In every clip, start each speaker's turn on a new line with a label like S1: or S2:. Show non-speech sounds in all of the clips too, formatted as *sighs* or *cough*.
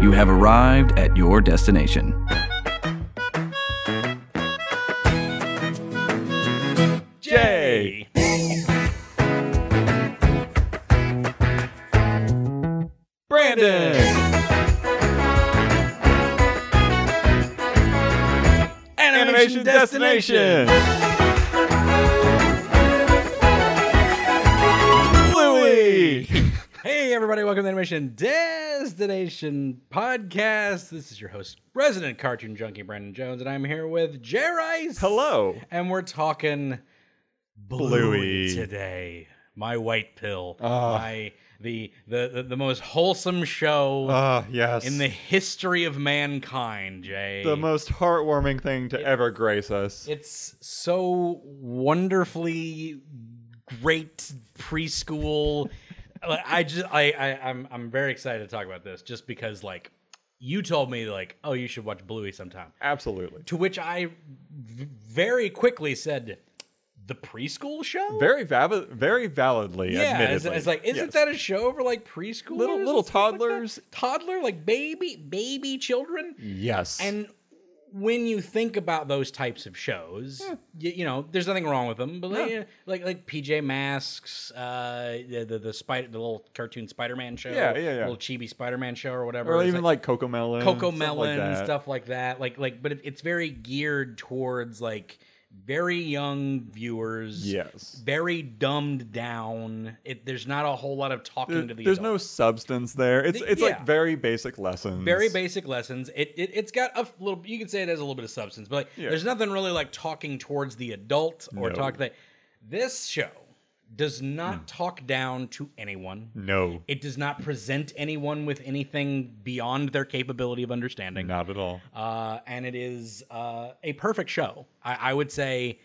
S1: You have arrived at your destination.
S2: Jay. Brandon. Animation
S3: *laughs*
S2: Destination. Louie.
S3: Hey, everybody, welcome to Animation Destination Podcast. This is your host, resident cartoon junkie Brandon Jones, and I'm here with Jerry.
S2: Hello.
S3: And we're talking Bluey,
S2: Bluey. Ah.
S3: today. My white pill. my the, the the the most wholesome show
S2: Ah, yes.
S3: in the history of mankind, Jay.
S2: the most heartwarming thing to ever grace us.
S3: it's so wonderfully great preschool Like, i just I, I i'm i'm very excited to talk about this just because like you told me like oh you should watch bluey sometime
S2: Absolutely.
S3: to which i v- very quickly said the preschool show
S2: Very valid, very validly.
S3: yeah it's,
S2: admittedly.
S3: it's like isn't
S2: Yes.
S3: that a show for like preschool
S2: Little- little toddlers.
S3: toddler like baby baby children
S2: Yes.
S3: and when you think about those types of shows, y you, know, there's nothing wrong with them. But like,
S2: No.
S3: like, like PJ Masks, uh, the the the, spider, the little cartoon Spider-Man show,
S2: Yeah, yeah, yeah.
S3: little chibi Spider-Man show or whatever.
S2: or
S3: It's
S2: even like, Coco Melon.
S3: Coco
S2: stuff
S3: Melon
S2: like
S3: and
S2: that.
S3: stuff like that. Like like, but it, it's very geared towards like very young viewers.
S2: Yes.
S3: Very dumbed down. It, there's not a whole lot of talking
S2: There-
S3: to the.
S2: there's
S3: adults.
S2: no substance there. It's
S3: The-
S2: it's
S3: yeah.
S2: like very basic lessons.
S3: very basic lessons. It, it it's got a little. You can say it has a little bit of substance, but like,
S2: Yeah.
S3: there's nothing really like talking towards the adult or
S2: No. Hmm.
S3: talk that. This show does not talk down to anyone.
S2: No,
S3: It does not present anyone with anything beyond their capability of understanding.
S2: not at all.
S3: Uh, and it is uh, a perfect show. I, I would say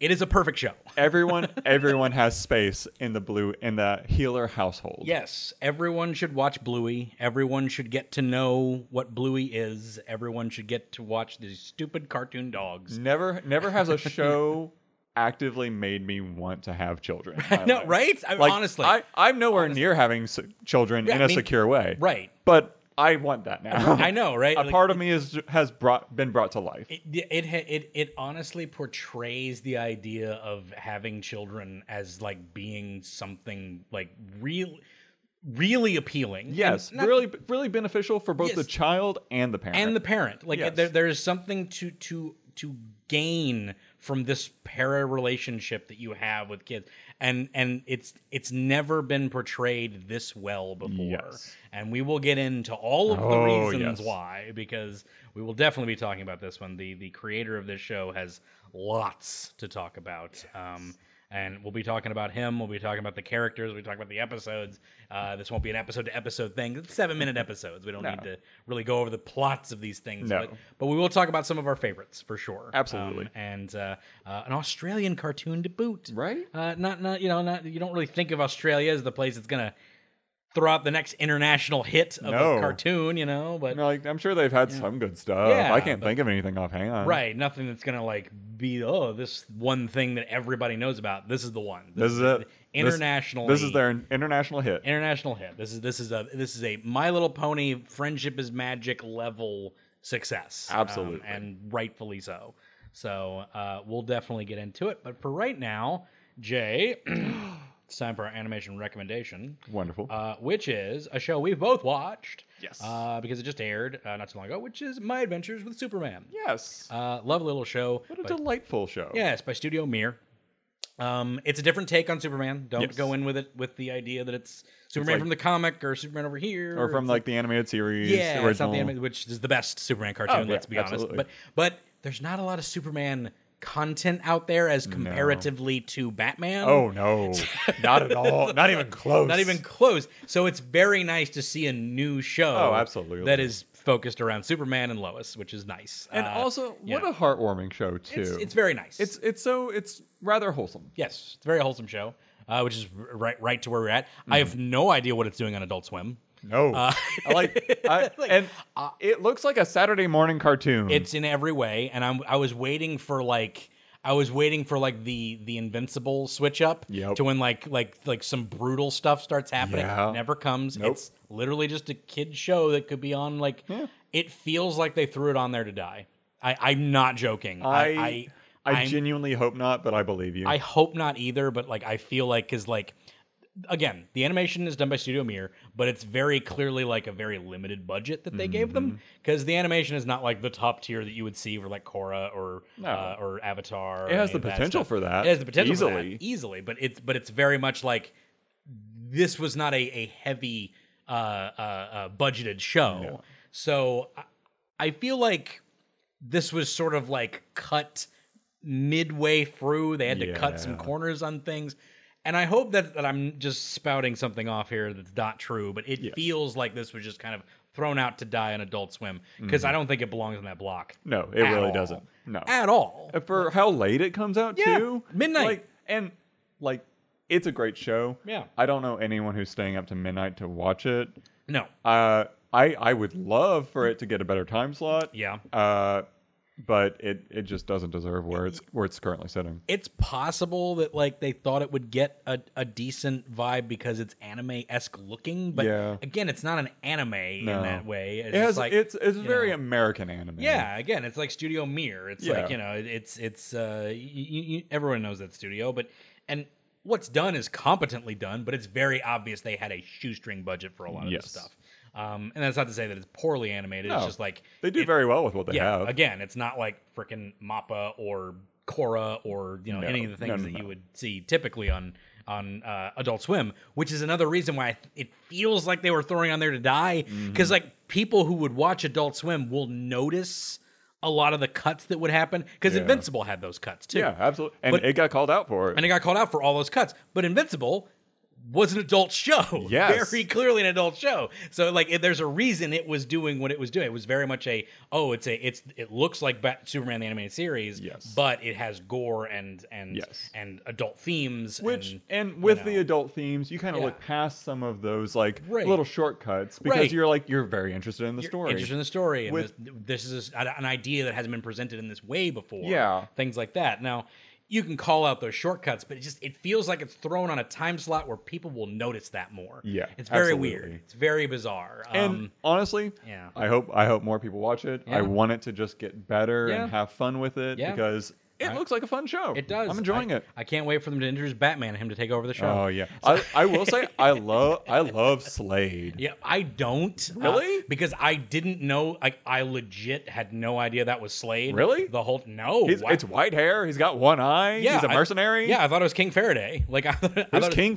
S3: it is a perfect show. *laughs*
S2: Everyone everyone has space in the blue in the healer household.
S3: Yes, everyone should watch Bluey. Everyone should get to know what Bluey is. Everyone should get to watch these stupid cartoon dogs.
S2: Never never
S3: *laughs*
S2: has a show actively made me want to have children. in my
S3: *laughs* No,
S2: life.
S3: right? I,
S2: Like,
S3: honestly,
S2: I, I'm nowhere near having se- children
S3: Yeah,
S2: in
S3: I
S2: a
S3: mean,
S2: secure way.
S3: right?
S2: But I want that
S3: *laughs*
S2: now.
S3: I know, right?
S2: A
S3: Like,
S2: part of me is has brought been brought to life.
S3: It, it ha- it it honestly portrays the idea of having children as like being something like real, really appealing. And
S2: yes,
S3: not-
S2: really really beneficial for both the
S3: Yes.
S2: child and the parent.
S3: and the parent. Like
S2: Yes.
S3: there, there is something to to to gain from this para relationship that you have with kids, and and it's it's never been portrayed this well before.
S2: Yes.
S3: And we will get into all of the
S2: Oh,
S3: reasons
S2: yes.
S3: why because we will definitely be talking about this one. The the creator of this show has lots to talk about. Um, and we'll be talking about him. We'll be talking about the characters. We'll be talking about the episodes. Uh, this won't be an episode to episode thing. It's seven
S2: *laughs*
S3: minute episodes. We don't
S2: No.
S3: need to really go over the plots of these things.
S2: No.
S3: But, but we will talk about some of our favorites for sure.
S2: Absolutely.
S3: Um, and uh, uh, an Australian cartoon to boot.
S2: Right?
S3: Uh, not not you know not you don't really think of Australia as the place that's gonna throw out the next international hit of a
S2: No.
S3: cartoon. You know, but
S2: I mean, like, I'm sure they've had some good stuff.
S3: Yeah,
S2: I can't
S3: but-
S2: think of anything offhand.
S3: right, nothing that's gonna like be oh this one thing that everybody knows about. This is the one.
S2: This is it.
S3: International.
S2: This, this is their international hit.
S3: international hit. This is this is a this is a My Little Pony friendship is magic level success. Um,
S2: Absolutely.
S3: and rightfully so. So uh, we'll definitely get into it. But for right now,
S2: *clears throat*
S3: Jay, it's time for our animation recommendation,
S2: Wonderful.
S3: uh, which is a show we've both watched.
S2: Yes.
S3: Uh, because it just aired uh, not too long ago, which is My Adventures with Superman.
S2: yes.
S3: Uh, lovely little show.
S2: what a
S3: by
S2: delightful show.
S3: Yes, by Studio Mir. Um, it's a different take on Superman. Don't
S2: Yes.
S3: go in with it with the idea that it's Superman
S2: like-
S3: from the comic or Superman over here
S2: Or from
S3: it's
S2: like the animated series.
S3: yeah, it's not
S2: original.
S3: the anime, which is the best Superman cartoon.
S2: Oh, yeah,
S3: let's be
S2: absolutely.
S3: honest. But but there's not a lot of Superman content out there as comparatively to Batman.
S2: Oh no,
S3: *laughs*
S2: not at all. Not even close.
S3: Not even close. So it's very nice to see a new show.
S2: Oh, absolutely.
S3: That is focused around Superman and Lois, which is nice.
S2: And
S3: Uh,
S2: also,
S3: you
S2: what
S3: know,
S2: a heartwarming show too.
S3: it's, it's very nice.
S2: it's it's so it's rather wholesome.
S3: Yes, it's a very wholesome show, uh, which is r- right right to where we're at. I
S2: Mm-hmm.
S3: have no idea what it's doing on Adult Swim.
S2: No,
S3: Uh,
S2: I like,
S3: *laughs*
S2: I, and it looks like a Saturday morning cartoon.
S3: It's in every way, and I'm I was waiting for like I was waiting for like the the invincible switch up
S2: Yep.
S3: to when like like like some brutal stuff starts happening.
S2: Yeah.
S3: Never comes.
S2: Nope.
S3: It's literally just a kid show that could be on like it feels like they threw it on there to die. I, I'm not joking.
S2: I I,
S3: I'm-
S2: genuinely hope not, but I believe you.
S3: I hope not either, but like I feel like because like again, the animation is done by Studio Mir, but it's very clearly like a very limited budget that they gave them
S2: Mm-hmm.
S3: because the animation is not like the top tier that you would see for like Korra or
S2: No.
S3: uh, or Avatar. or
S2: It has
S3: any
S2: the
S3: of that
S2: potential
S3: stuff.
S2: for that,
S3: It has the potential for
S2: easily.
S3: that, easily, but it's but it's very much like this was not a a heavy uh, uh, uh, budgeted show, so I, I feel like this was sort of like cut midway through. They had to cut some
S2: Yeah.
S3: corners on things. And I hope that, that I'm just spouting something off here that's not true, but it feels like this was just kind of thrown out to die on Adult Swim because I don't think it belongs in that block.
S2: Mm-hmm. no, it
S3: at
S2: really
S3: all.
S2: doesn't. No,
S3: At all.
S2: And for how late it comes out
S3: Yeah,
S2: too.
S3: midnight.
S2: Like, and like it's a great show.
S3: Yeah.
S2: I don't know anyone who's staying up to midnight to watch it.
S3: No.
S2: Uh, I I would love for it to get a better time slot.
S3: Yeah.
S2: Uh, but it it just doesn't deserve where it's where it's currently sitting.
S3: It's possible that like they thought it would get a, a decent vibe because it's anime esque looking, but
S2: Yeah.
S3: again, it's not an anime in
S2: No.
S3: that way. It's
S2: It
S3: just
S2: has,
S3: like
S2: it's it's
S3: you
S2: very
S3: know.
S2: American anime.
S3: Yeah, again, it's like Studio Mir. It's
S2: Yeah.
S3: like you know, it- it's it's uh, y- y- y- everyone knows that studio, but and what's done is competently done, but it's very obvious they had a shoestring budget for a lot of
S2: Yes.
S3: this stuff. Um, and that's not to say that it's poorly animated. It's
S2: No.
S3: just like
S2: They do
S3: it-
S2: very well with what they
S3: yeah.
S2: have.
S3: Again, it's not like freaking Mappa or Korra or you know
S2: No,
S3: any of the
S2: no,
S3: things
S2: no,
S3: that
S2: no.
S3: you would see typically on on uh, Adult Swim, which is another reason why it feels like they were throwing on there to die
S2: Mm-hmm.
S3: because like people who would watch Adult Swim will notice a lot of the cuts that would happen because
S2: Yeah.
S3: Invincible had those cuts too,
S2: Yeah, absolutely. And
S3: But-
S2: it got called out for it.
S3: and it got called out for all those cuts. But Invincible was an adult show, *laughs*
S2: Yes.
S3: very clearly an adult show. So like, if there's a reason it was doing what it was doing. It was very much a oh, it's a it's it looks like Bat- Superman the animated series,
S2: Yes.
S3: but it has gore and and
S2: Yes.
S3: and adult themes,
S2: Which
S3: and,
S2: and with the
S3: know.
S2: adult themes, you kind of
S3: Yeah.
S2: look past some of those like
S3: Right.
S2: little shortcuts because
S3: Right.
S2: you're like you're very interested in the story.
S3: Interesting the story. And
S2: With-
S3: this, this is a- an idea that hasn't been presented in this way before.
S2: Yeah.
S3: Things like that. Now, you can call out those shortcuts, but it just it feels like it's thrown on a time slot where people will notice that more.
S2: Yeah,
S3: It's very
S2: absolutely.
S3: weird. It's very bizarre.
S2: And
S3: um,
S2: honestly,
S3: yeah.
S2: I hope I hope more people watch it. I
S3: Yeah.
S2: want it to just get better
S3: Yeah.
S2: and have fun with it
S3: Yeah.
S2: because it
S3: I-
S2: looks like a fun show.
S3: it does.
S2: I'm enjoying
S3: I-
S2: it.
S3: I can't wait for them to introduce Batman and him to take over the show.
S2: Oh yeah. I, I will say I love I love Slade.
S3: *laughs* Yeah, I don't uh,
S2: Really?
S3: because I didn't know. Like, I legit had no idea that was Slade.
S2: Really?
S3: The whole no,
S2: He's,
S3: wow.
S2: It's white hair. He's got one eye.
S3: Yeah,
S2: he's a
S3: I-
S2: mercenary.
S3: yeah, I thought it was King Faraday. Like, *laughs* I, thought- I
S2: Who's
S3: thought it-
S2: King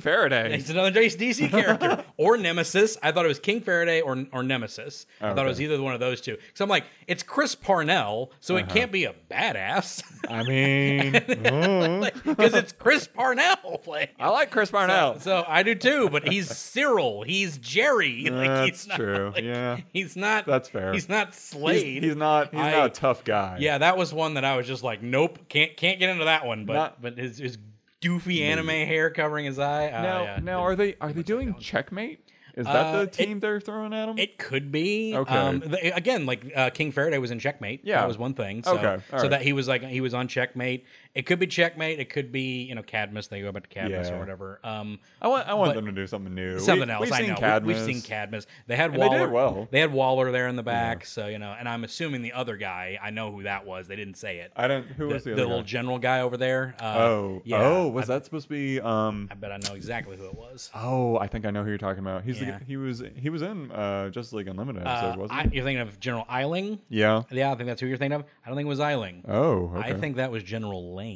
S3: *laughs*
S2: Faraday?
S3: It's another
S2: *laughs*
S3: DC character or Nemesis. I thought it was King Faraday or or Nemesis. I thought
S2: Okay.
S3: it was either one of those two. So I'm like, it's Chris Parnell, so
S2: Uh-huh.
S3: it can't be a badass *laughs*
S2: I *laughs* mean, mm.
S3: because it's Chris Parnell. Like,
S2: I like Chris Parnell.
S3: so I do too, but
S2: *laughs*
S3: he's Cyril, he's Jerry. *laughs* *laughs* Like,
S2: That's
S3: he's not,
S2: true.
S3: like,
S2: yeah.
S3: he's not.
S2: That's fair.
S3: He's not
S2: He's,
S3: Slade.
S2: he's not. He's
S3: I-
S2: not a tough guy.
S3: Yeah, that was one that I was just like, nope, can't can't get into that one. But
S2: Not-
S3: but his his goofy anime hair covering his eye. Uh,
S2: Now,
S3: yeah,
S2: now
S3: didn't-
S2: are they are they doing checkmate? Is that
S3: Uh,
S2: the
S3: it-
S2: team they're throwing at him?
S3: It could be.
S2: Okay.
S3: Um, the, again, like uh, King Faraday was in checkmate.
S2: Yeah.
S3: that was one thing. So,
S2: Okay, all
S3: so
S2: right.
S3: that he was like he was on checkmate. It could be checkmate. It could be you know Cadmus. They go back to Cadmus
S2: Yeah.
S3: or whatever. Um,
S2: I want I want
S3: but-
S2: them to do something new.
S3: something
S2: we,
S3: else.
S2: We've
S3: I
S2: seen
S3: know. We,
S2: Cadmus.
S3: have seen Cadmus. They had
S2: they did
S3: Waller.
S2: well.
S3: they had Waller there in the back. So you know, and I'm assuming the other guy. I know who that was. They didn't say it.
S2: I don't. Who was the,
S3: the
S2: other
S3: little
S2: guy?
S3: general guy over there. Uh,
S2: oh,
S3: yeah.
S2: oh, was that supposed to be? Um,
S3: I bet I know exactly who it was.
S2: oh, I think I know who you're talking about. He's
S3: Yeah.
S2: the, he was he was in uh Justice League Unlimited
S3: Uh,
S2: episode, wasn't
S3: I-
S2: he?
S3: you're thinking of General Eiling.
S2: Yeah.
S3: Yeah, I think that's who you're thinking of. I don't think it was Eiling.
S2: Oh, okay.
S3: I think that was General Lane.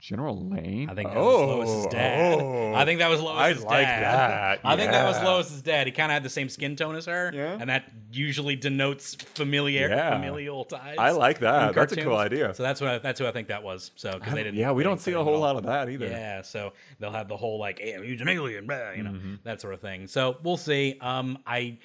S2: General Lane.
S3: I think that
S2: oh,
S3: was Lois's dad.
S2: Oh.
S3: I think that was Lois's
S2: like
S3: dad.
S2: that.
S3: I think that was
S2: Yeah.
S3: Lois's dad. He kind of had the same skin tone as her,
S2: Yeah.
S3: and that usually denotes familiar
S2: Yeah.
S3: familial ties.
S2: I like that.
S3: in
S2: That's a cool
S3: cartoons.
S2: idea.
S3: So that's what I, that's who I think that was. So because they didn't.
S2: yeah, we
S3: they
S2: don't
S3: didn't
S2: see
S3: say
S2: a
S3: it
S2: whole
S3: at all.
S2: lot of that either.
S3: Yeah, so
S2: Mm-hmm.
S3: they'll have the whole like, hey, he's an alien, blah, you know, that sort of thing. So we'll see. Um, I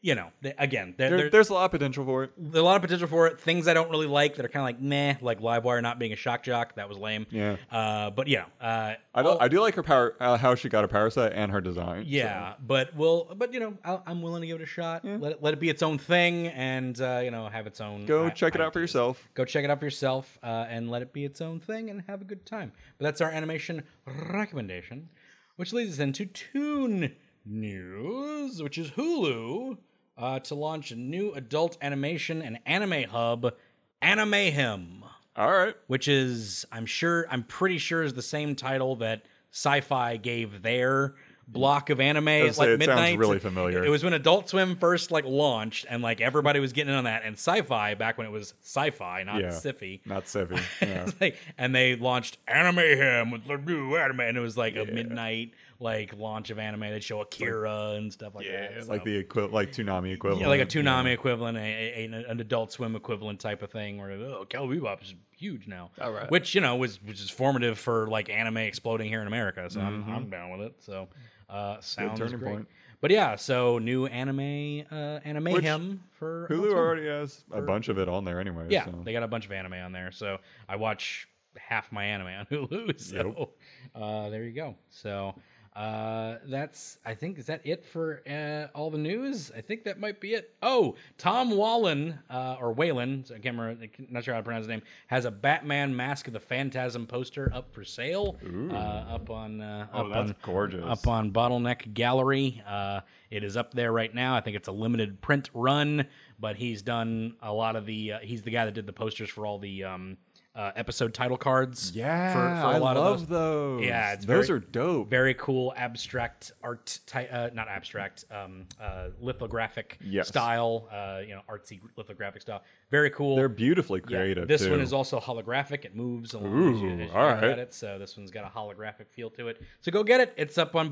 S3: you know, th- again, there,
S2: There,
S3: there-
S2: there's a lot of potential for it.
S3: there's a lot of potential for it. Things I don't really like that are kind of like meh, like Livewire not being a shock jock. That was lame.
S2: Yeah.
S3: Uh, but yeah, uh,
S2: I do,
S3: all-
S2: I do like her power, uh, how she got her power set and her design. so-
S3: yeah, but we'll, but you know, I'll, I'm willing to give it a shot. Let it let it be its own thing, and uh, you know, have its own.
S2: Go
S3: i-
S2: check it out for
S3: ideas.
S2: yourself.
S3: Go check it out for yourself, uh, and let it be its own thing, and have a good time. But that's our animation recommendation, which leads us into Toon News, which is Hulu uh, to launch a new adult animation and anime hub, Anime Him
S2: All right.
S3: which is I'm sure I'm pretty sure is the same title that Sci-Fi gave their block of anime
S2: gonna
S3: at
S2: say,
S3: like
S2: it sounds
S3: midnight.
S2: really familiar.
S3: It was when Adult Swim first like launched, and like everybody was getting in on that. And Sci-Fi back when it was Sci-Fi, not
S2: Yeah.
S3: Sci-Fi. *laughs*
S2: Not Sevi. Yeah.
S3: It's like- and they launched anime him with the new anime, and it was like a midnight like launch of anime. They show Akira and stuff like that.
S2: It's like
S3: so-
S2: the equi- like Toonami equivalent.
S3: yeah, like a Toonami equivalent, a, a- a- an Adult Swim equivalent type of thing. Where oh, Cal Bebop is huge now,
S2: All right.
S3: which you know was which is formative for like anime exploding here in America. So I'm, I'm down with it. So uh, sounds
S2: Mm-hmm. turning
S3: great.
S2: point.
S3: But yeah, so new anime uh, anime
S2: Which
S3: him for Adult
S2: Hulu
S3: Swim.
S2: already has a bunch of it on there anyway.
S3: Yeah,
S2: so.
S3: they got a bunch of anime on there. So I watch half my anime on *laughs* Hulu. So uh, there you go. So uh, that's I think is that it for uh, all the news. I think that might be it. Oh, Tom Wallen uh, or Whalen, so I can't remember, not sure how to pronounce his name, has a Batman Mask of the Phantasm poster up for sale uh, up on uh,
S2: Oh,
S3: up
S2: that's
S3: on,
S2: gorgeous.
S3: up on Bottleneck Gallery. Uh, it is up there right now. I think it's a limited print run, but he's done a lot of the. Uh, he's the guy that did the posters for all the um, uh, episode title cards.
S2: yeah,
S3: for, for a
S2: I
S3: lot
S2: love
S3: of those.
S2: those.
S3: Yeah, it's
S2: those
S3: very-
S2: are dope.
S3: Very cool abstract art, ty- uh, not abstract, um, uh, lithographic
S2: Yes.
S3: style. Uh, you know, artsy lithographic style. Very cool.
S2: They're beautifully
S3: Yeah,
S2: creative.
S3: This one
S2: too.
S3: is also holographic. It moves along as you,
S2: Ooh,
S3: as you
S2: all
S3: look at
S2: right.
S3: it. So this one's got a holographic feel to it. So go get it. It's up on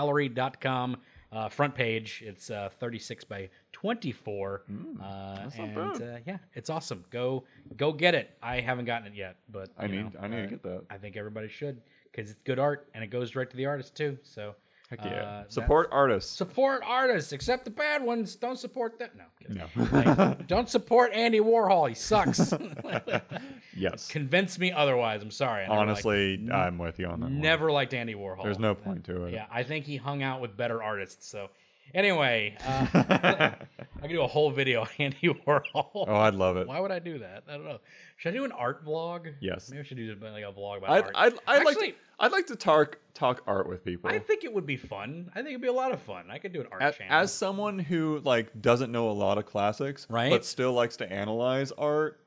S3: bottleneckgallery.com. Uh, front page. It's uh, 36 by 24.
S2: Hmm,
S3: uh, and Uh, yeah, it's awesome. Go go get it. I haven't gotten it yet, but
S2: I
S3: you
S2: need.
S3: know,
S2: I need
S3: uh,
S2: to get that.
S3: I think everybody should because it's good art and it goes direct to the artist too. So
S2: Heck yeah.
S3: uh,
S2: Support artists.
S3: support artists, except the bad ones. Don't support them. No, I'm kidding.
S2: no. *laughs*
S3: Like, don't support Andy Warhol. He sucks. *laughs*
S2: yes.
S3: Convince me otherwise. I'm sorry. I never liked-
S2: Honestly, I'm with you on that. one.
S3: never liked Andy Warhol.
S2: There's no point to it.
S3: Yeah, I think he hung out with better artists. So, anyway, uh,
S2: *laughs*
S3: I could do a whole video on Andy Warhol.
S2: Oh, I'd love it.
S3: Why would I do that? I don't know. Should I do an art vlog?
S2: Yes.
S3: Maybe I should do like a vlog about
S2: I'd,
S3: art.
S2: I'd, I'd like. To,
S3: Actually-
S2: I'd like to talk talk art with people.
S3: I think it would be fun. I think it'd be a lot of fun. I could do an art
S2: as,
S3: channel.
S2: as someone who like doesn't know a lot of classics,
S3: Right.
S2: but still likes to analyze art,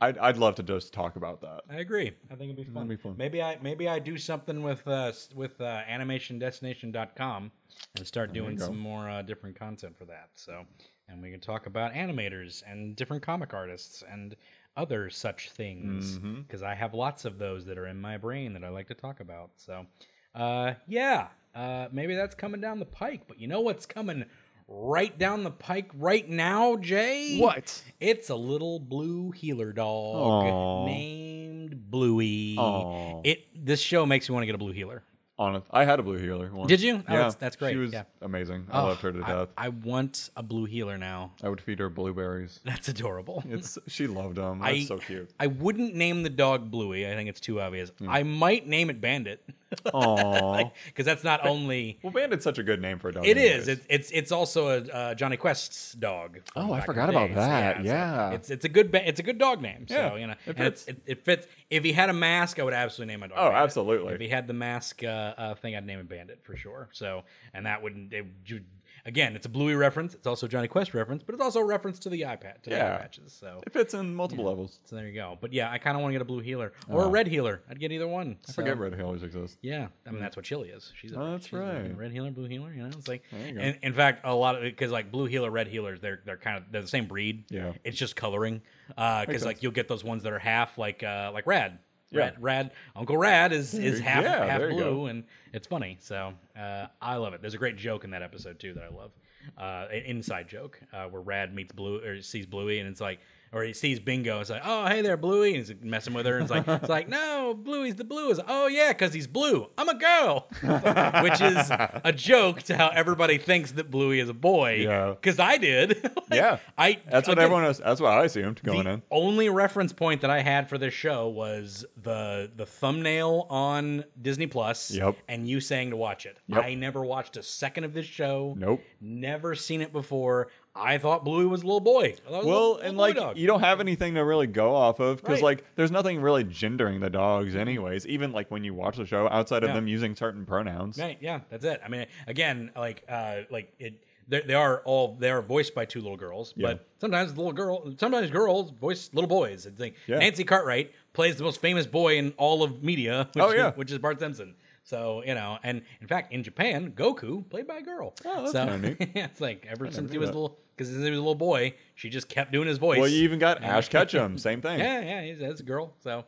S2: I'd, I'd love to just talk about that.
S3: I agree. I think it'd be fun.
S2: be fun.
S3: Maybe I maybe I do something with uh s- with uh, animationdestination.com and start doing
S2: go.
S3: some more uh, different content for that. So, and we can talk about animators and different comic artists and other such things
S2: Mm-hmm.
S3: because I have lots of those that are in my brain that I like to talk about. So, uh yeah, uh maybe that's coming down the pike, but you know what's coming right down the pike right now, Jay? It's a little blue healer dog
S2: Aw.
S3: named Bluey.
S2: Aw.
S3: It this show makes me want to get a blue healer.
S2: Honest, I had a blue healer once.
S3: Did you? Oh,
S2: yeah,
S3: that's- that's great,
S2: She was
S3: yeah. Oh,
S2: amazing. I loved her to
S3: I-
S2: death. I,
S3: I, want a blue healer now. *laughs*
S2: would feed her blueberries.
S3: That's adorable.
S2: It's she loved them. That's
S3: I-
S2: so
S3: *laughs*
S2: cute.
S3: I wouldn't name the dog Bluey. I think it's too obvious.
S2: Hmm.
S3: I might name it
S2: *laughs*
S3: Bandit *laughs*
S2: Aww.
S3: because that's not only
S2: well, Bandit's such a good name for a dog.
S3: it is.
S2: anyways.
S3: It's it's it's also a uh, Johnny Quest's dog. from
S2: Oh, I
S3: back in
S2: forgot
S3: the
S2: about
S3: day.
S2: that.
S3: so
S2: Yeah.
S3: it's it's a good ba- it's a good dog name. So
S2: Yeah,
S3: you know,
S2: it
S3: and it's-
S2: fits.
S3: it, it fits. If he had a mask, I would absolutely name my dog.
S2: oh,
S3: Bandit. If
S2: absolutely.
S3: he had the mask uh, uh, thing, I'd name him Bandit for sure. So, and that wouldn't. It, you, again, it's a Bluey reference. It's also a Johnny Quest reference, but it's also a reference to the iPad, to the eye
S2: Yeah.
S3: patches. So,
S2: It fits in multiple levels.
S3: so there you go. But yeah, I kind of want to get a blue healer or a red healer. I'd get either one.
S2: Oh. I forget red healers exist.
S3: *laughs* Yeah, I mean that's what Chili is. She's a,
S2: Oh, that's
S3: she's a
S2: right.
S3: red healer, blue healer. You know, it's like.
S2: There you go.
S3: And in fact, a lot of because like blue healer, red healers, they're they're kind of they're the same breed.
S2: Yeah.
S3: it's just coloring. Because
S2: Makes
S3: like
S2: sense.
S3: you'll get those ones that are half like uh like Rad.
S2: Yeah.
S3: Rad, Rad, Uncle Rad is is half
S2: Yeah,
S3: half
S2: there you
S3: blue,
S2: go.
S3: and it's funny. So uh, I love it. There's a great joke in that episode too that I love. Uh, an inside joke uh, where Rad meets Blue or sees Bluey, and it's like, or he sees Bingo. It's like, oh, hey there, Bluey. And he's messing with her. And it's like, it's like, no, Bluey's the blue. Is oh yeah, because he's blue. I'm a girl, *laughs* which is a joke to how everybody thinks that Bluey is a boy.
S2: Yeah.
S3: Because I did. *laughs* Like,
S2: Yeah.
S3: I.
S2: That's what
S3: again,
S2: everyone else. That's what I assumed going
S3: the
S2: in.
S3: only reference point that I had for this show was the the thumbnail on Disney Plus,
S2: Yep.
S3: and you saying to watch it.
S2: Yep.
S3: I never watched a second of this show.
S2: Nope.
S3: Never seen it before. I thought Bluey was a little boy. I thought it was a
S2: Well,
S3: little-
S2: and
S3: little
S2: like
S3: boy dog.
S2: you don't have anything to really go off of because
S3: Right. Mm-hmm.
S2: like there's nothing really gendering the dogs, anyways. Even like when you watch the show, outside of
S3: Yeah.
S2: them using certain pronouns.
S3: Right. Yeah. That's it. I mean, again, like, uh, like it. They, they are all they are voiced by two little girls,
S2: Yeah.
S3: but sometimes the little girl, sometimes girls voice little boys. It's like
S2: Yeah.
S3: Nancy Cartwright plays the most famous boy in all of media. *laughs* Which
S2: Oh, yeah.
S3: Is, which is Bart Simpson. So you know, and in fact, in Japan, Goku played by a girl.
S2: Oh, that's
S3: so,
S2: kinda neat.
S3: *laughs* yeah, it's like ever since he
S2: knew
S3: was
S2: that.
S3: a little, because since he was a little boy, she just kept doing his voice.
S2: Well, you even got Ash Ketchum, same thing.
S3: yeah, yeah, he's, that's a girl. So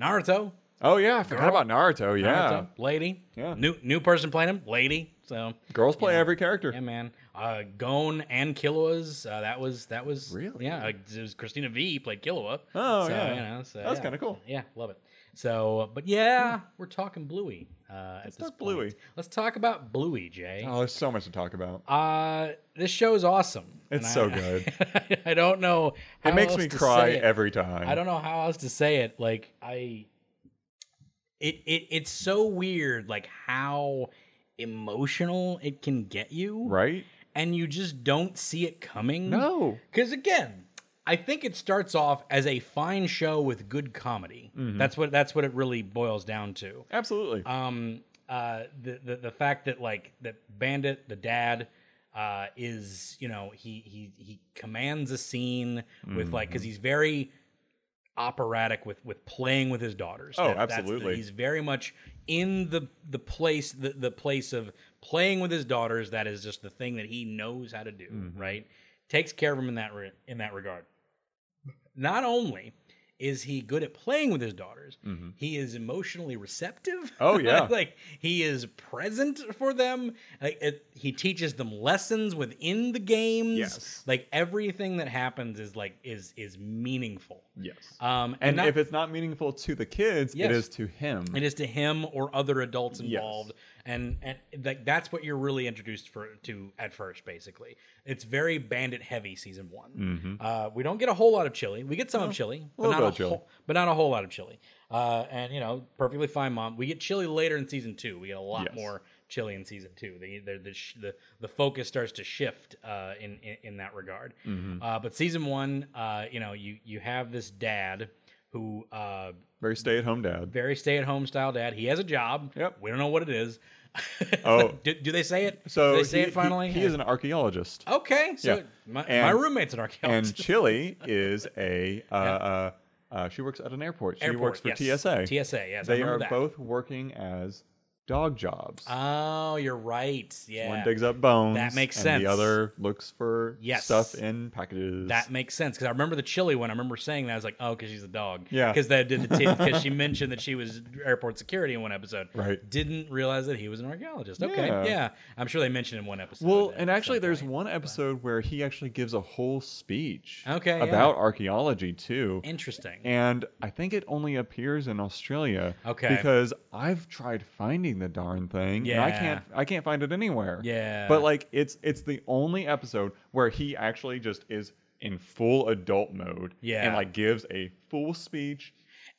S3: Naruto,
S2: Oh yeah, I forgot about Naruto. Yeah,
S3: Naruto, lady,
S2: Yeah.
S3: new new person playing him, lady. So
S2: girls play every character.
S3: yeah, man. Uh, Gone and Killua's. Uh, that was that was
S2: Really?
S3: yeah. Like, it was Christina V played Killua.
S2: Oh,
S3: so,
S2: yeah.
S3: you know, so,
S2: That's
S3: yeah.
S2: kinda cool.
S3: Yeah, love it. So, but yeah, we're talking Bluey. Uh, at this
S2: talk Bluey.
S3: point. Let's talk about Bluey, Jay.
S2: Oh, there's so much to talk about.
S3: Uh, this show is awesome.
S2: It's
S3: And *laughs*
S2: so
S3: I-
S2: good.
S3: I don't know.
S2: It
S3: how
S2: makes
S3: else
S2: me
S3: to
S2: cry
S3: say it.
S2: every time.
S3: I don't know how else to say it. Like I, it it it's so weird. Like how emotional it can get you,
S2: Right?
S3: and you just don't see it coming.
S2: No.
S3: Because again, I think it starts off as a fine show with good comedy. That's what that's what it really boils down to.
S2: Absolutely.
S3: Um, uh, the, the the fact that like that Bandit, the dad, uh, is you know he he he commands a scene with like
S2: Mm-hmm.
S3: because he's very operatic with with playing with his daughters.
S2: Oh,
S3: that's the-
S2: absolutely.
S3: he's very much in the the place the, the place of playing with his daughters. That is just the thing that he knows how to do.
S2: Mm-hmm.
S3: Right, takes care of him in that re- in that regard. Not only is he good at playing with his daughters, he is emotionally receptive.
S2: Mm-hmm.
S3: *laughs*
S2: Oh, yeah.
S3: like he is present for them. Like it, he teaches them lessons within the games.
S2: Yes.
S3: like everything that happens is like is is meaningful.
S2: yes.
S3: Um,
S2: and
S3: not-
S2: if it's not meaningful to the kids,
S3: Yes.
S2: it is to him.
S3: it is to him or other adults
S2: Yes.
S3: involved and and like that's what you're really introduced for to at first basically it's very bandit heavy season one
S2: Mm-hmm.
S3: uh, we don't get a whole lot of chili we get some of chili but
S2: little
S3: not a
S2: bit of Chili.
S3: whole, but not a whole lot of chili uh, and you know perfectly fine mom we get chili later in season two we get a lot
S2: Yes.
S3: more chili in season two the the the, sh- the, the focus starts to shift uh, in, in in that regard
S2: Mm-hmm.
S3: uh, but season one uh, you know you you have this dad who uh,
S2: Very stay at home dad.
S3: very stay at home style dad. He has a job.
S2: Yep.
S3: We don't know what it is. *laughs*
S2: Oh.
S3: do, do they say it?
S2: So
S3: do they say
S2: he-
S3: it finally. Oh,
S2: He, he is an archaeologist.
S3: *laughs* okay. So
S2: Yeah.
S3: my,
S2: And-
S3: my roommate's an
S2: and
S3: archaeologist.
S2: Chili is a uh, uh, uh, she works at an airport. She
S3: Airport,
S2: works for
S3: yes.
S2: TSA.
S3: TSA. Yes. I
S2: They
S3: remember
S2: are
S3: that.
S2: both working as dog jobs.
S3: Oh, you're right. Yeah.
S2: One digs up bones.
S3: That makes
S2: and
S3: sense.
S2: The other looks for
S3: Yes.
S2: stuff in packages.
S3: That makes sense because I remember the chili one. I remember saying that I was like, "Oh, because she's a dog."
S2: Yeah.
S3: Because they did the
S2: *laughs*
S3: because she mentioned that she was airport security in one episode.
S2: Right.
S3: Didn't realize that he was an archaeologist. Okay.
S2: Yeah.
S3: Yeah. I'm sure they mentioned in one episode.
S2: Well,
S3: at
S2: and
S3: some
S2: actually, there's
S3: point.
S2: one episode where he actually gives a whole speech
S3: Okay, yeah.
S2: about archaeology too,
S3: interesting.
S2: and I think it only appears in Australia.
S3: Okay.
S2: because I've tried finding the darn thing, and I
S3: Yeah.
S2: can't, I can't find it anywhere.
S3: Yeah.
S2: but like it's it's the only episode where he actually just is in full adult mode,
S3: Yeah.
S2: and like gives a full speech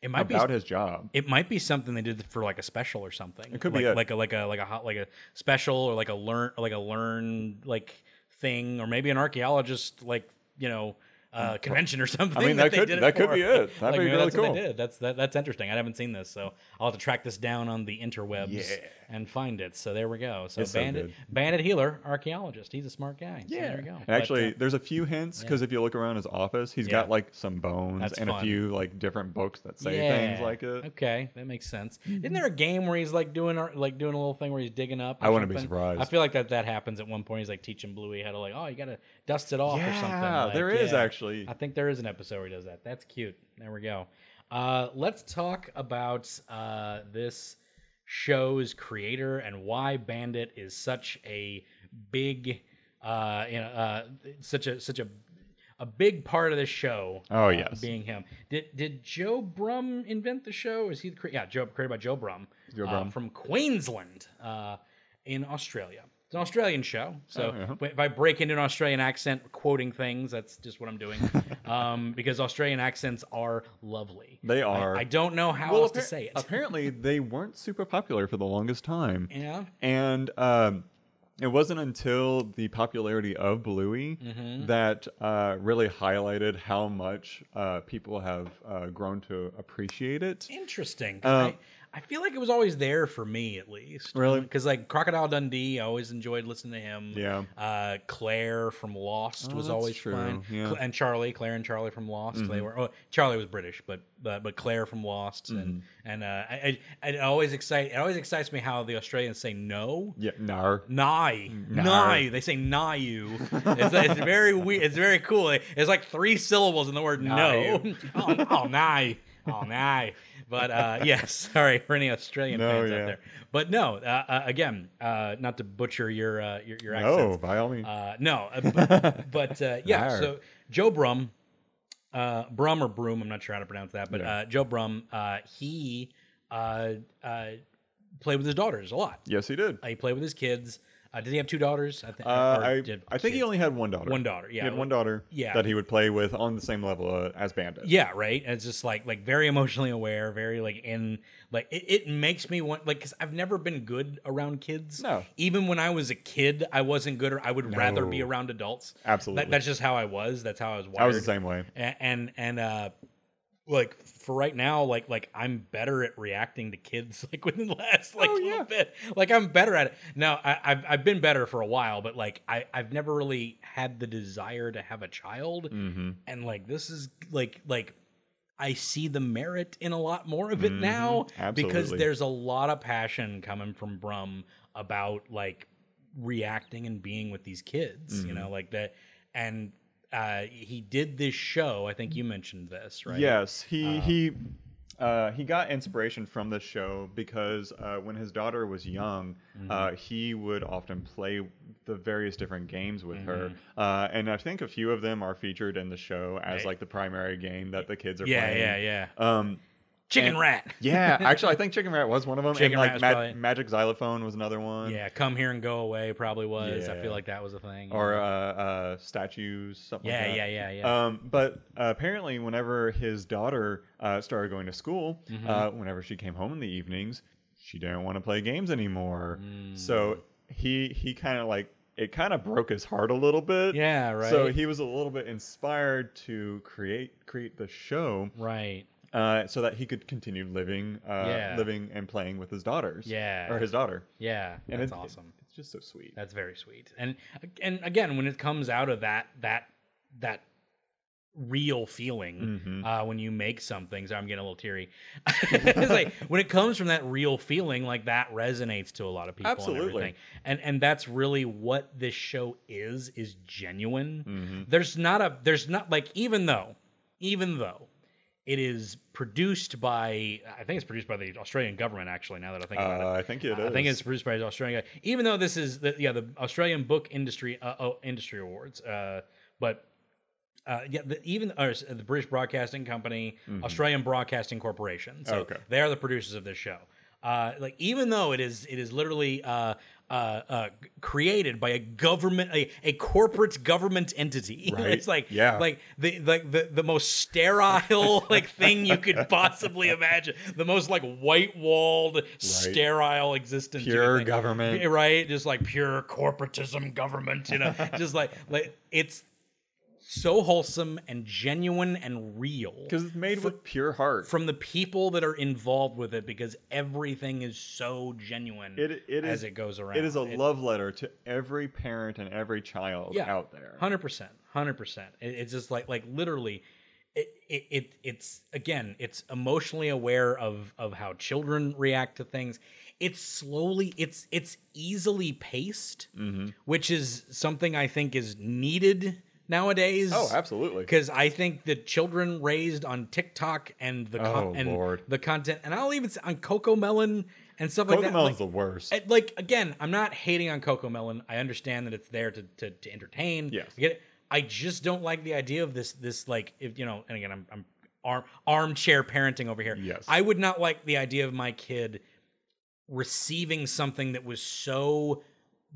S3: it might be
S2: about his job.
S3: It might be something they did for like a special or something. It
S2: could
S3: like,
S2: be it.
S3: like a like a like a hot like a special or like a learn like a learn like thing or maybe an archaeologist like you know uh, convention or something.
S2: Mm. mean, that
S3: they
S2: could-
S3: did
S2: that could
S3: for.
S2: be it. That'd
S3: Like,
S2: be
S3: maybe
S2: really
S3: that's
S2: cool.
S3: What they did. That's that, that's interesting. I haven't seen this, so I'll have to track this down on the interwebs
S2: Yeah.
S3: and find it. So there we go. So
S2: It's so
S3: bandit
S2: good.
S3: bandit healer archaeologist. He's a smart guy. So there we go.
S2: And
S3: But,
S2: Actually,
S3: uh,
S2: there's a few hints because if you look around his office, he's
S3: Yeah.
S2: got like some bones
S3: That's
S2: and a
S3: fun.
S2: few like different books that say things
S3: Yeah.
S2: like it. Mm-hmm.
S3: Okay, that makes sense. Isn't there a game where he's like doing our- like doing a little thing where he's digging up? or
S2: I wouldn't be
S3: something?
S2: surprised.
S3: I feel like that that happens at one point. He's like teaching Bluey how to like, oh, you gotta dust it off or something.
S2: Yeah,
S3: Like,
S2: there is
S3: yeah.
S2: actually.
S3: I think there is an episode where he does that. That's cute. There we go. Uh, let's talk about uh, this show's creator and why Bandit is such a big, uh, you know, uh, such a such a a a big part of the show. uh,
S2: Oh, yes.
S3: being him. Did did Joe Brum invent the show? Is he the cre- yeah Joe created by Joe Brum?
S2: Joe
S3: uh,
S2: Brum.
S3: from Queensland, uh, in Australia. It's an Australian show, so
S2: Oh, yeah.
S3: but if I break into an Australian accent quoting things, that's just what I'm
S2: *laughs*
S3: doing, um, because Australian accents are lovely.
S2: They are.
S3: I, I don't know how else to
S2: appar-
S3: say it. *laughs*
S2: apparently, they weren't super popular for the longest time.
S3: yeah.
S2: And um, it wasn't until the popularity of Bluey
S3: Mm-hmm.
S2: that uh, really highlighted how much uh, people have uh, grown to appreciate it.
S3: Interesting. 'cause
S2: Um,
S3: I, I feel like it was always there for me at least.
S2: Really?
S3: Because like Crocodile Dundee, I always enjoyed listening to him.
S2: Yeah.
S3: Uh, Claire from Lost
S2: Oh,
S3: was
S2: that's
S3: always
S2: true,
S3: fun.
S2: yeah. Mm-hmm.
S3: Cl- And Charlie, Claire and Charlie from Lost. They were. Oh, Charlie was British, but but, but Claire from Lost and
S2: Mm-hmm.
S3: and uh, I, I it always excite it always excites me how the Australians say no.
S2: Yeah, no.
S3: Nye,
S2: Nar.
S3: nye. They say nye you.
S2: *laughs*
S3: It's, it's very weird. It's very cool. It's like three syllables in the word no.
S2: Nye.
S3: oh, *laughs* oh, nye, oh, nye. But uh, *laughs* yes, sorry for any Australian
S2: No,
S3: fans out
S2: yeah.
S3: there. But no, uh, uh, again, uh, not to butcher your uh, your, your
S2: No,
S3: accents.
S2: Oh, by all means.
S3: Uh, no, uh,
S2: *laughs*
S3: but, but uh, yeah.
S2: Nar.
S3: So Joe Brum, uh, Brum or Broom, I'm not sure how to pronounce that, but
S2: Yeah.
S3: uh, Joe Brum, uh, he uh, uh, played with his daughters a lot.
S2: yes, he did.
S3: Uh, he played with his kids. Uh, did he have two daughters? I, think.
S2: Uh, I, I think he only had one daughter.
S3: one daughter. Yeah,
S2: He had one daughter
S3: Yeah.
S2: that he would play with on the same level uh, as Bandit.
S3: Yeah, right. And it's just like like very emotionally aware, very like in like it, it makes me want like because I've never been good around kids.
S2: No.
S3: even when I was a kid, I wasn't good. Or I would rather be
S2: No.
S3: around adults.
S2: Absolutely.
S3: That, that's just how I was. That's how I was wired.
S2: I was the same way.
S3: A- and and uh like for right now like like i'm better at reacting to kids *laughs* like within the last like
S2: Oh,
S3: little
S2: yeah.
S3: bit like i'm better at it now I, I've, I've been better for a while but like I, i've never really had the desire to have a child
S2: Mm-hmm.
S3: and like this is like like I see the merit in a lot more of it now because
S2: Mm-hmm. absolutely.
S3: there's a lot of passion coming from Brum about like reacting and being with these kids, you
S2: Mm-hmm.
S3: know, like that. And uh, he did this show. I think you mentioned this, right?
S2: Yes, he he uh, he got inspiration from the show because uh, when his daughter was young, uh,
S3: Mm-hmm.
S2: he would often play the various different games with her, uh, and I think a few of them are featured in the show as
S3: Mm-hmm. Right.
S2: like the primary game that the kids are
S3: Yeah,
S2: playing.
S3: yeah, yeah.
S2: yeah. Um,
S3: Chicken
S2: and-
S3: rat. *laughs*
S2: yeah, actually, I think Chicken Rat was one of them,
S3: Chicken
S2: and like
S3: Rat was
S2: Mag-
S3: probably-
S2: Magic Xylophone was another one.
S3: Yeah, come here and go away probably was. I
S2: Yeah.
S3: feel like that was a thing.
S2: or uh, uh, statues, something.
S3: mm-hmm. yeah,
S2: like that.
S3: yeah, yeah, yeah.
S2: Um, but uh, apparently, whenever his daughter uh, started going to school,
S3: Mm-hmm.
S2: uh, whenever she came home in the evenings, she didn't want to play games anymore. Um,
S3: Mm.
S2: So he he kind of like it kind of broke his heart a little bit.
S3: yeah, right.
S2: So he was a little bit inspired to create create the show
S3: right.
S2: uh, so that he could continue living uh,
S3: Yeah.
S2: living and playing with his daughters.
S3: Yeah.
S2: or his daughter.
S3: Yeah.
S2: And
S3: that's
S2: it-
S3: awesome.
S2: It's just so sweet.
S3: That's very sweet. And and again, when it comes out of that that that real feeling
S2: Mm-hmm.
S3: uh, when you make something, so I'm getting a little teary. it's like when it comes from that real feeling, like that resonates to a lot of people. And,
S2: Absolutely.
S3: everything. and and that's really what this show is is genuine.
S2: hmm
S3: There's not a there's not like even though even though. It is produced by, I think it's produced by the Australian government. Actually, now that I think about it,
S2: Uh, I think it is.
S3: I think it's produced by Australia. Even though this is the yeah the Australian Book Industry uh, oh, Industry Awards, uh, but uh, yeah, the, even or, s- the British Broadcasting Company, Australian Broadcasting Corporation. So
S2: Mm-hmm. Okay.
S3: they are the producers of this show. Uh, like even though it is it is literally uh, uh, uh, created by a government a, a corporate government entity. *laughs*
S2: Right.
S3: it's like
S2: Yeah.
S3: like the like the, the most
S2: *laughs*
S3: sterile like thing you could possibly imagine. The most like white walled, sterile existence. you could
S2: Pure
S3: think.
S2: government.
S3: Yeah, right? Just like pure corporatism government, you
S2: *laughs*
S3: know. just like like it's so wholesome and genuine and real
S2: because it's made with pure heart.
S3: from the people that are involved with it because everything is so genuine
S2: It- it
S3: as
S2: is-
S3: it goes around.
S2: It is a love letter to every parent and every child
S3: Yeah.
S2: out there.
S3: Hundred percent, hundred percent. It's just like like literally, it, it it it's again, it's emotionally aware of of how children react to things. It's slowly, it's it's easily paced,
S2: Mm-hmm.
S3: which is something I think is needed nowadays.
S2: Oh, absolutely.
S3: Because I think the children raised on TikTok and the con-
S2: Oh,
S3: and
S2: Lord.
S3: the content, and I'll even say on Coco Melon and stuff like that.
S2: Pokemon
S3: like-
S2: is the worst.
S3: I- like again, I'm not hating on Coco Melon. I understand that it's there to to, to entertain.
S2: Yes.
S3: I get it. I just don't like the idea of this this like if you know and again I'm I'm arm, armchair parenting over here.
S2: Yes.
S3: I would not like the idea of my kid receiving something that was so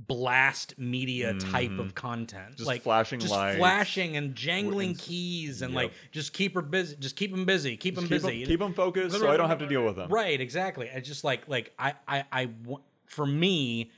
S3: blast media type of content
S2: Mm-hmm. Just
S3: like
S2: flashing
S3: just
S2: lights.
S3: flashing and jangling
S2: and s-
S3: keys and
S2: yep.
S3: like just keep her busy just keep them busy keep them
S2: Keep
S3: busy
S2: them, keep 'em focused so I don't have to deal with them.
S3: Right, exactly. It's just like like I I I wa- for me,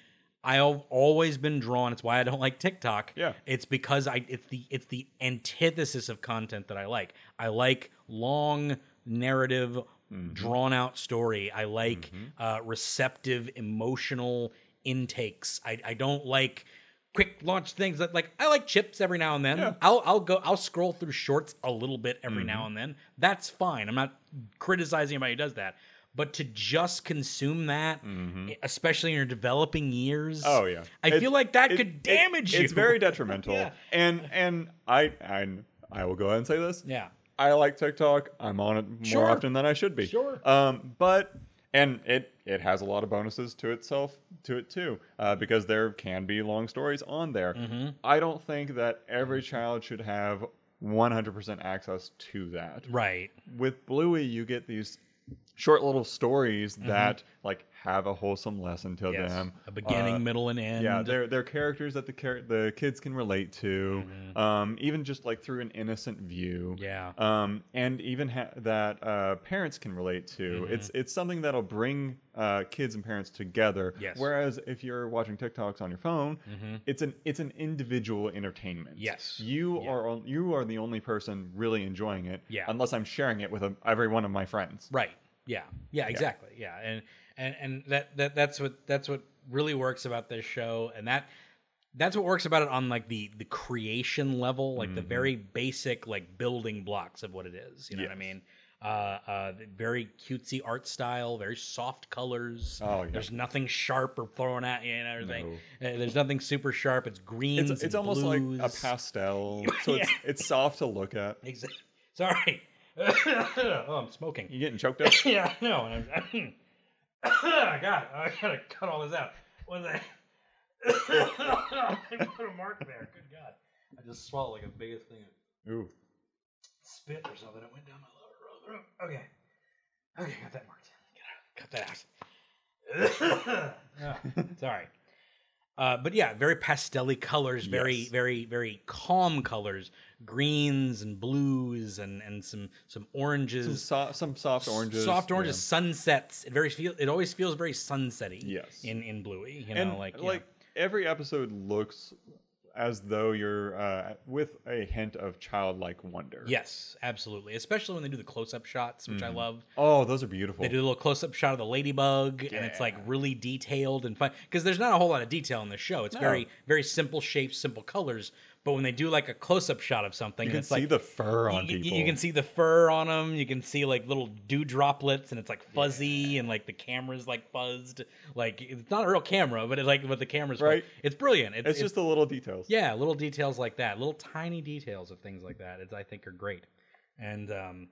S3: I've always been drawn. It's why I don't like TikTok.
S2: Yeah.
S3: it's because I it's the it's the antithesis of content that I like. I like long narrative,
S2: Mm-hmm.
S3: drawn out story. I like uh, receptive emotional intakes. I I don't like quick launch things that like I like chips every now and then.
S2: Yeah. Mm-hmm.
S3: I'll I'll go I'll scroll through shorts a little bit every now and then. That's fine. I'm not criticizing anybody who does that. But to just consume that, especially in your developing years,
S2: Mm-hmm. Oh yeah.
S3: I
S2: It-
S3: feel like that
S2: it-
S3: could
S2: it-
S3: damage you.
S2: It's very
S3: *laughs*
S2: detrimental.
S3: Yeah.
S2: And and I and I will go ahead and say this.
S3: yeah,
S2: I like TikTok. I'm on it more
S3: Sure.
S2: often than I should be.
S3: Sure.
S2: Um, but and it it has a lot of bonuses to itself to it too, uh, because there can be long stories on there.
S3: Mm-hmm.
S2: I don't think that every child should have 100% access to that.
S3: right.
S2: With Bluey, you get these short little stories that like have a wholesome lesson to
S3: Mm-hmm. Yes.
S2: them.
S3: a beginning,
S2: Uh,
S3: middle, and end.
S2: yeah, they're they're characters that the char- the kids can relate to,
S3: Mm-hmm.
S2: um, even just like through an innocent view.
S3: Yeah.
S2: Um, and even ha- that uh, parents can relate to.
S3: Mm-hmm.
S2: It's it's something that'll bring uh, kids and parents together.
S3: Yes. Mm-hmm.
S2: Whereas if you're watching TikToks on your phone, it's an it's an individual entertainment.
S3: Yes.
S2: You
S3: Yeah.
S2: are on, you are the only person really enjoying it.
S3: Yeah.
S2: Unless I'm sharing it with um every one of my friends.
S3: Right. Yeah. Yeah. Exactly. Yeah. And and and that that that's what that's what really works about this show, and that that's what works about it on like the the creation level, like
S2: Mm-hmm.
S3: the very basic like building blocks of what it is. You know what I
S2: Yes.
S3: mean? Uh, uh, the very cutesy art style, very soft colors.
S2: Oh, yeah.
S3: There's nothing sharp or thrown at you and everything. Uh, There's nothing super sharp. It's greens.
S2: It's, it's
S3: and
S2: almost like a
S3: blues. *laughs*
S2: pastel, so it's it's soft to look at.
S3: Exa- *laughs* Sorry. oh, I'm smoking.
S2: You getting choked
S3: *laughs*
S2: up?
S3: Yeah, I know. And I'm, *coughs* God, I gotta cut all this out. What was *coughs* I? I put a mark there. Good God. I just swallowed like a biggest thing of
S2: Ooh.
S3: spit or something. It went down my lower throat. Okay. Okay, got that marked. Cut *coughs* that out. Ah, sorry. Uh, but yeah, very pastelly colors, very,
S2: Yes.
S3: very, very calm colors, greens and blues and, and some some oranges,
S2: Some, so- some soft oranges.
S3: soft
S2: yeah.
S3: oranges, sunsets. It very feel. It always feels very sunsetty.
S2: Yes.
S3: In in bluey, you know,
S2: And
S3: like
S2: like,
S3: yeah.
S2: every episode looks as though you're uh, with a hint of childlike wonder.
S3: yes, absolutely. Especially when they do the close up shots, which I love.
S2: Oh, those are beautiful.
S3: They do a little close up shot of the ladybug, and it's like
S2: Yeah.
S3: really detailed and fun. Because there's not a whole lot of detail in the show. It's very very simple shapes, simple colors. But when they do like a close up shot of something,
S2: you can
S3: it's
S2: see
S3: like
S2: the fur on
S3: you, you-
S2: people.
S3: you can see the fur on them. You can see like little dew droplets, and it's like fuzzy, and like the camera's like buzzed. Like it's not a real camera, but it's like what the camera's
S2: Right.
S3: It's brilliant. It's,
S2: It's just the little details.
S3: yeah, little details like that, little tiny details of things like that, is, I think are great. And um,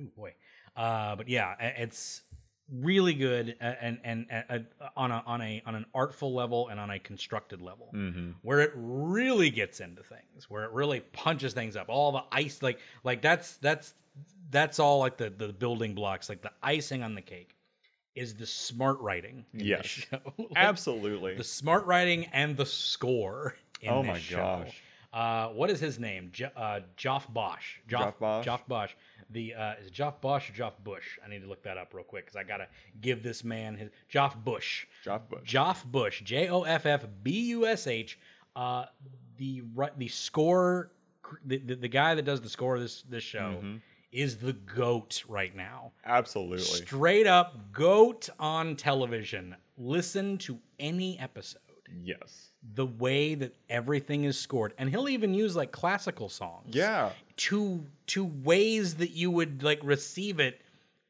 S3: oh boy, uh, but yeah, a- it's really good a- and and, and uh, on a on a on an artful level and on a constructed level
S2: Mm-hmm.
S3: where it really gets into things, where it really punches things up. All the ice, like like that's that's that's all like the the building blocks, like the icing on the cake, is the smart writing. in this
S2: Yes.
S3: show. *laughs* Like,
S2: Absolutely.
S3: the smart writing and the score. In
S2: Oh
S3: this
S2: my
S3: show.
S2: gosh.
S3: Uh, what is his name? Jo- uh, Joff Bosch.
S2: Joff Bosch?
S3: Joff Bosch. The uh, is it Joff Bosch or Joff Bush? I need to look that up real quick because I gotta give this man his Joff Bush.
S2: Joff Bush.
S3: Joff Bush, J O F F B U S H. Uh, the ri- the score, cr- the, the the guy that does the score of this this show
S2: Mm-hmm.
S3: is the goat right now.
S2: Absolutely.
S3: Straight up goat on television. Listen to any episode.
S2: yes.
S3: The way that everything is scored, and he'll even use like classical songs.
S2: Yeah.
S3: To to ways that you would like receive it,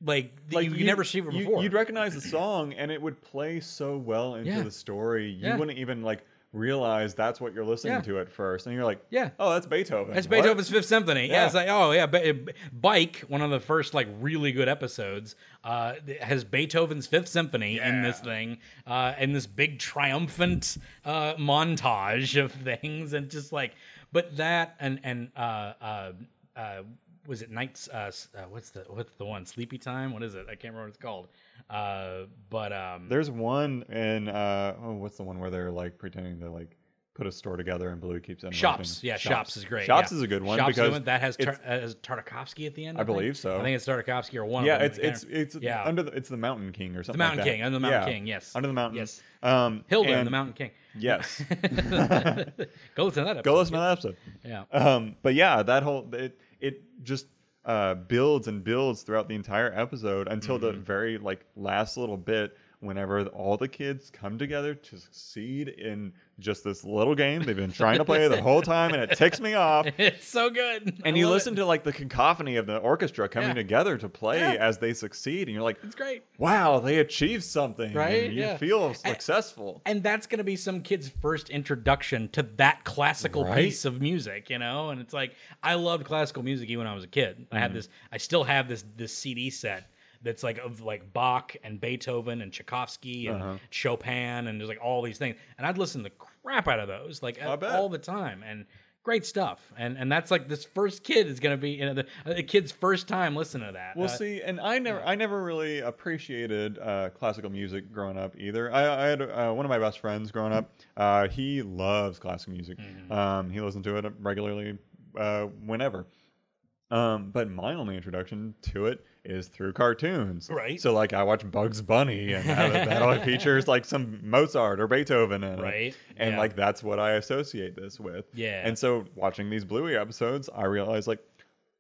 S3: like, that you, you
S2: you'd-
S3: never receive it
S2: you-
S3: before. *clears throat*
S2: You'd recognize the song, and it would play so well into
S3: Yeah.
S2: the story. You
S3: Yeah.
S2: wouldn't even like realize that's what you're listening
S3: Yeah.
S2: to at first, and you're like,
S3: Yeah.
S2: oh, that's Beethoven.
S3: That's
S2: What?
S3: Beethoven's Fifth Symphony. Yeah.
S2: Yeah.
S3: it's like oh yeah, Be- B- Bike, one of the first like really good episodes, uh, th- has Beethoven's Fifth Symphony in this thing, uh, in this big triumphant uh, montage of things, and just like, but that and and uh, uh, uh, was it nights? Uh, s- uh, what's the what's the one? Sleepy time? What is it? I can't remember what it's called. Uh, but um,
S2: There's one in uh, oh, what's the one where they're like pretending to like put a store together and Blue keeps interrupting.
S3: Shops, yeah, shops, is great.
S2: Shops
S3: yeah.
S2: is a good one
S3: Shops is a
S2: because
S3: good one. that has tar-
S2: it's-
S3: uh, has Tartakovsky at the end.
S2: I
S3: think.
S2: believe so.
S3: I think it's Tartakovsky or one.
S2: yeah,
S3: of them.
S2: it's it's it's
S3: Yeah.
S2: under the it's the Mountain King or something.
S3: Mountain
S2: like that.
S3: King, Under the Mountain
S2: Yeah.
S3: King, yes.
S2: Under the Mountain.
S3: Yes.
S2: Um,
S3: Hilda and,
S2: and-
S3: the Mountain King.
S2: Yes.
S3: *laughs* Go listen to that. Episode.
S2: Go listen to that episode.
S3: *laughs* Yeah.
S2: Um, but yeah, that whole it it just uh, builds and builds throughout the entire episode until
S3: Mm-hmm.
S2: the very like last little bit. Whenever all the kids come together to succeed in just this little game they've been trying to play the whole time, and it ticks
S3: *laughs*
S2: me off.
S3: It's so good.
S2: And
S3: I
S2: you
S3: love
S2: listen
S3: it.
S2: to like the cacophony of the orchestra coming
S3: Yeah.
S2: together to play
S3: Yeah.
S2: as they succeed, and you're like,
S3: It's great.
S2: "Wow, they achieved something!" and
S3: Right?
S2: you
S3: Yeah.
S2: feel successful.
S3: And that's going to be some kid's first introduction to that classical
S2: Right?
S3: piece of music, you know? And it's like, I loved classical music even when I was a kid. I
S2: Mm.
S3: had this, I still have this, this CD set that's like of like Bach and Beethoven and Tchaikovsky and
S2: Uh-huh.
S3: Chopin and there's like all these things. And I'd listen to the crap out of those like
S2: I bet.
S3: all the time. And great stuff. And and that's like this first kid is going to be, you know, the, uh, the kid's first time listening to that.
S2: Well,
S3: Uh,
S2: see, and I never, I never really appreciated uh, classical music growing up either. I, I had uh, one of my best friends growing up. Uh, he loves classical music.
S3: Mm-hmm.
S2: Um, he listened to it regularly, uh, whenever. Um, but my only introduction to it is through cartoons.
S3: Right.
S2: So like I watch Bugs Bunny and that, that all features like some Mozart or Beethoven in it.
S3: Right,
S2: And
S3: yeah.
S2: like that's what I associate this with.
S3: Yeah.
S2: And so watching these Bluey episodes, I realized like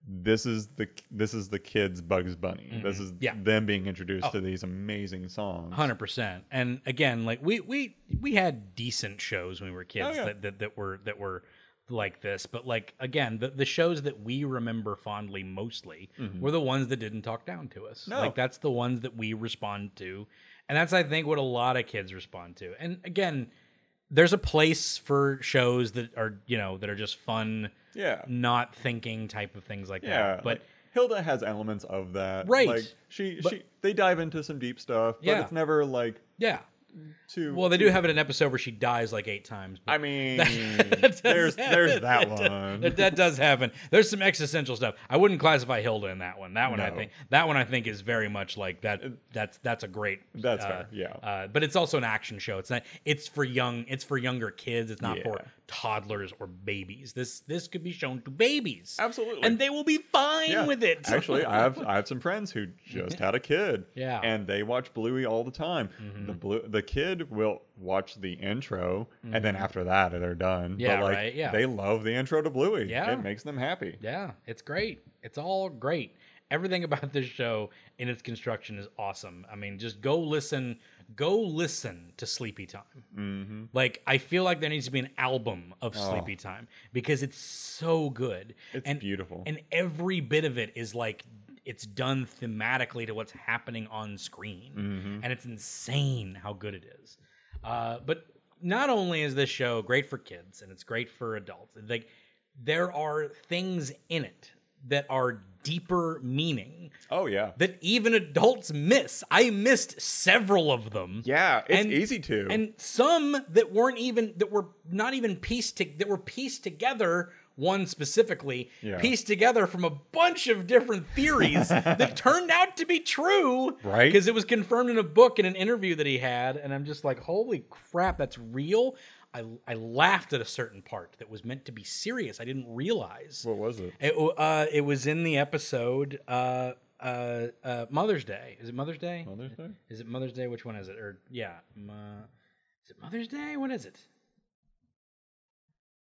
S2: this is the this is the kids Bugs Bunny. This is
S3: Mm-hmm. Yeah. Oh.
S2: them being introduced to these amazing songs.
S3: Hundred percent. And again, like we we we had decent shows when we were kids
S2: Oh, yeah.
S3: that, that that were that were like this, but like again, the, the shows that we remember fondly mostly were the ones that didn't talk down to us.
S2: Mm-hmm. No.
S3: Like that's the ones that we respond to, and that's I think what a lot of kids respond to. And again, there's a place for shows that are you know that are just fun,
S2: Yeah.
S3: not thinking type of things like
S2: Yeah.
S3: that. But
S2: like, Hilda has elements of that.
S3: Right.
S2: Like she
S3: But-
S2: she they dive into some deep stuff, but
S3: Yeah.
S2: it's never like
S3: yeah.
S2: too
S3: Well, they do have an episode where she dies like eight times. but- *laughs*
S2: I mean,
S3: does
S2: there's there's
S3: happen.
S2: that
S3: does-
S2: one.
S3: that, that does happen. There's some existential stuff. I wouldn't classify Hilda in that one. That one I
S2: No.
S3: think that one I think is very much like that. That's that's a great.
S2: That's
S3: uh,
S2: fair, yeah.
S3: Uh, but it's also an action show. It's not. It's for young. It's for younger kids. It's not for
S2: Yeah.
S3: toddlers or babies. This this could be shown to babies.
S2: Absolutely.
S3: And they will be fine
S2: Yeah.
S3: with it.
S2: Actually, I have I have some
S3: *laughs*
S2: friends who just had a kid.
S3: Yeah. Mm-hmm.
S2: And they watch Bluey all the time. The blue the kid will watch the intro and then after that they're done.
S3: Mm-hmm. Yeah,
S2: but like,
S3: right, yeah.
S2: They love the intro to Bluey.
S3: Yeah.
S2: It makes them happy.
S3: Yeah, it's great. It's all great. Everything about this show and its construction is awesome. I mean, just go listen, go listen to Sleepy Time. Mm-hmm. Oh. Like, I feel like there needs to be an album of Sleepy Time because it's so good.
S2: It's beautiful.
S3: And every bit of it is like it's done thematically to what's happening on screen, and it's insane how good it is. Uh, but not only is this show great for kids and it's great for adults, like there are things in it that are deeper meaning
S2: Oh yeah.
S3: that even adults miss. I missed several of them.
S2: Yeah, it's
S3: And-
S2: easy to.
S3: And some that weren't even that were not even pieced to, that were pieced together. One specifically
S2: Yeah.
S3: pieced together from a bunch of different
S2: *laughs*
S3: theories that turned out to be true,
S2: Right.
S3: Because it was confirmed in a book in an interview that he had, and I'm just like, holy crap, that's real. I I laughed at a certain part that was meant to be serious. I didn't realize.
S2: what was it?
S3: It, w- uh, it was in the episode uh, uh, uh, Mother's Day. Is it Mother's Day?
S2: Mother's Day?
S3: Is it Mother's Day? Which one is it? Or yeah, Ma- is it Mother's Day? What is it?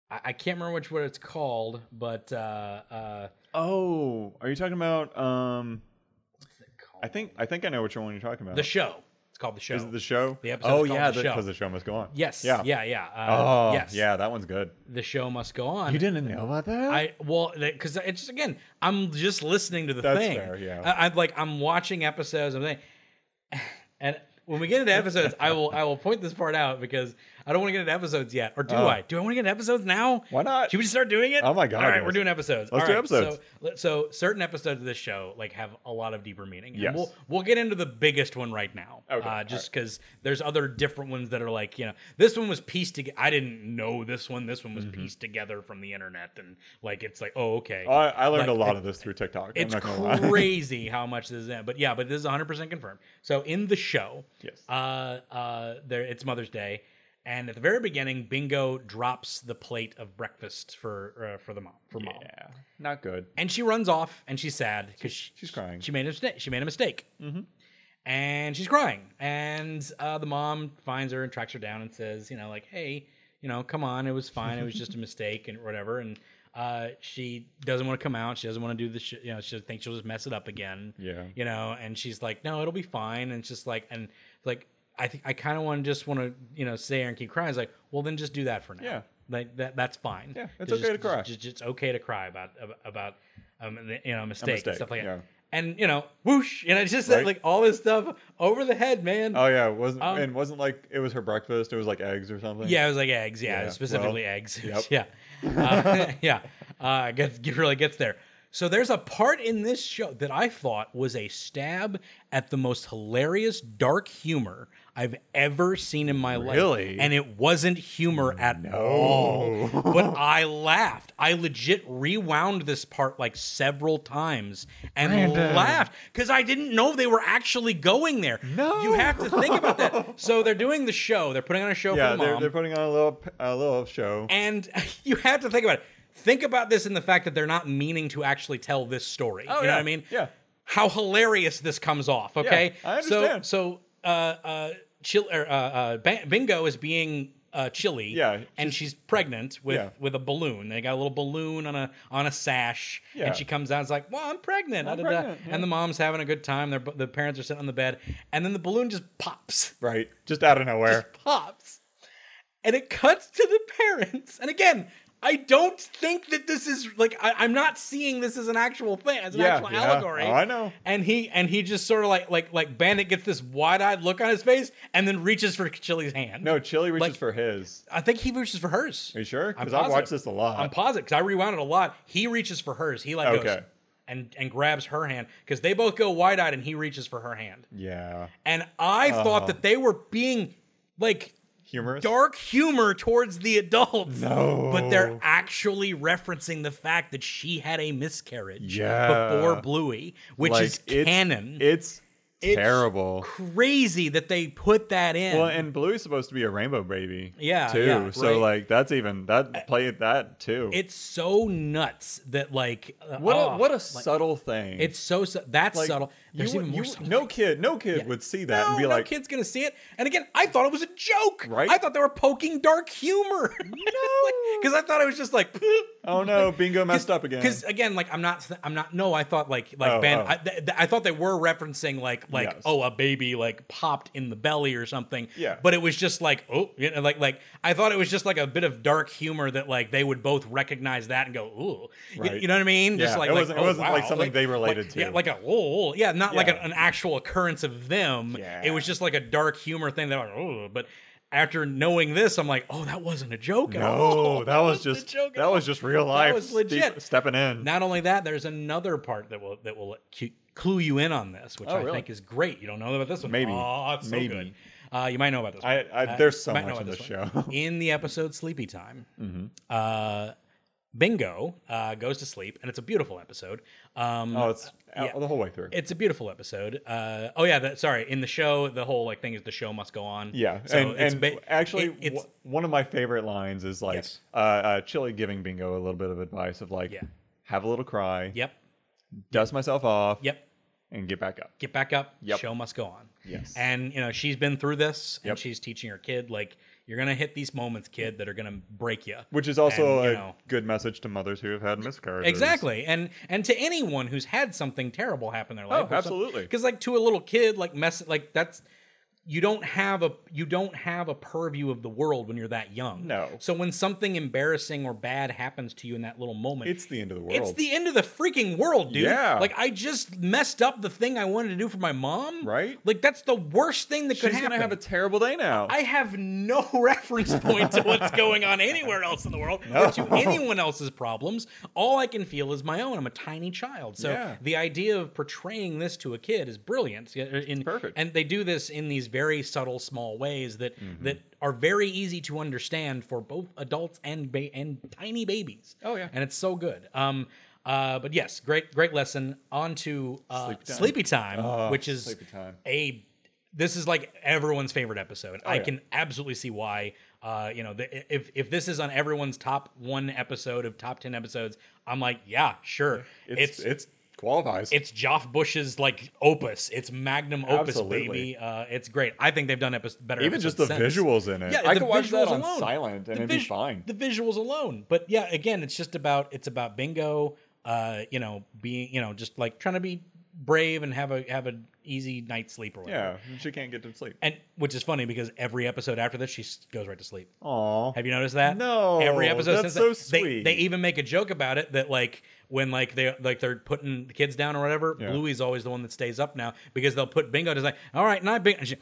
S3: I, I can't remember which what it's called, but uh, uh,
S2: Oh, are you talking about um
S3: what's it called?
S2: I think I think I know which one you're talking about.
S3: the show. It's called the show.
S2: Is it the show?
S3: The episode's
S2: oh
S3: called
S2: yeah,
S3: The Show.
S2: because the show must go on.
S3: yes.
S2: Yeah.
S3: Yeah. Yeah. Yeah. Uh,
S2: Oh,
S3: yes.
S2: yeah, that one's good.
S3: The show must go on.
S2: You didn't know about that?
S3: I well, because it's just again, I'm just listening to the
S2: That's
S3: thing.
S2: fair, yeah.
S3: I, I'm like, I'm watching *sighs* episodes. I'm thinking, and when we get into episodes, I will I will point this part out because I don't want to get into episodes yet, or do
S2: Oh.
S3: I? Do I want to get into episodes now?
S2: Why not?
S3: Should we just start doing it?
S2: Oh my God,
S3: All right,
S2: yes.
S3: we're doing episodes.
S2: Let's
S3: All
S2: do
S3: right,
S2: episodes.
S3: So, let- so certain episodes of this show like have a lot of deeper meaning. And
S2: Yes.
S3: We'll we'll get into the biggest one right now.
S2: Okay,
S3: Uh,
S2: all
S3: just because there's other different ones that are like you know this one was pieced together. I didn't know this one. This one was pieced together from the internet and like it's like oh okay.
S2: Mm-hmm. I, I learned
S3: Like,
S2: a lot
S3: it-
S2: of this through TikTok.
S3: It's
S2: I'm not gonna lie.
S3: crazy how much this is in. But yeah, but this is 100% confirmed. So in the show,
S2: *laughs* Yes.
S3: uh, uh, there it's Mother's Day, and at the very beginning, Bingo drops the plate of breakfast for uh, for the mom for mom,
S2: yeah, not good.
S3: and she runs off and she's sad because she,
S2: she's crying. Mm-hmm.
S3: She made a mistake. She made a mistake. And she's crying, and uh, the mom finds her and tracks her down and says, you know, like, hey, you know, come on, it was fine, it was
S2: *laughs*
S3: just a mistake and whatever. And uh, she doesn't want to come out. She doesn't want to do the, sh- you know, she thinks she'll just mess it up again
S2: Yeah.
S3: you know and she's like no it'll be fine and it's just like and like i think i kind of want to just want to you know stay here and keep crying it's like well then just do that for now
S2: Yeah.
S3: like that that's fine
S2: Yeah, it's
S3: Just-
S2: okay to
S3: just-
S2: cry.
S3: just, just okay to cry about ab- about um the- you know a mistake, and
S2: mistake,
S3: stuff like
S2: yeah.
S3: that and you know whoosh and it's just
S2: Right.
S3: like all this stuff over the head man
S2: Oh yeah, it wasn't
S3: Um,
S2: and wasn't like it was her breakfast. It was like eggs or something.
S3: yeah, it was like eggs. Yeah,
S2: Yeah,
S3: specifically
S2: well,
S3: eggs. *laughs*
S2: yep.
S3: yeah, uh, *laughs* yeah. Uh, gets get, really gets there. So there's a part in this show that I thought was a stab at the most hilarious dark humor I've ever seen in my life.
S2: Really?
S3: and it wasn't humor at all.
S2: *laughs*
S3: But I laughed. I legit rewound this part like several times and
S2: Brandon.
S3: laughed because I didn't know they were actually going there.
S2: No.
S3: you have to think about
S2: *laughs*
S3: that. So they're doing the show. They're putting on a show for
S2: Yeah,
S3: the mom.
S2: they're, they're putting on a little a little show.
S3: And *laughs* you have to think about it. Think about this in the fact that they're not meaning to actually tell this story. you know
S2: Oh, yeah.
S3: what oh, I mean?
S2: Yeah.
S3: How hilarious this comes off, okay?
S2: I understand.
S3: So, so uh, uh, chill, er, uh, uh, Ba- Bingo is being uh, chilly.
S2: Yeah,
S3: And she's pregnant with,
S2: Yeah.
S3: with a balloon. They got a little balloon on a on a sash.
S2: Yeah.
S3: And she comes out and is like, well, I'm pregnant.
S2: I'm
S3: da, da, da."
S2: pregnant, yeah.
S3: And the mom's having a good time. Their, the parents are sitting on the bed. And then the balloon just pops
S2: right. Just out of nowhere.
S3: just *laughs* pops. And it cuts to the parents. And again, I don't think that this is like I, I'm not seeing this as an actual thing, as an
S2: Yeah,
S3: actual
S2: yeah.
S3: allegory.
S2: Oh, I know.
S3: And he and he just sort of like like like Bandit gets this wide-eyed look on his face and then reaches for Chili's hand.
S2: no, Chili reaches
S3: Like-
S2: for his.
S3: I think he reaches for hers.
S2: Are you sure?
S3: I'm
S2: Because I watched
S3: positive.
S2: this a lot.
S3: I'm positive because I rewound it a lot. He reaches for hers. He like goes
S2: Okay.
S3: and and grabs her hand because they both go wide-eyed and he reaches for her hand.
S2: yeah.
S3: And I thought
S2: Oh.
S3: that they were being like
S2: Humorous.
S3: dark humor towards the adults.
S2: No.
S3: But they're actually referencing the fact that she had a miscarriage
S2: Yeah.
S3: before Bluey, which
S2: Like,
S3: is
S2: it's-
S3: canon.
S2: It's,
S3: It's
S2: terrible.
S3: Crazy that they put that in.
S2: Well, and Bluey's supposed to be a rainbow baby.
S3: Yeah,
S2: Too.
S3: yeah,
S2: so
S3: right.
S2: like that's even that play that too.
S3: it's so nuts that like uh,
S2: what
S3: oh,
S2: a, what a
S3: like,
S2: subtle thing.
S3: It's so su- that's
S2: Like,
S3: subtle.
S2: You,
S3: There's
S2: would-
S3: even more.
S2: you-
S3: subtle
S2: no kid, no kid would see that
S3: no,
S2: and be
S3: no
S2: like,
S3: kid's gonna see it. And again, I thought it was a joke.
S2: Right?
S3: I thought they were poking dark humor. *laughs* because I thought it was just like, *laughs*
S2: "Oh no, bingo messed up again."
S3: Because again, like I'm not, I'm not. No, I thought like like
S2: Oh,
S3: Ben,
S2: oh.
S3: I, th- th- I thought they were referencing like like
S2: Yes.
S3: oh a baby like popped in the belly or something.
S2: Yeah.
S3: But it was just like oh you know, like like I thought it was just like a bit of dark humor that like they would both recognize that and go ooh You- you,
S2: Right.
S3: know what I mean?
S2: Yeah,
S3: just like
S2: it
S3: like,
S2: wasn't- it
S3: oh,
S2: wasn't, like,
S3: wow.
S2: something they related
S3: like-
S2: to.
S3: Yeah, like a oh oh, yeah, not like
S2: Yeah.
S3: an, an actual occurrence of them.
S2: Yeah.
S3: It was just like a dark humor thing. They're like oh, but. After knowing this, I'm like, oh, that wasn't a joke. *laughs* at all.
S2: no, that was
S3: wasn't a
S2: just
S3: joke at
S2: that
S3: all."
S2: was just real life.
S3: was
S2: Steve
S3: legit.
S2: stepping in.
S3: Not only that, there's another part that will that will cu- clue you in on this, which
S2: Oh,
S3: I
S2: really?
S3: think is great. You don't know about this one,
S2: Maybe.
S3: Oh, it's so
S2: Maybe.
S3: good. Uh, you might know about this. One.
S2: I- I-
S3: Uh,
S2: there's so
S3: you might know
S2: much in
S3: about
S2: this
S3: one.
S2: show. *laughs* Mm-hmm.
S3: in the episode "Sleepy Time," uh, Bingo uh, goes to sleep, and it's a beautiful episode. Um,
S2: oh, it's
S3: yeah.
S2: the whole way through.
S3: it's a beautiful episode. Uh, oh yeah, that, sorry. In the show, the whole like thing is the show must go on.
S2: yeah,
S3: so
S2: and,
S3: it's
S2: and
S3: ba-
S2: actually,
S3: it- it's
S2: wh- one of my favorite lines is like
S3: Yes.
S2: uh, uh, Chili giving Bingo a little bit of advice of like,
S3: Yeah.
S2: have a little cry,
S3: yep,
S2: dust myself off,
S3: yep.
S2: and get back up.
S3: get back up.
S2: Yep.
S3: Show must go on.
S2: Yes.
S3: And you know she's been through this, and
S2: Yep.
S3: she's teaching her kid like you're gonna hit these moments, kid, that are gonna break you.
S2: Which is also
S3: And, you
S2: a
S3: know-
S2: good message to mothers who have had miscarriages.
S3: Exactly, and and to anyone who's had something terrible happen in their life,
S2: Oh, absolutely.
S3: Because like to a little kid, like mess, like that's you don't have a you don't have a purview of the world when you're that young.
S2: No.
S3: So when something embarrassing or bad happens to you in that little moment,
S2: It's the end of the world.
S3: it's the end of the freaking world, dude.
S2: Yeah.
S3: Like I just messed up the thing I wanted to do for my mom.
S2: Right?
S3: Like that's the worst thing that could
S2: She's
S3: happen.
S2: gonna have a terrible day now.
S3: I have no *laughs* reference point to what's going on anywhere else in the world or to anyone else's problems. All I can feel is my own. I'm a tiny child. So
S2: Yeah.
S3: the idea of portraying this to a kid is brilliant. Yeah, uh, in-
S2: perfect.
S3: And they do this in these very subtle, small ways that
S2: Mm-hmm.
S3: that are very easy to understand for both adults and ba- and tiny babies.
S2: Oh, yeah.
S3: and it's so good. Um, uh, but yes, great, great lesson. On to uh,
S2: Sleepy Time.
S3: Sleepy Time,
S2: Oh,
S3: which is
S2: Sleepy Time.
S3: a this is like everyone's favorite
S2: Oh,
S3: episode. I can absolutely see why. Uh, you know, the, if if this is on everyone's top one episode of top ten episodes, I'm like, yeah, sure.
S2: it's, it's qualifies.
S3: It's Joff Bush's like opus. It's magnum opus,
S2: Absolutely.
S3: baby. Uh, it's great. I think they've done epis better.
S2: even just the
S3: episodes since.
S2: visuals in it.
S3: Yeah,
S2: I
S3: the
S2: could watch that
S3: visuals
S2: on
S3: alone.
S2: silent and
S3: The
S2: it'd
S3: vis-
S2: be fine.
S3: The visuals alone, but yeah, again, it's just about it's about bingo. Uh, you know, being you know just like trying to be brave and have a have an easy night's sleep or whatever.
S2: yeah, she can't get to sleep.
S3: And which is funny because every episode after this, she s- goes right to sleep.
S2: Aw.
S3: Have you noticed that?
S2: No,
S3: Every episode since
S2: that's so
S3: that-
S2: sweet.
S3: They, they even make a joke about it that like when like they like they're putting the kids down or whatever,
S2: Yeah.
S3: Bluey's always the one that stays up now because they'll put Bingo just like, all right, night Bingo, and, she,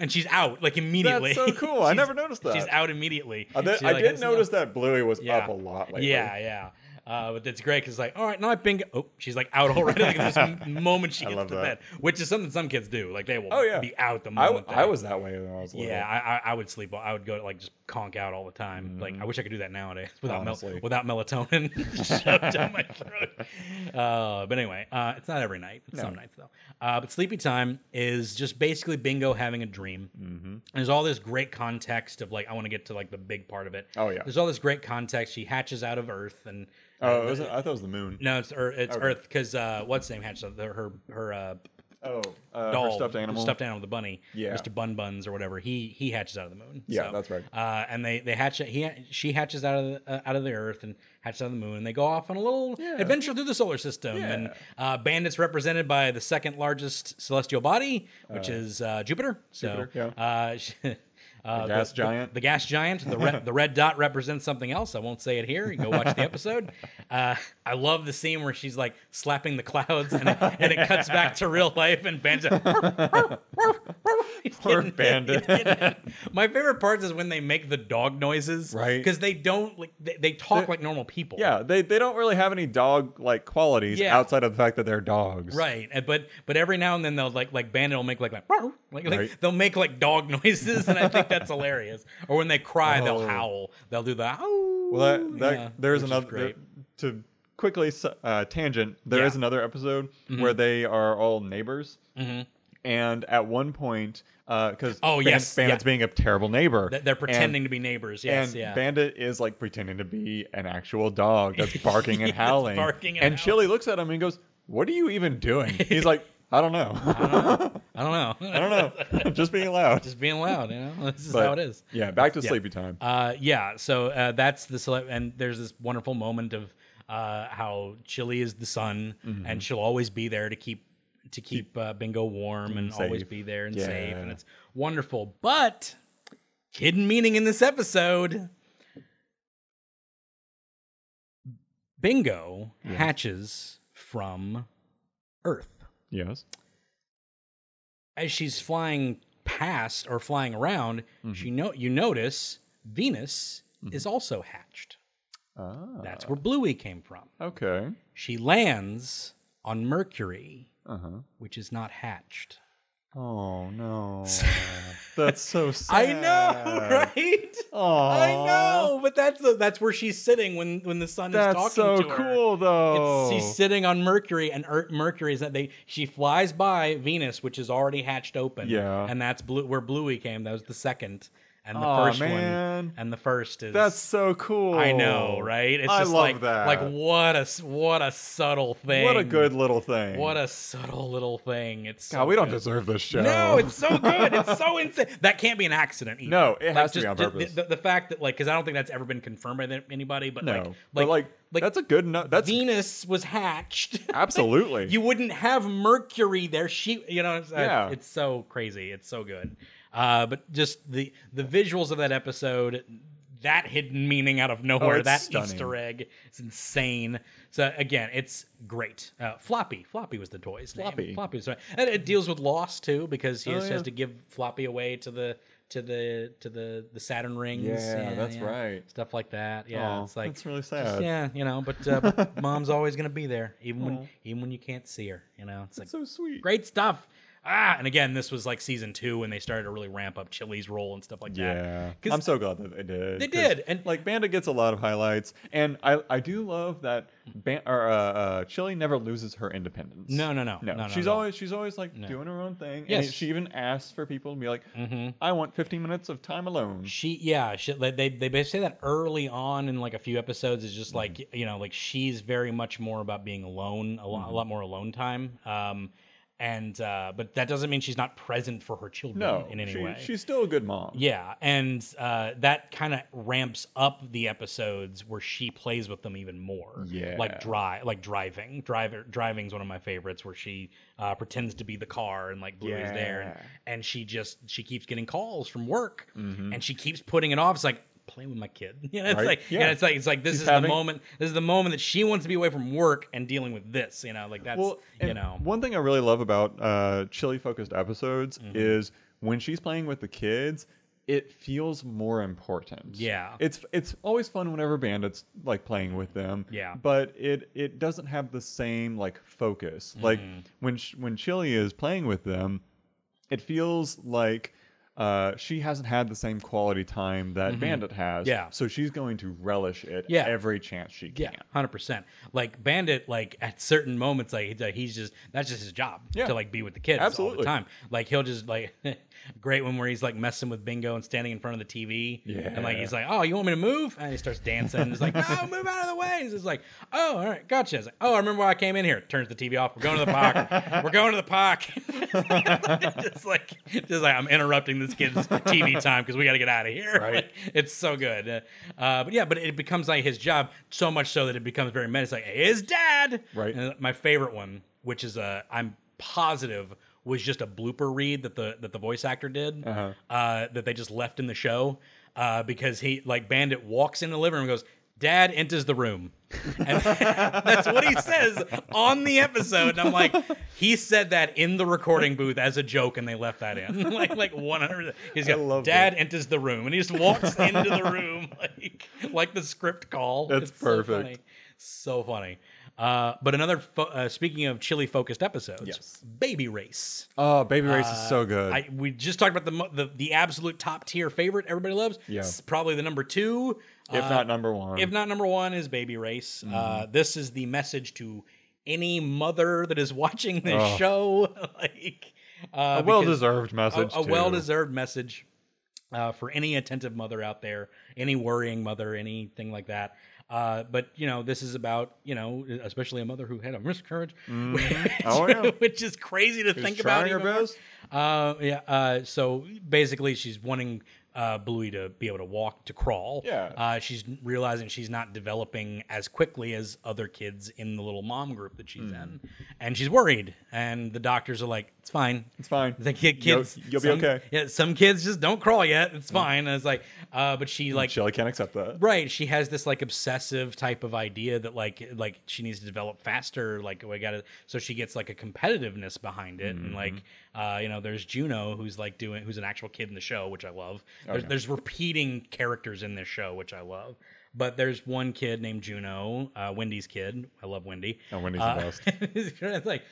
S3: and she's out like immediately.
S2: so cool.
S3: *laughs*
S2: I
S3: She's-
S2: never noticed that.
S3: She's out immediately.
S2: I, did-
S3: She's
S2: I
S3: like,
S2: did
S3: "It's not-"
S2: notice that Bluey was up a lot lately.
S3: Yeah, yeah. Uh, but that's great because it's like, all right, night Bingo. Oh, she's like out already. Like
S2: *laughs*
S3: this m- moment she
S2: I
S3: gets
S2: love
S3: to bed,
S2: that.
S3: which is something some kids do. Like they will
S2: Oh, yeah.
S3: be out the
S2: I,
S3: moment.
S2: I
S3: they-
S2: was that way when I was little.
S3: yeah, I, I I would sleep. I would go to, like just conk out all the time. Like I wish I could do that nowadays without mel-
S2: Mm. Honestly.
S3: without melatonin *laughs* shoved down my throat. Uh, but anyway, uh, it's not every night. It's some nights though. Uh, but sleepy time is just basically bingo having a dream. Mm-hmm. There's all this great context of like I want to get to like the big part of it.
S2: Oh, yeah.
S3: There's all this great context. She hatches out of Earth and
S2: Oh, it was, I thought it was the moon.
S3: no, it's Earth. It's
S2: Okay.
S3: Earth because uh, what's the name hatches out? Her her uh,
S2: Oh, uh,
S3: doll,
S2: her stuffed
S3: the
S2: animal.
S3: stuffed animal, the bunny,
S2: Yeah.
S3: Mr. Bun Buns or whatever. He he hatches out of the moon.
S2: Yeah,
S3: So,
S2: that's right.
S3: Uh, and they they hatch he she hatches out of the, uh, out of the earth and hatches out of the moon. And they go off on a little adventure through the solar system. And uh, bandits represented by the second largest celestial body, which is uh, Jupiter. So
S2: Jupiter,
S3: uh, *laughs* sh- uh,
S2: The gas giant.
S3: the gas giant. The red, the red dot represents something else. I won't say it here. You can go watch
S2: *laughs*
S3: the episode. Uh, I love the scene where she's like slapping the clouds, and it, and it cuts back to real life, and Bandit's like,
S2: *laughs*
S3: He's
S2: Poor
S3: getting-
S2: Bandit.
S3: he's getting- My favorite parts is when they make the dog noises,
S2: Right.
S3: Because they don't like they, they talk like normal people,
S2: Yeah, they, they don't really have any dog like qualities
S3: Yeah.
S2: outside of the fact that they're dogs.
S3: Right, and- but but every now and then they'll like like Bandit will make like like, "Meow," like, like,
S2: Right.
S3: they'll make like dog *laughs* noises, and I think that's hilarious. Or when they cry, they'll
S2: Oh.
S3: howl. They'll do the "Ow,"
S2: Well, that, that
S3: yeah,
S2: there's
S3: which is
S2: another
S3: great.
S2: there- to quickly s- uh, tangent. There is
S3: Yeah. Mm-hmm.
S2: another episode where they are all neighbors, and at one point, because
S3: Oh, yes,
S2: Bandit's
S3: yeah.
S2: being a terrible neighbor,
S3: That they're
S2: and-
S3: pretending to be neighbors. Yes,
S2: and
S3: yeah.
S2: Bandit is like pretending to be an actual
S3: *laughs*
S2: dog that's barking and
S3: Yes,
S2: howling.
S3: barking and
S2: and Chili looks at him and goes, "What are you
S3: *laughs*
S2: even doing?" He's like, "I don't know.
S3: I don't know. *laughs*
S2: I don't know. Just being loud."
S3: Just being loud, you know. *laughs* This is
S2: But,
S3: how it is.
S2: Yeah, back to sleepy time.
S3: Uh, yeah. So uh, that's the sele- and there's this wonderful moment of uh, how Chili is the sun,
S2: Mm-hmm.
S3: and she'll always be there to keep to keep uh, Bingo warm and always
S2: safe.
S3: be there and
S2: Yeah.
S3: safe, and it's wonderful. But hidden meaning in this episode. Bingo hatches from Earth.
S2: yes.
S3: as she's flying past or flying around, she no- you notice Venus is also hatched.
S2: Ah,
S3: That's where Bluey came from.
S2: okay.
S3: She lands on Mercury,
S2: Uh huh.
S3: which is not hatched. *laughs*
S2: Oh no, that's so
S3: I
S2: sad.
S3: know, *laughs* right? I know, but that's the, that's where she's sitting when when the sun is talking
S2: That's so
S3: to her.
S2: cool, though.
S3: It's, she's sitting on Mercury, and Earth, Mercury is that they. She flies by Venus, which is already hatched open.
S2: Yeah.
S3: and that's blue, where Bluey came. That was the second, and the
S2: Aw,
S3: first one,
S2: man.
S3: and the first is
S2: That's so cool.
S3: I know, right? It's
S2: I
S3: just
S2: love
S3: like,
S2: that.
S3: Like what a s- what a subtle thing.
S2: What a good little thing.
S3: what a subtle little thing. It's so
S2: God, we don't
S3: good.
S2: deserve this show.
S3: No, it's so good. It's so *laughs* insane. That can't be an accident. Either.
S2: No, it
S3: Like,
S2: has to be
S3: just
S2: on
S3: the-
S2: purpose.
S3: The, the fact that, like, because I don't think that's ever been confirmed by th- anybody, but
S2: no.
S3: like,
S2: but like,
S3: like,
S2: that's a good enough. That's
S3: Venus was
S2: *laughs*
S3: hatched.
S2: absolutely.
S3: *laughs* you wouldn't have Mercury there. She, you know, it's, uh,
S2: Yeah.
S3: it's so crazy. It's so good. Uh, but just the the visuals of that episode, that hidden meaning out of nowhere,
S2: Oh, it's
S3: that
S2: stunning.
S3: Easter egg, it's insane. So again, it's great. Uh, Floppy, Floppy was the toy's
S2: Floppy.
S3: name. Floppy, was the toy. and it deals with loss too because he
S2: Oh,
S3: has,
S2: yeah.
S3: has to give Floppy away to the to the to the the Saturn rings.
S2: Yeah, that's right.
S3: Stuff like that. Yeah,
S2: Aw,
S3: it's like
S2: that's really
S3: just,
S2: sad.
S3: yeah, you know, but, uh,
S2: *laughs*
S3: but mom's always gonna be there, even
S2: Aw.
S3: when even when you can't see her. You know, it's like
S2: It's so sweet.
S3: great stuff. Ah, and again, this was like season two when they started to really ramp up Chili's role and stuff like that.
S2: Yeah,
S3: 'Cause
S2: I'm so glad that they did.
S3: they
S2: 'cause,
S3: did, and-
S2: like Bandit gets a lot of highlights, and I I do love that. Ban- or, uh, uh, Chili never loses her independence.
S3: No, no, no,
S2: no.
S3: no, no,
S2: she's
S3: no.
S2: always she's always like doing her own thing.
S3: Yes.
S2: and she even asks for people to be like,
S3: Mhm.
S2: I want 15 minutes of time alone.
S3: She, yeah, she, they they they say that early on in like a few episodes is just like
S2: Mm-hmm.
S3: you know like she's very much more about being alone, a lot, a lot more alone time. Um, and uh, but that doesn't mean she's not present for her children
S2: No,
S3: in any
S2: she-
S3: way.
S2: she's still a good mom.
S3: Yeah, and uh, that kind of ramps up the episodes where she plays with them even more.
S2: Yeah.
S3: like drive, like driving. Driver driving's one of my favorites, where she uh, pretends to be the car and like Bluey is there, and,
S2: Yeah. Mm-hmm.
S3: and she just she keeps getting calls from work, and she keeps putting it off. It's like playing with my kid. *laughs* You know, it's
S2: Right?
S3: like yeah.
S2: Yeah.
S3: it's like it's like this
S2: She's
S3: is the
S2: having-
S3: moment. This is the moment that she wants to be away from work and dealing with this. You know, like that's you
S2: and
S3: know
S2: one thing I really love about uh, chili focused episodes
S3: Mm-hmm.
S2: is when she's playing with the kids, it feels more important.
S3: Yeah.
S2: it's it's always fun whenever Bandit's like playing with them.
S3: Yeah.
S2: but it it doesn't have the same like focus. Like
S3: Mm-hmm.
S2: when sh- when Chili is playing with them, it feels like. Uh, she hasn't had the same quality time that Bandit has.
S3: Mm-hmm. Yeah.
S2: So she's going to relish it
S3: Yeah.
S2: every chance she can.
S3: Yeah, hundred percent. Like Bandit, like at certain moments, like he's- like, he's just that's just his job
S2: Yeah.
S3: to like be with the kids all the
S2: Absolutely.
S3: time. Like he'll just like *laughs* great one where he's like messing with Bingo and standing in front of the TV, and like
S2: Yeah.
S3: he's like, "Oh, you want me to move?" And he starts dancing. and He's
S2: *laughs*
S3: like, "No, move out of the way." He's just like, "Oh, all right, gotcha." He's like, "Oh, I remember why I came in here." Turns the TV off. We're going to the park. We're going to the park. *laughs* just like, just like I'm interrupting this kid's TV time because we got to get out of here.
S2: Right.
S3: Like, *laughs* it's so good. Uh, uh, but yeah, but it becomes like his job so much so that it becomes very meta. It's like his dad.
S2: Right.
S3: And my favorite one, which is uh, I'm positive was just a blooper read that the that the voice actor did
S2: Uh-huh.
S3: uh that they just left in the show uh, because he like Bandit walks in the living room and goes. Dad enters the room. *laughs* And that's what he says on the episode. And I'm like, he said that in the recording booth as a joke, and they left that in. *laughs* like, like 100. He's got,
S2: love
S3: Dad enters the room and he just walks into the room *laughs* like like the script call.
S2: That's
S3: It's So
S2: perfect.
S3: funny. So funny. Uh, but another fo- uh, speaking of chili focused episodes,
S2: Yes.
S3: Baby Race.
S2: Oh, Baby Race is so good.
S3: Uh, I, we just talked about the, mo- the the absolute top tier favorite everybody loves.
S2: Yeah.
S3: It's probably the number two.
S2: if not number
S3: uh,
S2: one. Mm-hmm.
S3: If not number one is Baby Race. Uh, this is the message to any mother that is *laughs* watching this
S2: Oh.
S3: show. *laughs* like uh,
S2: a well deserved message.
S3: a, a
S2: too.
S3: well deserved message uh, for any attentive mother out there, any worrying mother, anything like that. Uh, but you know, this is about you know, especially a mother who had a miscarriage, *laughs* which,
S2: Oh, yeah.
S3: which is crazy to think about.
S2: trying her
S3: even more.
S2: best.
S3: Uh, yeah. Uh, so basically, she's wanting uh, Bluey to be able to walk, to crawl.
S2: Yeah.
S3: Uh, she's realizing she's not developing as quickly as other kids in the little mom group that she's
S2: Hmm.
S3: in, and she's worried. And the doctors are like, "It's fine.
S2: It's fine.
S3: It's like, "Kid-
S2: You'll-
S3: kids,
S2: you'll be
S3: some-
S2: okay."
S3: Yeah, some kids just don't crawl yet. It's fine. And it's like, uh, but she like
S2: Shelly can't accept that.
S3: Right. She has this like obsessive type of idea that like like she needs to develop faster. Like we got to. So she gets like a competitiveness behind it, and like
S2: Mm-hmm.
S3: uh, you know, there's Juno who's like doing who's an actual kid in the show, which I love. There's, there's repeating characters in this show, which I love. But there's one kid named Juno, uh, Wendy's kid. I love Wendy.
S2: Oh, Wendy's
S3: uh,
S2: the
S3: *laughs*
S2: best.
S3: it's like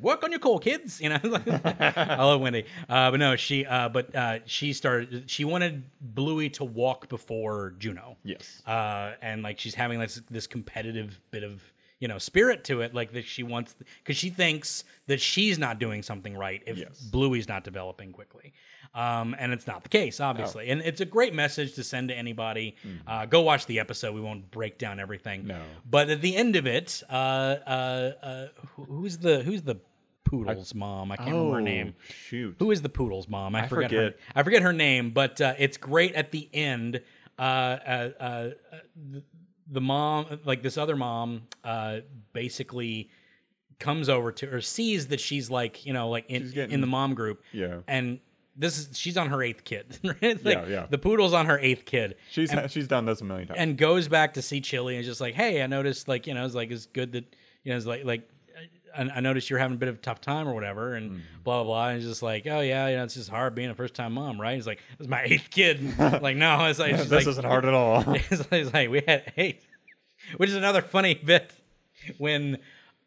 S3: work on your core kids you know *laughs* i love wendy uh, but no she uh, but uh, she started she wanted bluey to walk before juno
S2: Yes.
S3: uh, and like she's having this this competitive bit of you know spirit to it like that she wants because she thinks that she's not doing something right if
S2: Yes.
S3: bluey's not developing quickly um, and it's not the case obviously and it's a great message to send to anybody uh, go watch the episode we won't break down everything
S2: Mm-hmm. No.
S3: but at the end of it uh, uh, uh, who- who's the who's the poodle's mom i can't
S2: Oh.
S3: remember her name
S2: Shoot.
S3: who is the poodle's mom? I, forget. Her,
S2: forget.
S3: I forget her name, but uh, it's great at the end. Uh, uh, uh, uh, the, the mom, like this other mom, uh, basically comes over to or sees that she's like you know like in,
S2: She's getting-
S3: in the mom group,
S2: Yeah.
S3: and this is she's on her eighth kid. *laughs* Right? It's like,
S2: Yeah, yeah.
S3: The poodle's on her eighth kid.
S2: She's *laughs* she's done this a million times.
S3: and goes back to see Chili and is just like, hey, I noticed like you know it's like it's good that you know it's like like I, I noticed you're having a bit of a tough time or whatever and
S2: Mm-hmm.
S3: blah blah blah. And it's just like, oh yeah, you know it's just hard being a first time mom, right? It's like this is my eighth kid.
S2: *laughs*
S3: like no, it's like
S2: this
S3: she's like,
S2: isn't hard at all.
S3: *laughs*
S2: *laughs*
S3: it's, like- it's like we had eight, which is another funny bit when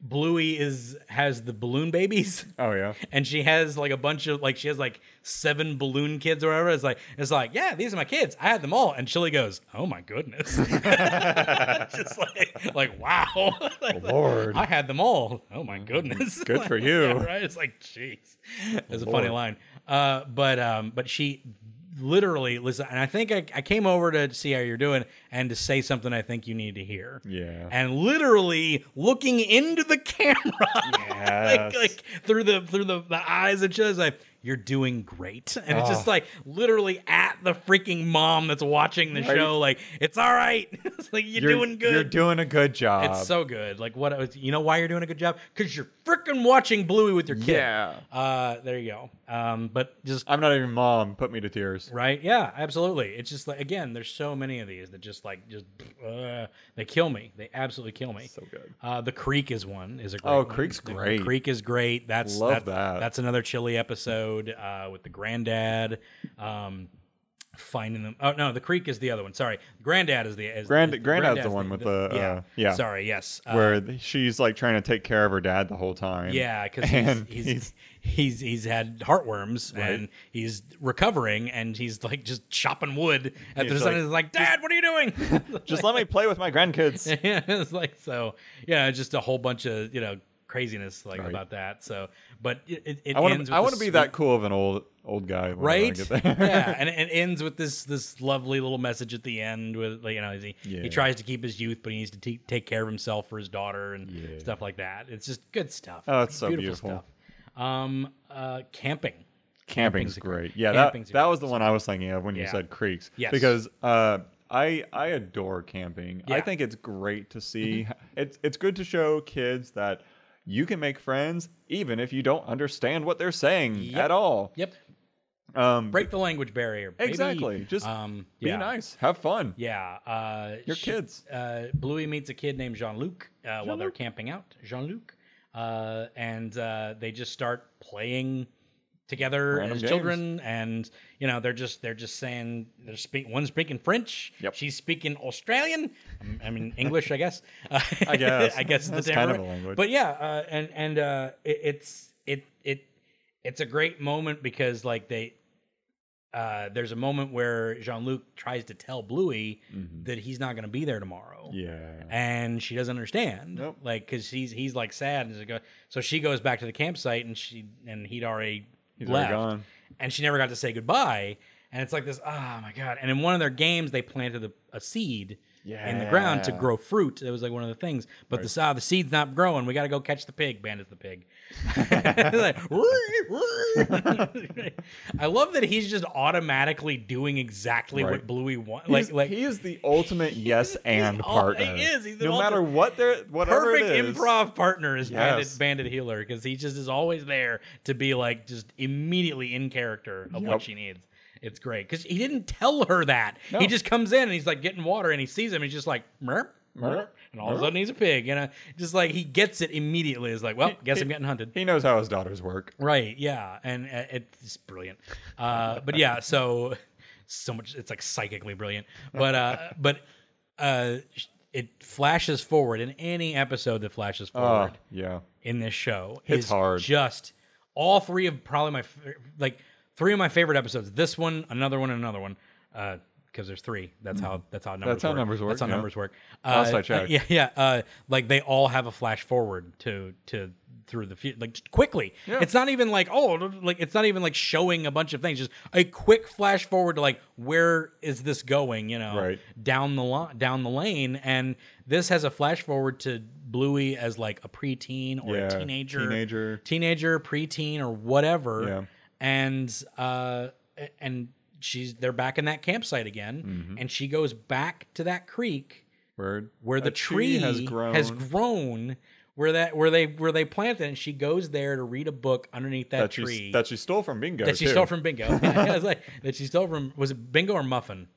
S3: Bluey is has the balloon babies *laughs*
S2: oh yeah.
S3: and she has like a bunch of like she has like seven balloon kids or whatever. It's like it's like yeah, these are my kids. I had them all. And Chili goes, oh my
S2: *laughs*
S3: goodness, *laughs* just like like wow, *laughs* Like,
S2: Lord.
S3: I had them all. Oh my goodness,
S2: Mm, Good
S3: *laughs* Like,
S2: for you. Oh,
S3: yeah, right? It's like jeez, that's a funny
S2: Lord.
S3: line. Uh, but um, but she literally listen, and I think I, I came over to see how you're doing and to say something I think you need to hear.
S2: *laughs* Yeah.
S3: and literally looking into the *laughs* camera *laughs* like,
S2: Yes.
S3: like through the through the, the eyes and shit. It's like you're doing great, *laughs* and it's just
S2: Oh.
S3: like literally at the freaking mom that's watching the
S2: Right.
S3: show. Like it's all right. *laughs* it's like you're, doing good.
S2: You're doing a good job.
S3: it's so good. Like what? You know why you're doing a good job? Because you're freaking watching Bluey with your kid.
S2: yeah.
S3: Uh, there you go. Um, but just
S2: I'm not even mom. Put me to tears.
S3: right, yeah, absolutely. It's just like again, there's so many of these that just like just uh, they kill me. They absolutely kill me.
S2: So good.
S3: Uh, the Creek is one. Is a great
S2: Oh,
S3: one.
S2: Creek's
S3: The
S2: great.
S3: Creek is great. That's
S2: Love
S3: that-
S2: that.
S3: That's another chilly episode uh, with the granddad. Um, finding them. Oh no, the Creek is the other one. Sorry, granddad is the is,
S2: Grand-
S3: is-
S2: granddad's the one with the,
S3: yeah.
S2: uh, yeah.
S3: Sorry, yes. Uh,
S2: Where th- she's like trying to take care of her dad the whole time.
S3: yeah, because he's
S2: *laughs* and
S3: he's, he's he's had heartworms and he's recovering and he's like just chopping wood at the
S2: He's
S3: sun.
S2: like,
S3: He's like, Dad, what are you
S2: *laughs*
S3: doing?
S2: just let me play with
S3: *laughs*
S2: my grandkids.
S3: yeah, it's like so. Yeah, just a whole bunch of you know craziness like
S2: Right.
S3: about that. So, but it, it, it
S2: I want
S3: ends.
S2: to.
S3: With this
S2: I want to be
S3: sweet-
S2: that cool of an old old *laughs* guy. when
S3: *laughs*
S2: I
S3: right.
S2: get there.
S3: yeah, and it ends with this this lovely little message at the end with like, you know he
S2: Yeah.
S3: he tries to keep his youth, but he needs to te- take care of himself for his daughter and
S2: Yeah.
S3: stuff like that. It's just good stuff.
S2: Oh, it's so beautiful.
S3: stuff. Um, uh, camping.
S2: Camping's
S3: a-
S2: great. Yeah, that,
S3: camping's a
S2: that
S3: great
S2: was the one I was thinking of when you
S3: Yeah.
S2: said creeks.
S3: Yes.
S2: Because uh, I I adore camping.
S3: Yeah. Mm-hmm.
S2: I think it's great to see. It's it's good to show kids that you can make friends even if you don't understand what they're saying
S3: Yep.
S2: at all.
S3: Yep,
S2: Um,
S3: break the language barrier. baby.
S2: exactly. Just
S3: Um,
S2: be
S3: yeah.
S2: nice. Have fun.
S3: Yeah. Uh,
S2: Your
S3: sh-
S2: kids.
S3: Uh, Bluey meets a kid named Jean Luc uh, while they're
S2: Jean-Luc.
S3: camping out. Jean Luc. Uh, and uh, they just start playing together
S2: Random
S3: as
S2: games.
S3: children and you know they're just they're just saying they're speak one's speaking french
S2: Yep.
S3: she's speaking australian Um, i mean english i guess *laughs* Uh,
S2: I guess.
S3: i guess that's
S2: That's kind of a language.
S3: but yeah uh, and and uh, it, it's it it it's a great moment because like they uh, there's a moment where Jean Luc tries to tell Bluey that he's not going to be there tomorrow.
S2: Yeah.
S3: And she doesn't understand,
S2: Nope.
S3: like, because he's he's like sad, and she's go- so she goes back to the campsite, and she and he'd already
S2: He's
S3: left,
S2: already gone.
S3: and she never got to say goodbye. And it's like this, oh my god! And in one of their games, they planted a, a seed in the ground to
S2: Yeah.
S3: grow fruit. It was like one of the things, but the saw the seed's not growing. We got to go catch the pig. Bandit's the
S2: *laughs*
S3: pig. *laughs* Like, *laughs* I love that he's just automatically doing exactly what
S2: Right.
S3: Bluey wants.
S2: Like,
S3: Like, like
S2: he is the
S3: *laughs*
S2: ultimate yes and
S3: all- he
S2: partner.
S3: is. He's the
S2: no matter
S3: ultimate-
S2: what they're whatever
S3: perfect
S2: it is.
S3: improv partner is
S2: Yes.
S3: Bandit, Bandit Healer because he just is always there to be like just immediately in character of what
S2: Yep.
S3: she needs. It's great because he didn't tell her that.
S2: No.
S3: He just comes in and he's like getting water and he sees him. He's just like merp. Merp.
S2: Merp,
S3: And all of a
S2: merp.
S3: sudden, he's a pig, and uh, just like he gets it immediately. It's like, well, guess I'm getting hunted.
S2: He knows how his daughters work.
S3: Right. Yeah. And uh, it's brilliant. Uh, but
S2: *laughs*
S3: yeah. So so much. It's like psychically brilliant. But uh, but uh, sh- it flashes forward in any episode that flashes
S2: Oh,
S3: forward
S2: yeah.
S3: in this show.
S2: It's
S3: is
S2: hard.
S3: Just all three of probably my f- like three of my favorite episodes. This one, another one, and another one. Uh, because there's three. That's how that's how numbers
S2: That's how
S3: work.
S2: numbers work,
S3: That's how
S2: yeah.
S3: numbers work.
S2: Last
S3: Uh,
S2: I checked.
S3: yeah, yeah. Uh, like they all have a flash forward to to through the future, like just quickly. It's not even like oh, like it's not even like showing a bunch of things. Just a quick flash forward to like where is this going? You know,
S2: Right.
S3: down the lo- down the lane. And this has a flash forward to Bluey as like a preteen or a
S2: Yeah,
S3: teenager,
S2: teenager.
S3: teenager, preteen, or whatever.
S2: Yeah.
S3: And uh, a- and she's they're back in that campsite again,
S2: Mm-hmm.
S3: and she goes back to that creek
S2: Word.
S3: where the
S2: A
S3: tree
S2: has grown.
S3: has grown, where that where they where they plant it, and she goes there to read a book underneath that,
S2: that she
S3: tree
S2: that she stole from Bingo.
S3: that she
S2: too.
S3: stole from
S2: *laughs*
S3: Bingo. *laughs* I was like, that she stole from was it Bingo or Muffin?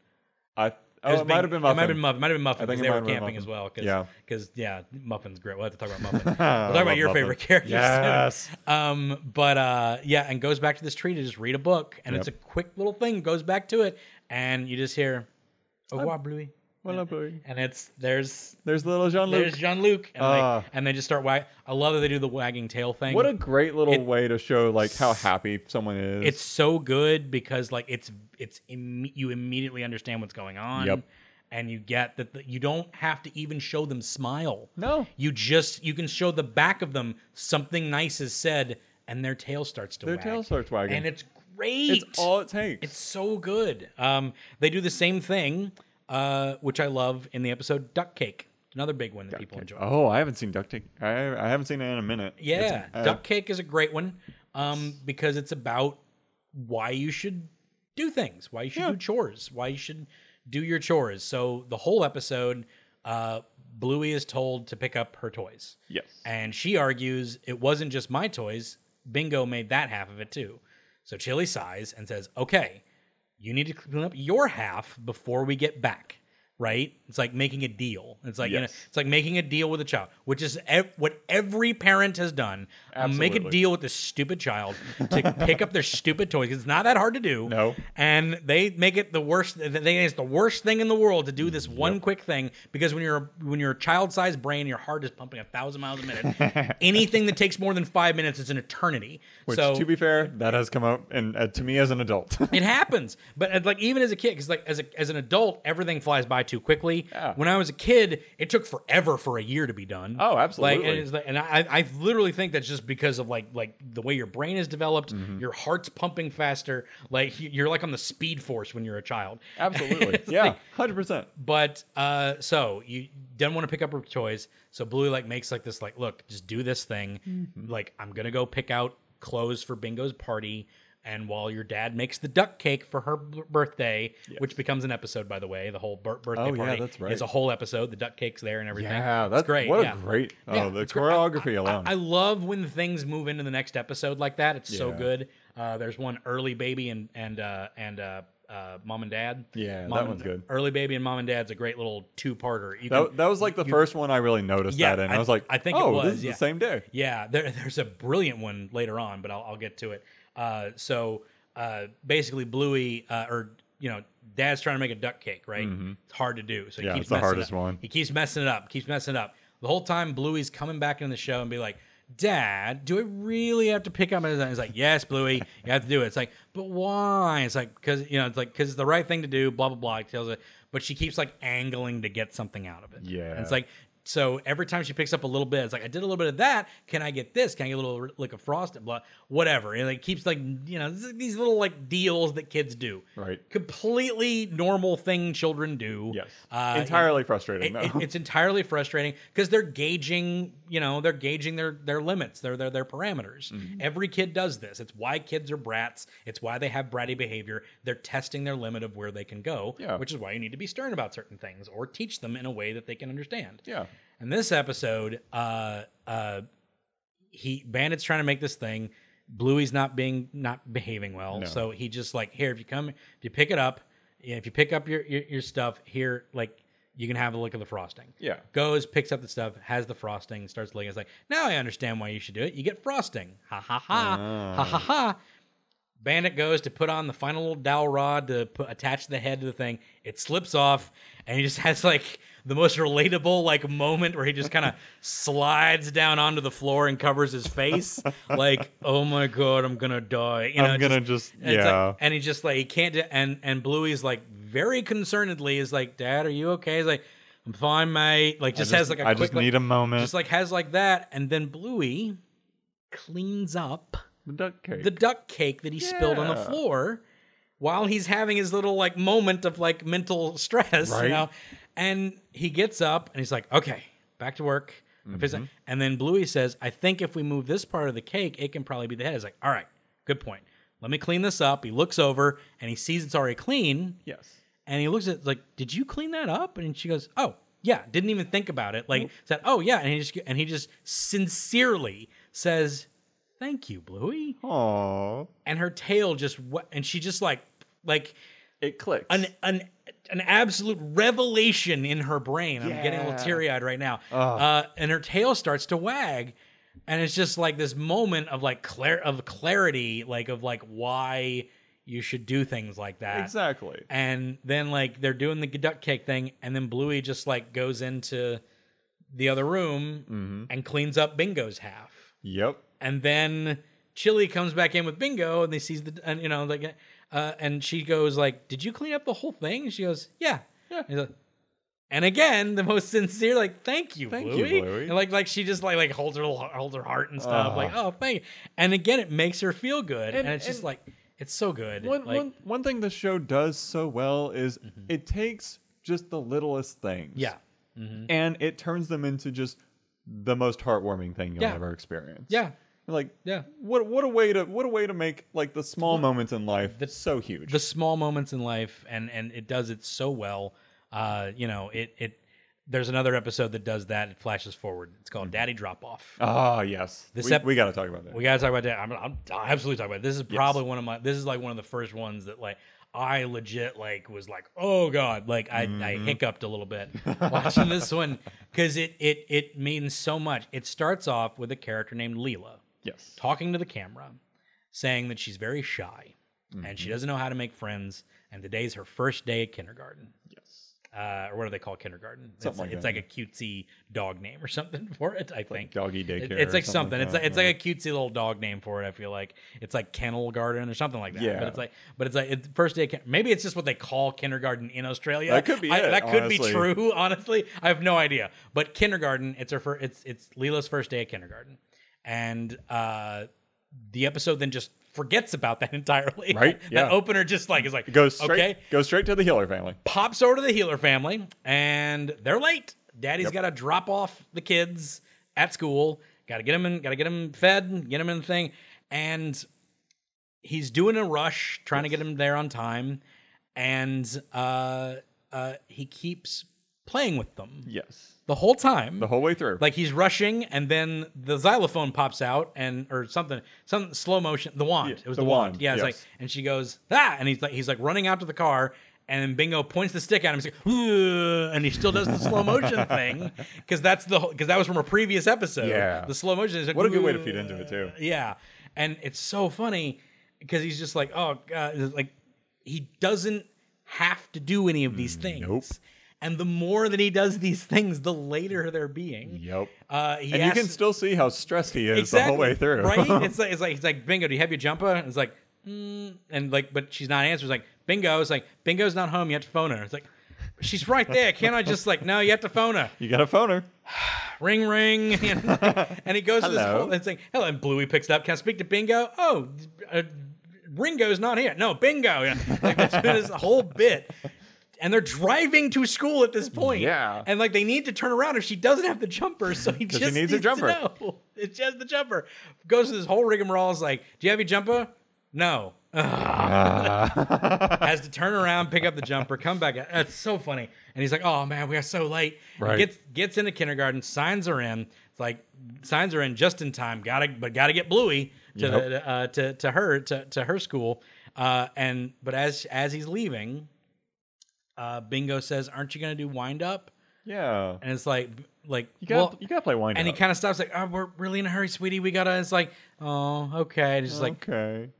S2: I oh, it,
S3: was
S2: might
S3: Bing-
S2: have been
S3: It might have
S2: Muffin.
S3: been
S2: *laughs*
S3: Muffin. Might have been Muffin
S2: I
S3: because
S2: think it
S3: they
S2: might
S3: were
S2: have been
S3: camping
S2: Muffin.
S3: as well. Cause,
S2: Yeah.
S3: Because yeah, Muffin's great. We'll have to talk about
S2: *laughs*
S3: Muffin. we'll
S2: I
S3: talk about
S2: love
S3: your
S2: Muffin.
S3: favorite character. *laughs*
S2: Yes.
S3: Um, but uh, yeah, and goes back to this tree to just read a book, and it's a
S2: Yep.
S3: quick little thing. Goes back to it, and you just hear, "Au revoir, Bluey,"
S2: Well, no, boy.
S3: and it's there's
S2: There's little Jean Luc.
S3: there's Jean Luc, and, like-
S2: Ah.
S3: and they just start wag. I love that they do the wagging tail thing.
S2: What a great little
S3: It-
S2: way to show like how happy someone is.
S3: it's so good because like it's it's imme- you immediately understand what's going on
S2: Yep.
S3: and you get that the, you don't have to even show them smile
S2: No.
S3: you just you can show the back of them something nice is said and their tail starts to
S2: Their
S3: wag.
S2: tail starts wagging.
S3: and it's great
S2: It's all it takes.
S3: it's so good um they do the same thing uh which i love in the episode duck cake another big one that people enjoy
S2: oh, I haven't seen Duck Tape. I, I haven't seen it in a minute. It's-
S3: Yeah,
S2: uh,
S3: duck cake is a great one um, because it's about why you should do things, why you should do chores, why you should do your chores. So the whole episode, uh, Bluey is told to pick up her toys,
S2: Yes.
S3: and she argues it wasn't just my toys. Bingo made that half of it too. So Chili sighs and says, "Okay, you need to clean up your half before we get back." Right? It's like making a deal. It's like you know,
S2: Yes.
S3: it's like making a deal with a child, which is ev- what every parent has done. I'll Make a
S2: Absolutely.
S3: deal with this stupid child to pick up their stupid toys. 'cause It's not that hard to do.
S2: No.
S3: And they make it the worst. They think it's the worst thing in the world to do this one quick thing because when you're a, when you're a child-sized brain, your heart is pumping a thousand miles a
S2: *laughs*
S3: minute. Anything that takes more than five minutes is an eternity.
S2: Which,
S3: so
S2: to be fair, that has come out and uh, to me as
S3: *laughs*
S2: an adult. *laughs*
S3: it happens. But uh, like even as a kid, because like as a, as an adult, everything flies by too quickly.
S2: Yeah.
S3: When I was a kid, it took forever for a year to be done.
S2: Oh,
S3: Like, and
S2: absolutely.
S3: it's like- and I, I literally think that's just because of like like the way your brain is developed,
S2: Mm-hmm.
S3: your heart's pumping faster. Like you- you're like on the speed force when you're a child.
S2: Absolutely.
S3: It's
S2: yeah.
S3: like-
S2: Hundred percent.
S3: but uh, so you didn't want to pick up her toys. So Bluey like makes like this like look, just do this thing.
S2: Mm-hmm.
S3: Like I'm gonna go pick out clothes for Bingo's party, and while your dad makes the duck cake for her b- birthday, which becomes an episode by the way, the whole bir- birthday
S2: Oh, yeah,
S3: party
S2: that's right.
S3: is a whole episode. The duck cake's there and everything.
S2: Yeah,
S3: It's
S2: that's
S3: great.
S2: What
S3: yeah.
S2: a great. Oh,
S3: Yeah,
S2: the
S3: it's great. I-
S2: choreography alone.
S3: I love when things move into the next episode like that. It's so
S2: Yeah.
S3: good. Uh, there's one early baby and and uh, and uh, uh, mom and dad.
S2: Yeah,
S3: Mom
S2: that one's
S3: and-
S2: good.
S3: Early baby and mom and dad's a great little two parter.
S2: that, that was like the first one I really noticed
S3: Yeah,
S2: that in.
S3: I-
S2: I was like,
S3: I think it
S2: oh,
S3: was,
S2: this is
S3: yeah.
S2: the same day.
S3: Yeah, there, there's a brilliant one later on, but I'll, I'll get to it. Uh, so uh, basically, Bluey, uh, or you know, Dad's trying to make a duck cake, right? It's hard to do, so he
S2: Mm-hmm. Yeah,
S3: keeps
S2: it's the
S3: messing it
S2: hardest
S3: up.
S2: one.
S3: He keeps messing it up, keeps messing it up. The whole time, Bluey's coming back into the show and be like, "Dad, do I really have to pick up?" And he's like, "Yes, Bluey, you have to do it." It's like, "But why?" It's like, "Cause you know, it's like, cause it's the right thing to do." Blah blah blah. He tells it, but she keeps like angling to get something out of it. And
S2: Yeah.
S3: it's like like so every time she picks up a little bit it's like i did a little bit of that can i get this can i get a little like a frost and blah whatever and it keeps like you know this- these little like deals that kids do
S2: Right.
S3: completely normal thing children do
S2: Yes.
S3: uh,
S2: Entirely
S3: it-
S2: frustrating. though.
S3: it- it's entirely frustrating because they're gauging you know they're gauging their their limits their their, their parameters
S2: Mm-hmm.
S3: every kid does this it's why kids are brats it's why they have bratty behavior they're testing their limit of where they can go
S2: Yeah.
S3: which is why you need to be stern about certain things or teach them in a way that they can understand
S2: *laughs* yeah.
S3: in this episode, uh, uh, he Bandit's trying to make this thing. Bluey's not being not behaving well,
S2: No.
S3: so he just like here if you come if you pick it up, yeah, if you pick up your, your your stuff here, like you can have a look at the frosting.
S2: Yeah.
S3: goes picks up the stuff, has the frosting, starts looking. It's like now I understand why you should do it. You get frosting, ha ha ha, ha ha ha. Bandit goes to put on the final little dowel rod to put, attach the head to the thing. It slips off, and he just *laughs* has like the most relatable like moment where he just
S2: *laughs*
S3: kind of slides down onto the floor and covers his face, like "Oh my god, I'm gonna die!" You know,
S2: I'm
S3: it's
S2: gonna just,
S3: and it's
S2: yeah.
S3: like- and he just like he can't. do- And and Bluey's like very concernedly is like, "Dad, are you okay?" He's like, "I'm fine, mate." Like just,
S2: just-
S3: has like a
S2: I
S3: quick,
S2: just
S3: like-
S2: need a moment.
S3: Just like has like that, and then Bluey cleans up
S2: the duck cake.
S3: the duck cake that he spilled on the
S2: Yeah.
S3: floor while he's having his little like moment of like mental stress, you
S2: Right.
S3: know. And he gets up and he's like, "Okay, back to work." I'm
S2: Mm-hmm.
S3: pissed- And then Bluey says, "I think if we move this part of the cake, it can probably be the head." He's like, "All right, good point. Let me clean this up." He looks over and he sees it's already clean,
S2: yes.
S3: and he looks at like, "Did you clean that up?" And she goes, "Oh, yeah, didn't even think about it. Like said, oh yeah, and he just and he just sincerely says, "Thank you, Bluey."
S2: Aww.
S3: And her tail just wa- and she just like like
S2: It clicks.
S3: an an an absolute revelation in her brain. I'm getting a little
S2: Yeah.
S3: teary eyed right now. Uh, and her tail starts to wag, and it's just like this moment of like clar- of clarity, like of like why you should do things like that.
S2: exactly.
S3: And then like they're doing the duck cake thing, and then Bluey just like goes into the other room and cleans up Bingo's half
S2: Yep.
S3: and then Chili comes back in with Bingo, and they sees the and you know like, uh, and she goes like, "Did you clean up the whole thing?" And she goes, "Yeah."
S2: Yeah.
S3: And, he's like- and again, the most *laughs* sincere, like, "Thank you,
S2: Thank you,
S3: Bluey."
S2: Bluey.
S3: And like, like she just like like holds her little- holds her heart and stuff,
S2: Ah.
S3: like, "Oh, thank." you. And again, it makes her feel good, and,
S2: And-
S3: it's just
S2: and-
S3: like it's so good.
S2: One,
S3: like, Mm-hmm.
S2: one, one thing the show does so well is it takes just the littlest things.
S3: yeah,
S2: And it turns them into just the most heartwarming thing you'll
S3: Yeah.
S2: ever experience.
S3: yeah,
S2: Like
S3: yeah.
S2: what what a way to what a way to make like the small moments in life that's so huge.
S3: the small moments in life and and it does it so well uh you know it it there's another episode that does that it flashes forward it's called daddy drop off
S2: Ah, yes.
S3: This
S2: we,
S3: ep-
S2: we got to talk about that.
S3: we gotta talk about that i'm, I'm I'll absolutely talking about it. this is probably one of my this is like one of the first ones that like i legit like was like oh god like i, I hiccuped a little bit watching this one because it it it means so much it starts off with a character named leela
S2: yes.
S3: talking to the camera, saying that she's very shy and
S2: Mm-hmm.
S3: she doesn't know how to make friends. And today's her first day at kindergarten.
S2: Yes.
S3: Uh, or what do they call kindergarten? It's-
S2: Something like
S3: it's
S2: that,
S3: like a cutesy dog name or something *laughs* for it, I think.
S2: doggy
S3: It- it's
S2: daycare or
S3: like something.
S2: something like
S3: It's
S2: that,
S3: like it's like a cutesy little dog name for it. I feel like it's like kennel garden or something like that.
S2: Yeah.
S3: But it's like, but it's like it's first day. Of kin- Maybe it's just what they call kindergarten in Australia.
S2: That could be
S3: I-
S2: it,
S3: that could be
S2: honestly.
S3: true. *laughs* Honestly, I have no idea. But kindergarten, it's her. Fir- it's it's Leela's first day at kindergarten, and uh, the episode then just forgets about that *laughs* entirely.
S2: Right,
S3: that
S2: yeah.
S3: opener just like is like
S2: Go straight
S3: Okay
S2: go straight to the Hiller family.
S3: pops over to the healer family and they're late Daddy's
S2: Yep.
S3: got to drop off the kids at school got to get them in got to get them fed get them in the thing and he's doing a rush trying to get him there on time and uh uh he keeps playing with them
S2: Yes.
S3: the whole time
S2: The whole way through.
S3: like he's rushing and then the xylophone pops out and or something some slow motion the wand
S2: Yeah,
S3: it was the,
S2: the
S3: wand,
S2: wand,
S3: yeah it's
S2: yes.
S3: like and she goes ah and he's like he's like running out to the car and then bingo points the stick at him he's like "Ugh," and he still does the
S2: *laughs*
S3: slow motion thing because that's the because that was from a previous episode
S2: Yeah.
S3: the slow motion is like,
S2: What a good way to
S3: "Ugh."
S2: feed into it, too.
S3: yeah and it's so funny because he's just like oh god it's like he doesn't have to do any of these things
S2: Mm, Nope.
S3: and the more that he does these things the later they're being
S2: yep.
S3: uh, he
S2: and
S3: asks,
S2: you can still see how stressed he is the whole way through. *laughs*
S3: right? It's like it's like it's like bingo. Do you have your jumper? And it's like, mm, and like, but she's not answering. It's like bingo. It's like bingo's not home. You have to phone her. It's like she's right there. Can't I just like no? You have to phone her.
S2: you got a phoner.
S3: Ring ring. *laughs* and he goes to this
S2: Hello.
S3: whole and it's like hello. And Bluey picks it up. Can I speak to Bingo? Oh. Uh, Ringo's not here. No, bingo. *laughs* Yeah. Like that's been his whole bit. And they're driving to school at this point.
S2: Yeah.
S3: And like they need to turn around if she doesn't have the jumper. So he
S2: 'Cause
S3: just
S2: she needs a
S3: to
S2: jumper.
S3: know. *laughs* It's just the jumper. Goes to this whole rigmarole. Is like, do you have your jumper? No. Ugh. Has to turn around, pick up the jumper, come back. That's so funny. And he's like, "Oh man, we are so late." And
S2: Right.
S3: Gets gets into kindergarten. Signs are in. It's like signs are in just in time. Got to but got to get Bluey to
S2: Yep.
S3: the, uh, to to her to to her school. Uh, and but as as he's leaving, uh, Bingo says, "Aren't you going to do wind up?"
S2: Yeah.
S3: And it's like like
S2: You got
S3: well,
S2: you got to play wine.
S3: and he kind of stops like, "Oh, we're really in a hurry, sweetie. We gotta." It's like, "Oh, okay." And he's just like,
S2: okay.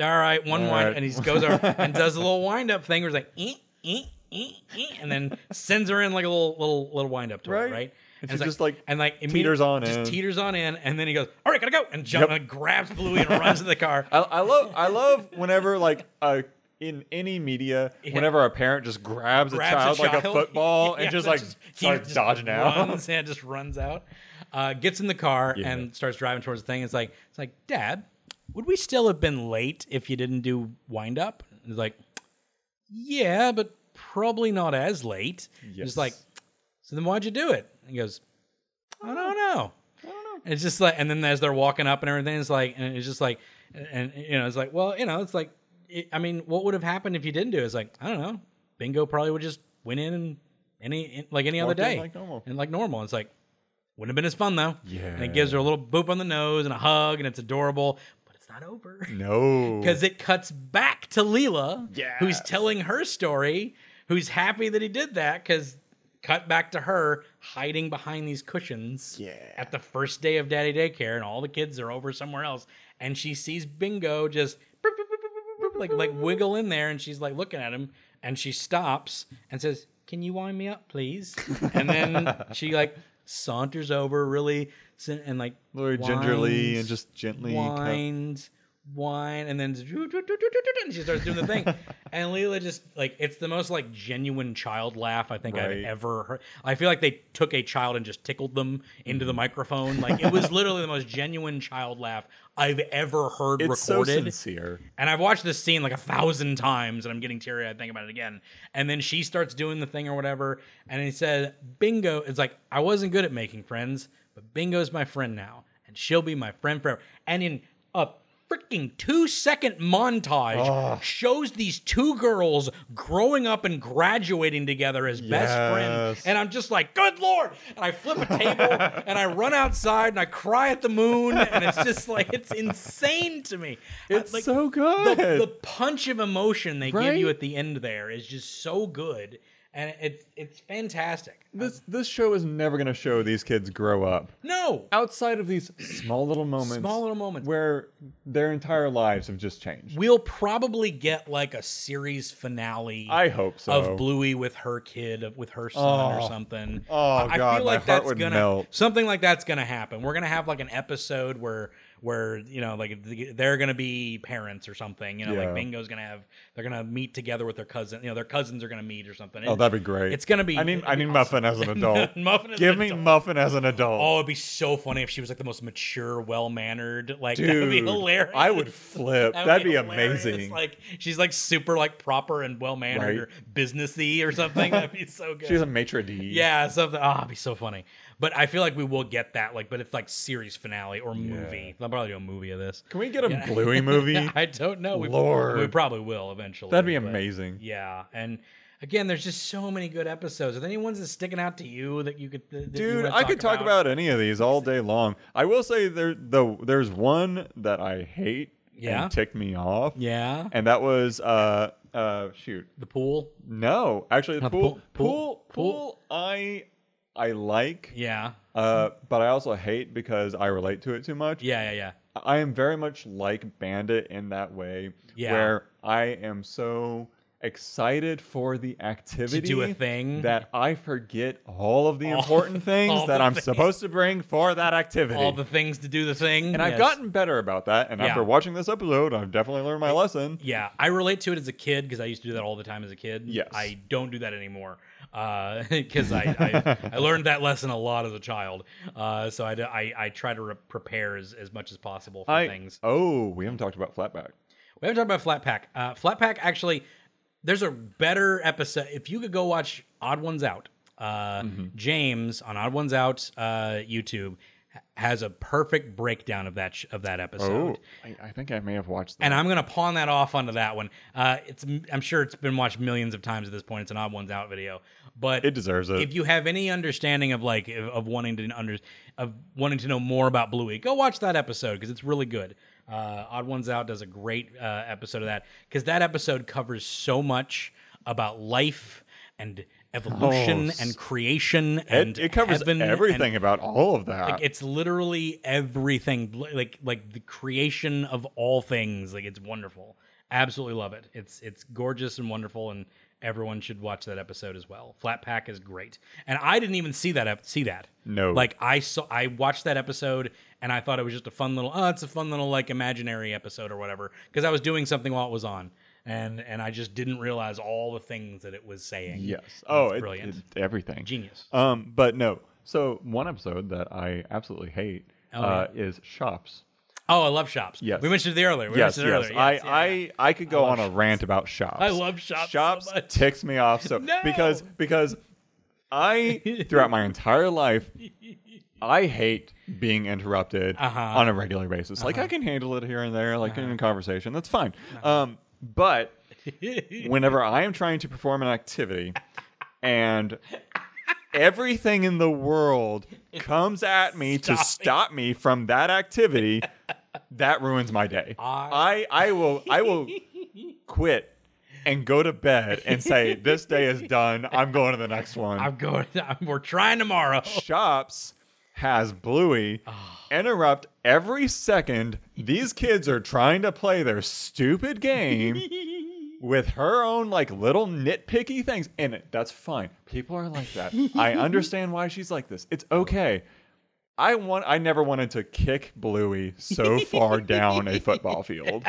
S3: all right, one
S2: All
S3: wind,
S2: right.
S3: and he just goes over
S2: *laughs*
S3: and does a little wind up thing where he's like, eh, eh, eh, eh, and then sends her in like a little little little wind up to her,
S2: Right.
S3: right?
S2: And
S3: it's
S2: she just, like,
S3: and like immediate-
S2: teeters on
S3: just
S2: in.
S3: teeters on in, and then he goes, all right, gotta go, and jump
S2: Yep.
S3: and grabs Bluey and runs to the car.
S2: I, I love
S3: *laughs*
S2: I love whenever like a in any media, whenever a parent just grabs,
S3: grabs
S2: a, child like a
S3: child. *laughs*
S2: football
S3: Yeah,
S2: and just
S3: that
S2: like
S3: he
S2: starts
S3: just
S2: dodging out.
S3: Runs, yeah, just runs out. Uh, gets in the car
S2: Yeah.
S3: and starts driving towards the thing. It's like it's like, Dad, would we still have been late if you didn't do wind up? And He's like, Yeah, but probably not as late. He's
S2: Yes.
S3: like, So then why'd you do it? And he goes, I don't know. And it's just like, and then as they're walking up and everything, it's like, and it's just like, and you know, it's like, well, you know, it's like, it, I mean, what would have happened if you didn't do it? It's like, I don't know. Bingo probably would just went in and any in- like any
S2: Walked
S3: other
S2: in
S3: day,
S2: like normal.
S3: and like normal. It's like wouldn't have been as fun though.
S2: Yeah.
S3: and it gives her a little boop on the nose and a hug, and it's adorable, but it's not over
S2: *laughs* No.
S3: because it cuts back to Leela, who's
S2: Yes.
S3: telling her story, who's happy that he did that because cut back to her hiding behind these cushions
S2: Yeah.
S3: at the first day of daddy daycare and all the kids are over somewhere else and she sees bingo just boop, boop, boop, boop, boop, boop, like like wiggle in there and she's like looking at him and she stops and says can you wind me up please and then
S2: *laughs*
S3: she like saunters over really sin- and like
S2: Very gingerly
S3: winds-
S2: and just gently. cup-
S3: wines, wine, and then and she starts doing the
S2: *laughs*
S3: thing. and Leela just like it's the most like genuine child laugh I think I've
S2: Right.
S3: ever heard. I feel like they took a child and just tickled them into
S2: Mm-hmm.
S3: the microphone. Like it was literally the most genuine child laugh I've ever heard
S2: *laughs* It's so
S3: recorded.
S2: sincere.
S3: And I've watched this scene like a thousand times, and I'm getting teary eyed thinking about it again. And then she starts doing the thing or whatever, and he said, "Bingo!" It's like I wasn't good at making friends, but Bingo's my friend now, and she'll be my friend forever. And in a freaking two second montage, shows these two girls growing up and graduating together as best friends.
S2: Yes.
S3: And I'm just like, "Good lord!" And I flip a
S2: *laughs*
S3: table, and I run outside, and I cry at the moon, and it's just like it's insane to me.
S2: It's
S3: Like,
S2: so
S3: the,
S2: good.
S3: the punch of emotion they give you
S2: Right?
S3: at the end there is just so good, and it's it's fantastic.
S2: this this show is never going to show these kids grow up.
S3: No,
S2: Outside of these small little moments,
S3: Small little moments.
S2: where their entire lives have just changed.
S3: we'll probably get like a series finale.
S2: I hope so.
S3: Of Bluey with her kid, of- with her son or something.
S2: Oh,
S3: I- I
S2: God,
S3: feel
S2: my
S3: like
S2: heart
S3: that's
S2: would
S3: gonna
S2: melt.
S3: something like that's gonna happen. We're gonna have like an episode where where you know like th- they're gonna be parents or something. You know, like
S2: Yeah.
S3: Bingo's gonna have they're gonna meet together with their cousin. You know, their cousins are gonna meet or something.
S2: Oh, that'd be great.
S3: It's gonna be.
S2: I need I need Muffin as an
S3: *laughs*
S2: adult.
S3: Muffin as an
S2: Give me
S3: adult.
S2: Muffin as an adult.
S3: Oh, it'd be so funny if she was like the most mature, well mannered. Like that would be
S2: Dude,
S3: hilarious.
S2: I would flip.
S3: That would
S2: That'd be,
S3: hilarious.
S2: amazing.
S3: Like she's like super like proper and well mannered or
S2: Right.
S3: businessy or something. That'd be
S2: *laughs*
S3: so good.
S2: She's a maitre d'.
S3: yeah, something. Oh, it'd be so funny. But I feel like we will get that. Like, but it's like series finale or movie. They'll probably do a movie of this.
S2: Can we get a
S3: *laughs*
S2: Bluey movie?
S3: I don't know. We,
S2: Lord.
S3: we probably will eventually.
S2: That'd be
S3: but-
S2: amazing.
S3: Yeah, and again, there's just so many good episodes. Are there any ones that's sticking out to you that you could? that you
S2: Dude,
S3: wanna
S2: I could talk about. any of these all day long. I will say there though there's one that I hate
S3: Yeah?
S2: and ticked me off.
S3: Yeah,
S2: And that was uh uh shoot.
S3: the pool.
S2: No, actually the
S3: Not the
S2: pool,
S3: pool-
S2: pool,
S3: pool-
S2: pool I I like
S3: Yeah,
S2: uh but I also hate because I relate to it too much.
S3: yeah, yeah, yeah.
S2: I am very much like Bandit in that way
S3: Yeah.
S2: where I am so excited for the activity
S3: do a thing.
S2: that I forget all of the
S3: All- *laughs*
S2: important
S3: all
S2: things that
S3: the
S2: I'm
S3: things.
S2: supposed to bring for that activity.
S3: All the things to do the thing.
S2: and I've gotten better about that and
S3: Yeah.
S2: after watching this episode I've definitely learned my lesson.
S3: Yeah, I relate to it as a kid because I used to do that all the time as a kid.
S2: Yes.
S3: I don't do that anymore *laughs* because I, I I learned that lesson a lot as a child. Uh, so I, d- I- I try to re- prepare as, as much as possible for
S2: I
S3: things.
S2: Oh, we haven't talked about flatback.
S3: We haven't talked about Flatpak. Uh, Flatpak actually, there's a better episode. If you could go watch Odd Ones Out, uh, James on Odd Ones Out uh, YouTube ha- has a perfect breakdown of that sh- of that episode.
S2: Oh, I, I think I may have watched that.
S3: And I'm gonna pawn that off onto that one. Uh, it's I'm sure it's been watched millions of times at this point. It's an odd ones out video, but
S2: it deserves it.
S3: if you have any understanding of like of, of wanting to under of wanting to know more about Bluey, go watch that episode because it's really good. Uh, Odd Ones Out does a great uh, episode of that because that episode covers so much about life and evolution
S2: Oh,
S3: and creation and
S2: it, it covers
S3: heaven and-
S2: everything about all of that.
S3: like it's literally everything li- like like the creation of all things like it's wonderful absolutely love it it's it's gorgeous and wonderful and everyone should watch that episode as well flat pack is great and i didn't even see that ep- see that
S2: No.
S3: like i saw i watched that episode and i thought it was just a fun little oh it's a fun little like imaginary episode or whatever because i was doing something while it was on and and i just didn't realize all the things that it was saying
S2: yes. Oh,
S3: it's
S2: it,
S3: brilliant.
S2: it- everything.
S3: genius
S2: Um, but no. So one episode that I absolutely hate uh, is Shops.
S3: oh i love shops
S2: Yes.
S3: we mentioned it earlier we
S2: yes,
S3: mentioned it
S2: yes.
S3: earlier
S2: I,
S3: yeah, yeah.
S2: I, I could go on a rant about Shops.
S3: I love Shops so
S2: Shops
S3: much.
S2: ticks me off
S3: *laughs*
S2: so
S3: No!
S2: because because
S3: *laughs*
S2: I throughout my entire life I hate being interrupted
S3: Uh-huh.
S2: on a regular basis. Like I can handle it here and there, like in a conversation. That's fine.
S3: Uh-huh.
S2: Um,
S3: *laughs*
S2: but whenever I am trying to perform an activity and everything in the world comes at me to stop me from that activity, that ruins my day.
S3: I-
S2: I I will I will quit and go to bed and say this day is done. I'm going to the next one.
S3: I'm
S2: *laughs*
S3: going. I'm, we're trying tomorrow.
S2: Shops has Bluey interrupt every second. These kids are trying to play their stupid game with her own like little nitpicky things in it. That's fine. People are like that. I understand why she's like this. It's okay. I want I never wanted to kick Bluey so far down a football field.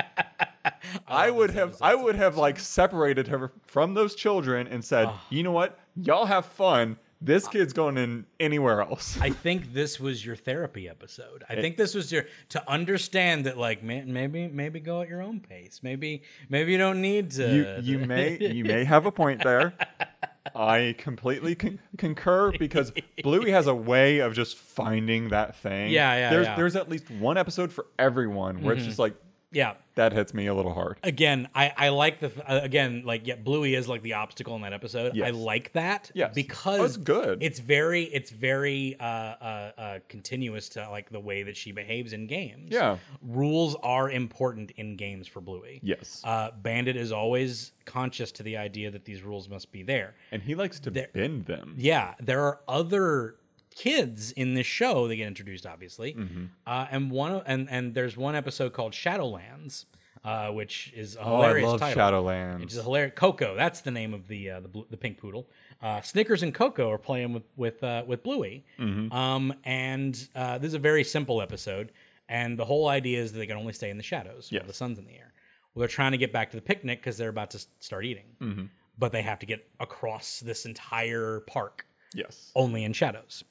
S2: I would have I would have like separated her from those children and said, "You know what? Y'all have fun. This kid's going in anywhere else."
S3: I think this was your therapy episode. I think this was your to understand that like man, maybe maybe go at your own pace. Maybe maybe you don't need
S2: you
S3: to.
S2: you may you may have a point
S3: *laughs*
S2: there. I completely con- concur because Bluey has a way of just finding that thing.
S3: Yeah, yeah,
S2: There's
S3: yeah. Mm-hmm.
S2: there's at least one episode for everyone where it's just like
S3: yeah.
S2: that hits me a little hard.
S3: Again, I, I like the uh, again like yeah, Bluey is like the obstacle in that episode. I
S2: Yes.
S3: like that
S2: Yes.
S3: because
S2: Oh, it's good.
S3: It's very it's very uh, uh, uh, continuous to like the way that she behaves in games.
S2: Yeah.
S3: rules are important in games for Bluey.
S2: Yes.
S3: uh, Bandit is always conscious to the idea that these rules must be there.
S2: and he likes to bend them.
S3: Yeah, there are other kids in this show that get introduced, obviously,
S2: Mm-hmm.
S3: uh, and one of- and and there's one episode called Shadowlands, uh, which is a
S2: Oh, I
S3: hilarious
S2: love
S3: title.
S2: Shadowlands.
S3: Which is a hilarious Coco. That's the name of the uh, the, blue, the pink poodle. Uh, Snickers and Coco are playing with with uh, with Bluey. Um, and uh, this is a very simple episode, and the whole idea is that they can only stay in the shadows while
S2: Yes.
S3: the sun's in the air. Well, they're trying to get back to the picnic because they're about to s- start eating, but they have to get across this entire park
S2: yes.
S3: only in shadows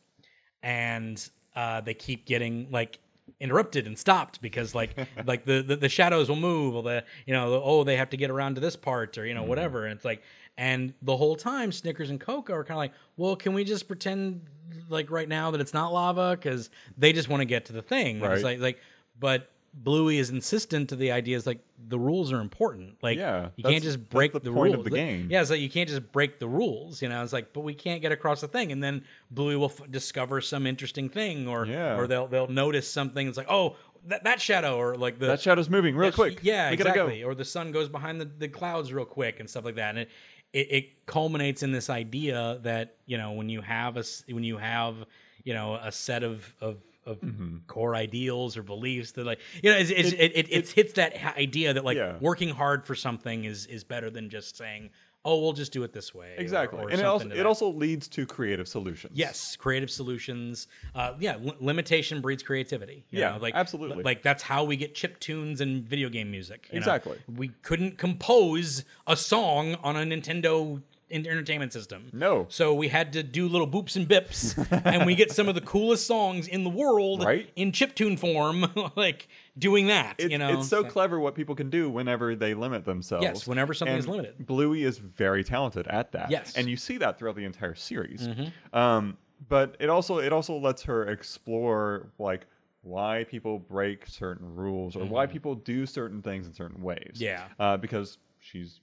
S3: and uh, they keep getting like interrupted and stopped because
S2: *laughs*
S3: like like the, the the shadows will move or the you know oh they have to get around to this part or you
S2: Mm-hmm.
S3: know whatever and it's like and the whole time snickers and coca are kind of like well can we just pretend like right now that it's not lava because they just want to get to the thing It's
S2: Right.
S3: like, like but bluey is insistent to the ideas like the rules are important like
S2: Yeah,
S3: you
S2: that's-
S3: can't just
S2: that's
S3: break
S2: the
S3: the
S2: point
S3: rules
S2: of the game.
S3: yeah, it's like you can't just break the rules, you know. It's like, but we can't get across the thing, and then Bluey will f- discover some interesting thing, or
S2: Yeah.
S3: or they'll they'll notice something. It's like, oh, that, that shadow, or like the
S2: That shadow's moving real quick.
S3: yeah,
S2: we gotta
S3: exactly.
S2: go.
S3: Or the sun goes behind the, the clouds real quick and stuff like that. And it, it it culminates in this idea that you know when you have a s- when you have you know a set of of of
S2: Mm-hmm.
S3: core ideals or beliefs that like you know it's, it's, it, it, it, hits that h- idea that like
S2: Yeah.
S3: working hard for something is is better than just saying oh we'll just do it this way or-
S2: Exactly.
S3: or
S2: and it
S3: something
S2: also
S3: to
S2: it
S3: that.
S2: also leads to creative solutions.
S3: Yes, creative solutions. Uh, yeah, li- limitation breeds creativity. you
S2: Yeah,
S3: know, like
S2: absolutely.
S3: li- Like that's how we get chip tunes and video game music. you know?
S2: Exactly.
S3: We couldn't compose a song on a Nintendo en- entertainment system.
S2: No.
S3: So we had to do little boops and bips, and we get some of the coolest songs in the world
S2: Right.
S3: in chip tune form, *laughs* like doing that.
S2: It's,
S3: you know,
S2: it's so clever what people can do whenever they limit themselves.
S3: Yes, whenever something is
S2: And
S3: limited.
S2: Bluey is very talented at that.
S3: Yes. Mm-hmm.
S2: and you see that throughout the entire series. Um, but it also it also lets her explore like why people break certain rules or why people do certain things in certain ways.
S3: Mm-hmm. Yeah.
S2: uh, because she's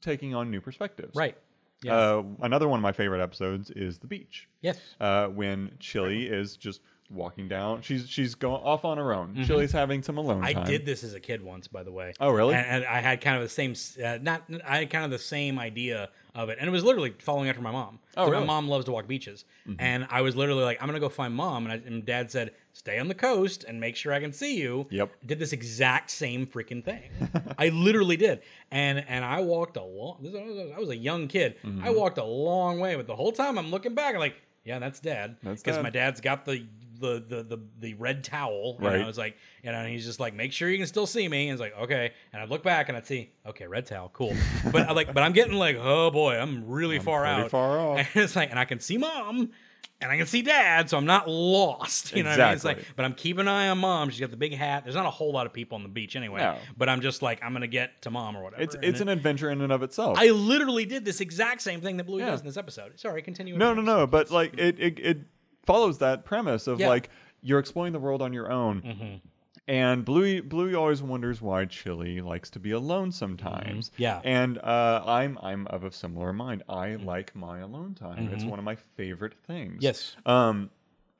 S2: taking on new perspectives.
S3: right. Yeah.
S2: Uh, another one of my favorite episodes is the beach
S3: yes.
S2: uh, when Chili is just walking down. She's she's going off on her own. Chili's having some alone
S3: Mm-hmm. I
S2: time.
S3: did this as a kid once, by the way.
S2: Oh, really?
S3: And, and I had kind of the same, s- uh, not I had kind of the same idea of it, and it was literally following after my mom.
S2: Oh,
S3: So My
S2: really? Mm-hmm.
S3: mom loves to walk beaches, and I was literally like, I'm gonna go find mom, and, I, and Dad said, stay on the coast and make sure I can see you.
S2: Yep.
S3: I did this exact same freaking
S2: *laughs*
S3: thing. I literally did, and and I walked a long. This, I, was, I was a young kid.
S2: Mm-hmm.
S3: I walked a long way, but the whole time I'm looking back, I'm like, yeah, that's Dad.
S2: That's
S3: because
S2: Dad.
S3: my dad's got the the the the, the red towel. you know,
S2: Right.
S3: it's like, you know, and he's just like, make sure you can still see me. And it's like, okay. And I'd look back and I'd see, okay, red towel,
S2: *laughs*
S3: cool. But I like, but I'm getting like, oh boy, I'm really far
S2: pretty
S3: out. *laughs*
S2: far off.
S3: And it's like, and I can see mom and I can see dad, so I'm not lost. You know what I mean? It's like,
S2: Exactly.
S3: but I'm keeping an eye on mom. She's got the big hat. There's not a whole lot of people on the beach anyway.
S2: No.
S3: But I'm just like, I'm gonna get to mom or whatever.
S2: It's
S3: And
S2: it's
S3: it-
S2: an adventure in and of itself.
S3: I literally did this exact same thing that Bluey
S2: Yeah.
S3: does in this episode. Sorry, continue. with
S2: no,
S3: your
S2: no,
S3: episode.
S2: no. But like it it, it follows that premise of
S3: Yeah. Mm-hmm.
S2: like you're exploring the world on your own. And Bluey Bluey always wonders why Chili likes to be alone sometimes.
S3: Mm-hmm. Yeah. Mm-hmm.
S2: And uh, I'm I'm of a similar mind. I like my alone time. It's one of my favorite things.
S3: Yes.
S2: Um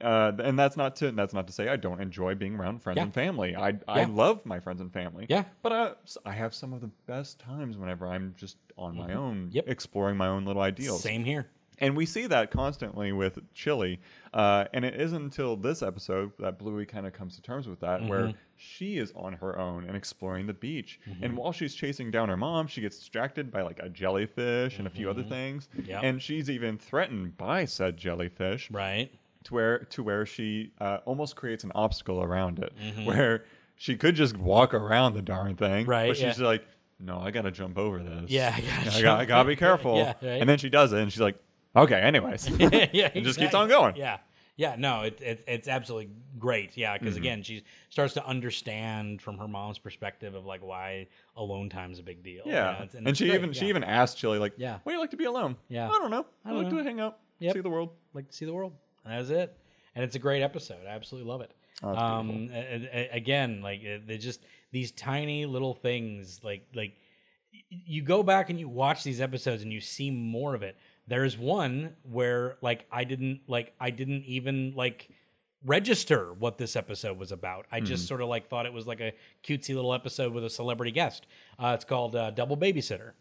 S2: uh, th- and that's not to that's not to say I don't enjoy being around friends
S3: Yeah.
S2: and family. I I
S3: Yeah.
S2: love my friends and family.
S3: Yeah.
S2: But I, I have some of the best times whenever I'm just on my own,
S3: Mm-hmm. Yep.
S2: exploring my own little ideals.
S3: Same here.
S2: And we see that constantly with Chili. Uh, and it isn't until this episode that Bluey kind of comes to terms with that, where
S3: Mm-hmm.
S2: she is on her own and exploring the beach. And while she's chasing down her mom, she gets distracted by like a jellyfish and a few
S3: Mm-hmm.
S2: other things.
S3: Yep.
S2: And she's even threatened by said jellyfish
S3: Right.
S2: to where to where she uh, almost creates an obstacle around it,
S3: Mm-hmm.
S2: where she could just walk around the darn thing,
S3: Right,
S2: But
S3: yeah.
S2: she's like, "No, I gotta jump over this.
S3: Yeah, I gotta
S2: *laughs* I,
S3: jump
S2: gotta, I gotta be
S3: *laughs*
S2: careful."
S3: Yeah, right. Oh,
S2: And then she does it, and she's like,
S3: *laughs*
S2: "Okay, anyways." *laughs*
S3: yeah, exactly.
S2: just keeps on going.
S3: Yeah, yeah. No, it, it, it's absolutely great. Yeah,
S2: Mm-hmm.
S3: because again, she starts to understand from her mom's perspective of like why alone time's a big deal. you know,
S2: yeah,
S3: it's-
S2: and,
S3: it's
S2: she
S3: great,
S2: even she
S3: yeah.
S2: even asked Chili like,
S3: Yeah.
S2: what do you like to be alone?"
S3: Yeah.
S2: I don't know. I,
S3: I don't
S2: like
S3: know.
S2: to hang out,
S3: Yep.
S2: see the world.
S3: like to see the world, and that's it. And it's a great episode. I absolutely love it.
S2: Oh, that's
S3: um, a- a- again, like uh, they just these tiny little things, like like y- you go back and you watch these episodes and you see more of it. There's one where like I didn't like I didn't even like register what this episode was about. I just
S2: Mm-hmm.
S3: sort of like thought it was like a cutesy little episode with a celebrity guest. Uh, it's called uh, Double Babysitter.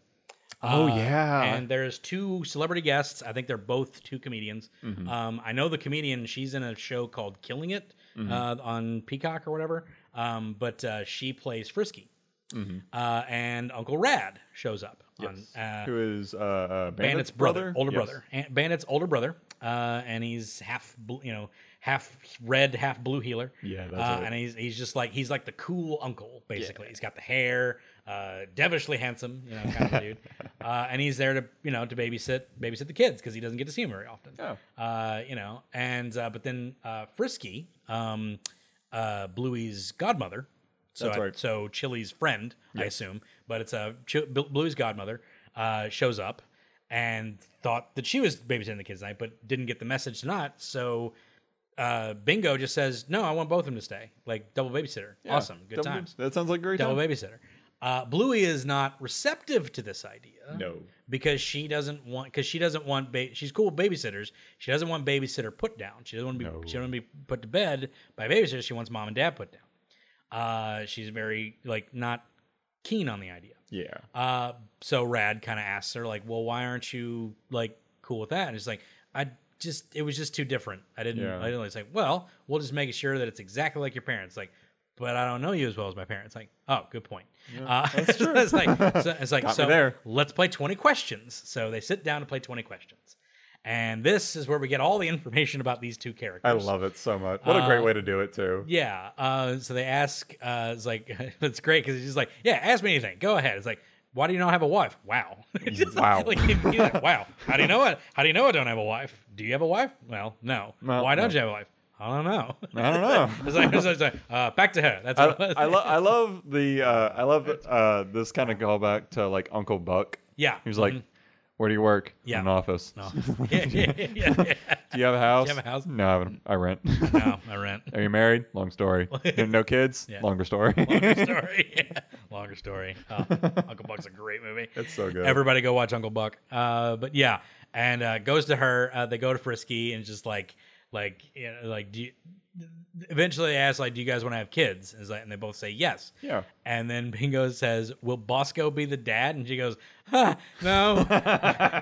S2: Oh
S3: Uh,
S2: yeah,
S3: And there's two celebrity guests. I think they're both two comedians. Um, I know the comedian. She's in a show called Killing It uh, on Peacock or whatever. Um, but uh, she plays Frisky. Uh, and Uncle Rad shows up.
S2: yes.
S3: On, uh,
S2: who is uh, uh, Bandit's,
S3: Bandit's brother, older
S2: Yes.
S3: brother, An- Bandit's older brother, uh, and he's half, bl- you know, half red, half blue healer.
S2: Yeah, that's
S3: uh,
S2: right.
S3: And he's he's just like he's like the cool uncle, basically. He's got the hair, uh, devilishly handsome, you know, kind of
S2: *laughs*
S3: dude. Uh, and he's there to you know to babysit babysit the kids because he doesn't get to see them very often.
S2: Yeah.
S3: Uh, you know, and uh, but then uh, Frisky, um, uh, Bluey's godmother. So
S2: That's
S3: I-
S2: right.
S3: so Chili's friend, I assume, but it's a Ch- Bl- Bluey's godmother uh, shows up and thought that she was babysitting the kids tonight, but didn't get the message tonight. So uh, Bingo just says, "No, I want both of them to stay. Like double babysitter.
S2: Yeah.
S3: Awesome, good
S2: Double-
S3: times.
S2: That sounds like a great
S3: Double
S2: time.
S3: babysitter." Uh, Bluey is not receptive to this idea
S2: No.
S3: because she doesn't want because she doesn't want ba- she's cool with babysitters. She doesn't want babysitter put down. She doesn't want to be she doesn't want to be put to bed by babysitters. She wants mom and dad put down. Uh, she's very like not keen on the idea.
S2: Yeah.
S3: Uh, so Rad kind of asks her like, "Well, why aren't you like cool with that?" And she's like, "I just it was just too different. I didn't.
S2: Yeah.
S3: I didn't." It's like, "Well, we'll just make sure that it's exactly like your parents." Like, but I don't know you as well as my parents. Like, oh, good point. uh, *laughs* that's true. it's like so, it's like
S2: Got me
S3: so
S2: there.
S3: let's play twenty questions. So they sit down to play twenty questions, and this is where we get all the information about these two characters.
S2: I love it so much. What a
S3: Uh,
S2: great way to do it too.
S3: Yeah. Uh, so they ask. Uh, it's like *laughs* that's great because he's like, yeah, ask me anything. Go ahead. It's like, why do you not have a wife? Wow. *laughs* It's just
S2: Wow.
S3: Like, he'd be like, wow. How do you know it? How do you know I don't have a wife? Do you have a wife? Well, no.
S2: No,
S3: why don't
S2: no.
S3: you have a wife? I don't know.
S2: I don't know.
S3: *laughs* it's like, it's like, it's like, uh, back to her. That's *laughs*
S2: I,
S3: what it was.
S2: I, lo- I love the uh, I love uh, this kind of callback to like Uncle Buck.
S3: Yeah.
S2: He was like, "Where do you work?
S3: Mm-hmm. Yeah.
S2: In an office.
S3: *laughs* no. *laughs* yeah, yeah, yeah, yeah.
S2: Do
S3: *laughs*
S2: you have a house?
S3: have a house?
S2: No, I, haven't-
S3: *laughs*
S2: I rent.
S3: No, I rent.
S2: Are you married?
S3: *laughs*
S2: Long story. no kids?
S3: Yeah.
S2: Longer story.
S3: Longer story. *laughs* Yeah. Longer story. Oh, Uncle Buck's a great
S2: *laughs*
S3: movie.
S2: *laughs* it's so good.
S3: Everybody go watch Uncle Buck. Uh, but yeah, and uh, goes to her. Uh, they go to Frisky and just like, like, you know, like, do you, eventually they ask like, do you guys want to have kids? And, it's like, and they both say yes.
S2: Yeah.
S3: And then Bingo says, "Will Bosco be the dad?" And she goes, huh,
S2: *laughs*
S3: "No,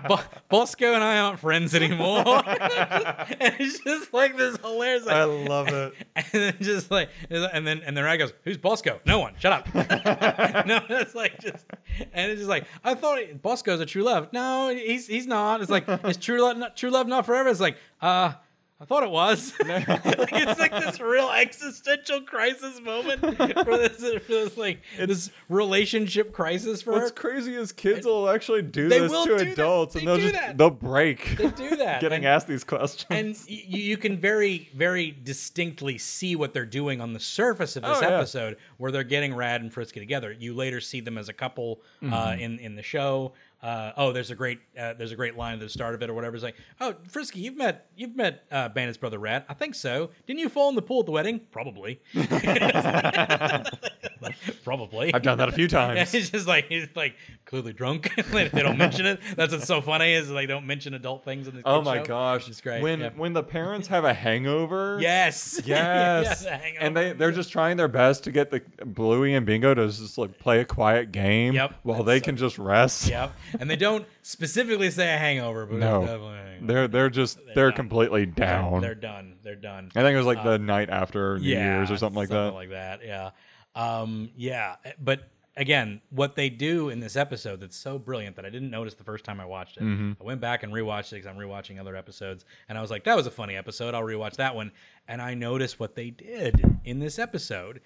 S3: Bo- Bosco and I aren't friends anymore." *laughs* and it's just like this hilarious. *laughs* like-
S2: I love it.
S3: and then just like, and then and then Rad goes, "Who's Bosco? No one. Shut up." *laughs* no, it's like just, and it's just like I thought it- Bosco's a true love. No, he's he's not. It's like it's true love, not, true love, not forever. It's like, uh, I thought it was. *laughs* like, it's like this real existential crisis moment for this, for this like this relationship crisis for
S2: What's
S3: her.
S2: crazy is kids will actually do
S3: They
S2: this
S3: will
S2: to
S3: do that.
S2: adults, and
S3: They
S2: they'll
S3: do
S2: just
S3: that.
S2: they'll break *laughs*
S3: They do that.
S2: getting
S3: And-
S2: asked these questions.
S3: and y- you, you can very very distinctly see what they're doing on the surface of this
S2: Oh, yeah.
S4: Mm-hmm.
S3: episode where they're getting rad and frisky together you later see them as a couple uh, in in the show uh, oh, there's a great uh, there's a great line at the start of it or whatever. It's like, oh, Frisky, you've met you've met uh, Bandit's brother Rat. I think so. Didn't you fall in the pool at the wedding?
S4: *laughs*
S3: Probably. *laughs* Probably. *laughs*
S4: I've done that a few
S3: Yeah,
S4: times.
S3: it's just like he's like clearly drunk. *laughs* they don't mention it. That's what's so funny is they don't mention adult things in the
S4: Oh my
S3: show.
S4: gosh,
S3: It's great,
S2: When
S3: yeah.
S2: when
S3: *laughs*
S2: the parents have a hangover,
S3: Yes. *laughs*
S2: Yes.
S3: Yeah, hang
S2: and
S3: on.
S2: they, they're just trying their best to get the Bluey and Bingo to just like play a quiet game
S3: Yep.
S2: while
S3: That's
S2: they
S3: so-
S2: can just rest.
S3: Yep. And they don't specifically say a hangover, but
S2: No.
S3: it's definitely a hangover.
S2: *laughs* They're they're just they're,
S3: done.
S2: completely down.
S3: They're done. They're done.
S2: I think it was like the night after New Year's or something like that.
S3: Like that. Yeah. Um, yeah. But again, what they do in this episode that's so brilliant that I didn't notice the first time I watched it.
S2: Mm-hmm.
S3: I went back and rewatched it because I'm rewatching other episodes, and I was like, "That was a funny episode. I'll rewatch that one." And I noticed what they did in this episode.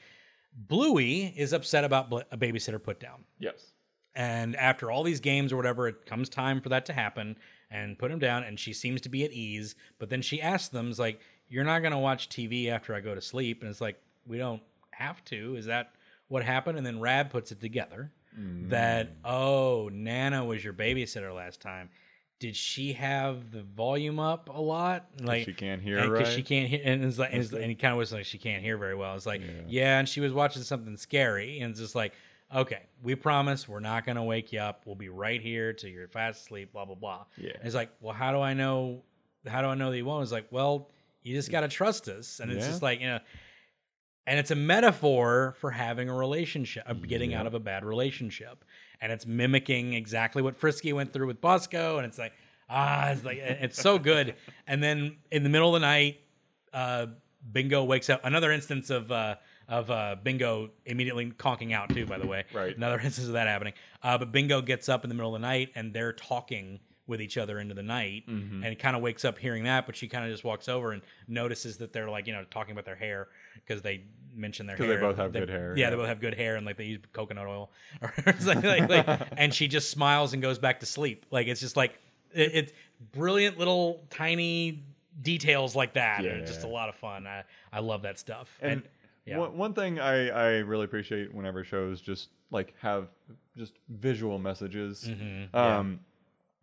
S3: Bluey is upset about bl- a babysitter put down.
S2: yes.
S3: And after all these games or whatever, it comes time for that to happen and put him down. And she seems to be at ease. But then she asks them, is like, You're not going to watch TV after I go to sleep. And it's like, We don't have to. Is that what happened? And then Rab puts it together that, Oh, Nana was your babysitter last time. Did she have the volume up a lot? Like
S2: she can't hear,
S3: and 'cause
S2: right?
S3: she can't hear, and it's like, and, it's, and he kind of was like, she can't hear very well. It's like, yeah. and she was watching something scary, and it's just like, okay, we promise we're not gonna wake you up. We'll be right here till you're fast asleep. Blah blah blah.
S2: Yeah.
S3: And it's like, well, how do I know? How do I know that you won't? It's like, well, you just gotta trust us, and it's
S2: Yeah.
S3: just like, you know, and it's a metaphor for having a relationship, of getting out of a bad relationship, and it's mimicking exactly what Frisky went through with Bosco, and it's like, ah, it's like it's so good. And then in the middle of the night, uh, Bingo wakes up. Another instance of uh, of uh, Bingo immediately conking out too. By the way,
S2: Right.
S3: Another *laughs* instance of that happening. Uh, but Bingo gets up in the middle of the night and they're talking with each other into the night,
S2: Mm-hmm.
S3: and kind of wakes up hearing that. But she kind of just walks over and notices that they're like you know talking about their hair because they mention their hair.
S2: 'Cause they both have good hair,
S3: Yeah,
S2: yeah.
S3: they both have good hair and like they use coconut oil. *laughs* It's like- like- like-
S2: *laughs*
S3: and she just smiles and goes back to sleep. Like it's just like it, it's brilliant little tiny details like that. and it's just a
S2: Yeah.
S3: lot of fun. I, I love that stuff.
S2: And
S3: yeah.
S2: one, one thing I, I really appreciate whenever shows just like have just visual messages.
S3: mm-hmm.
S2: um,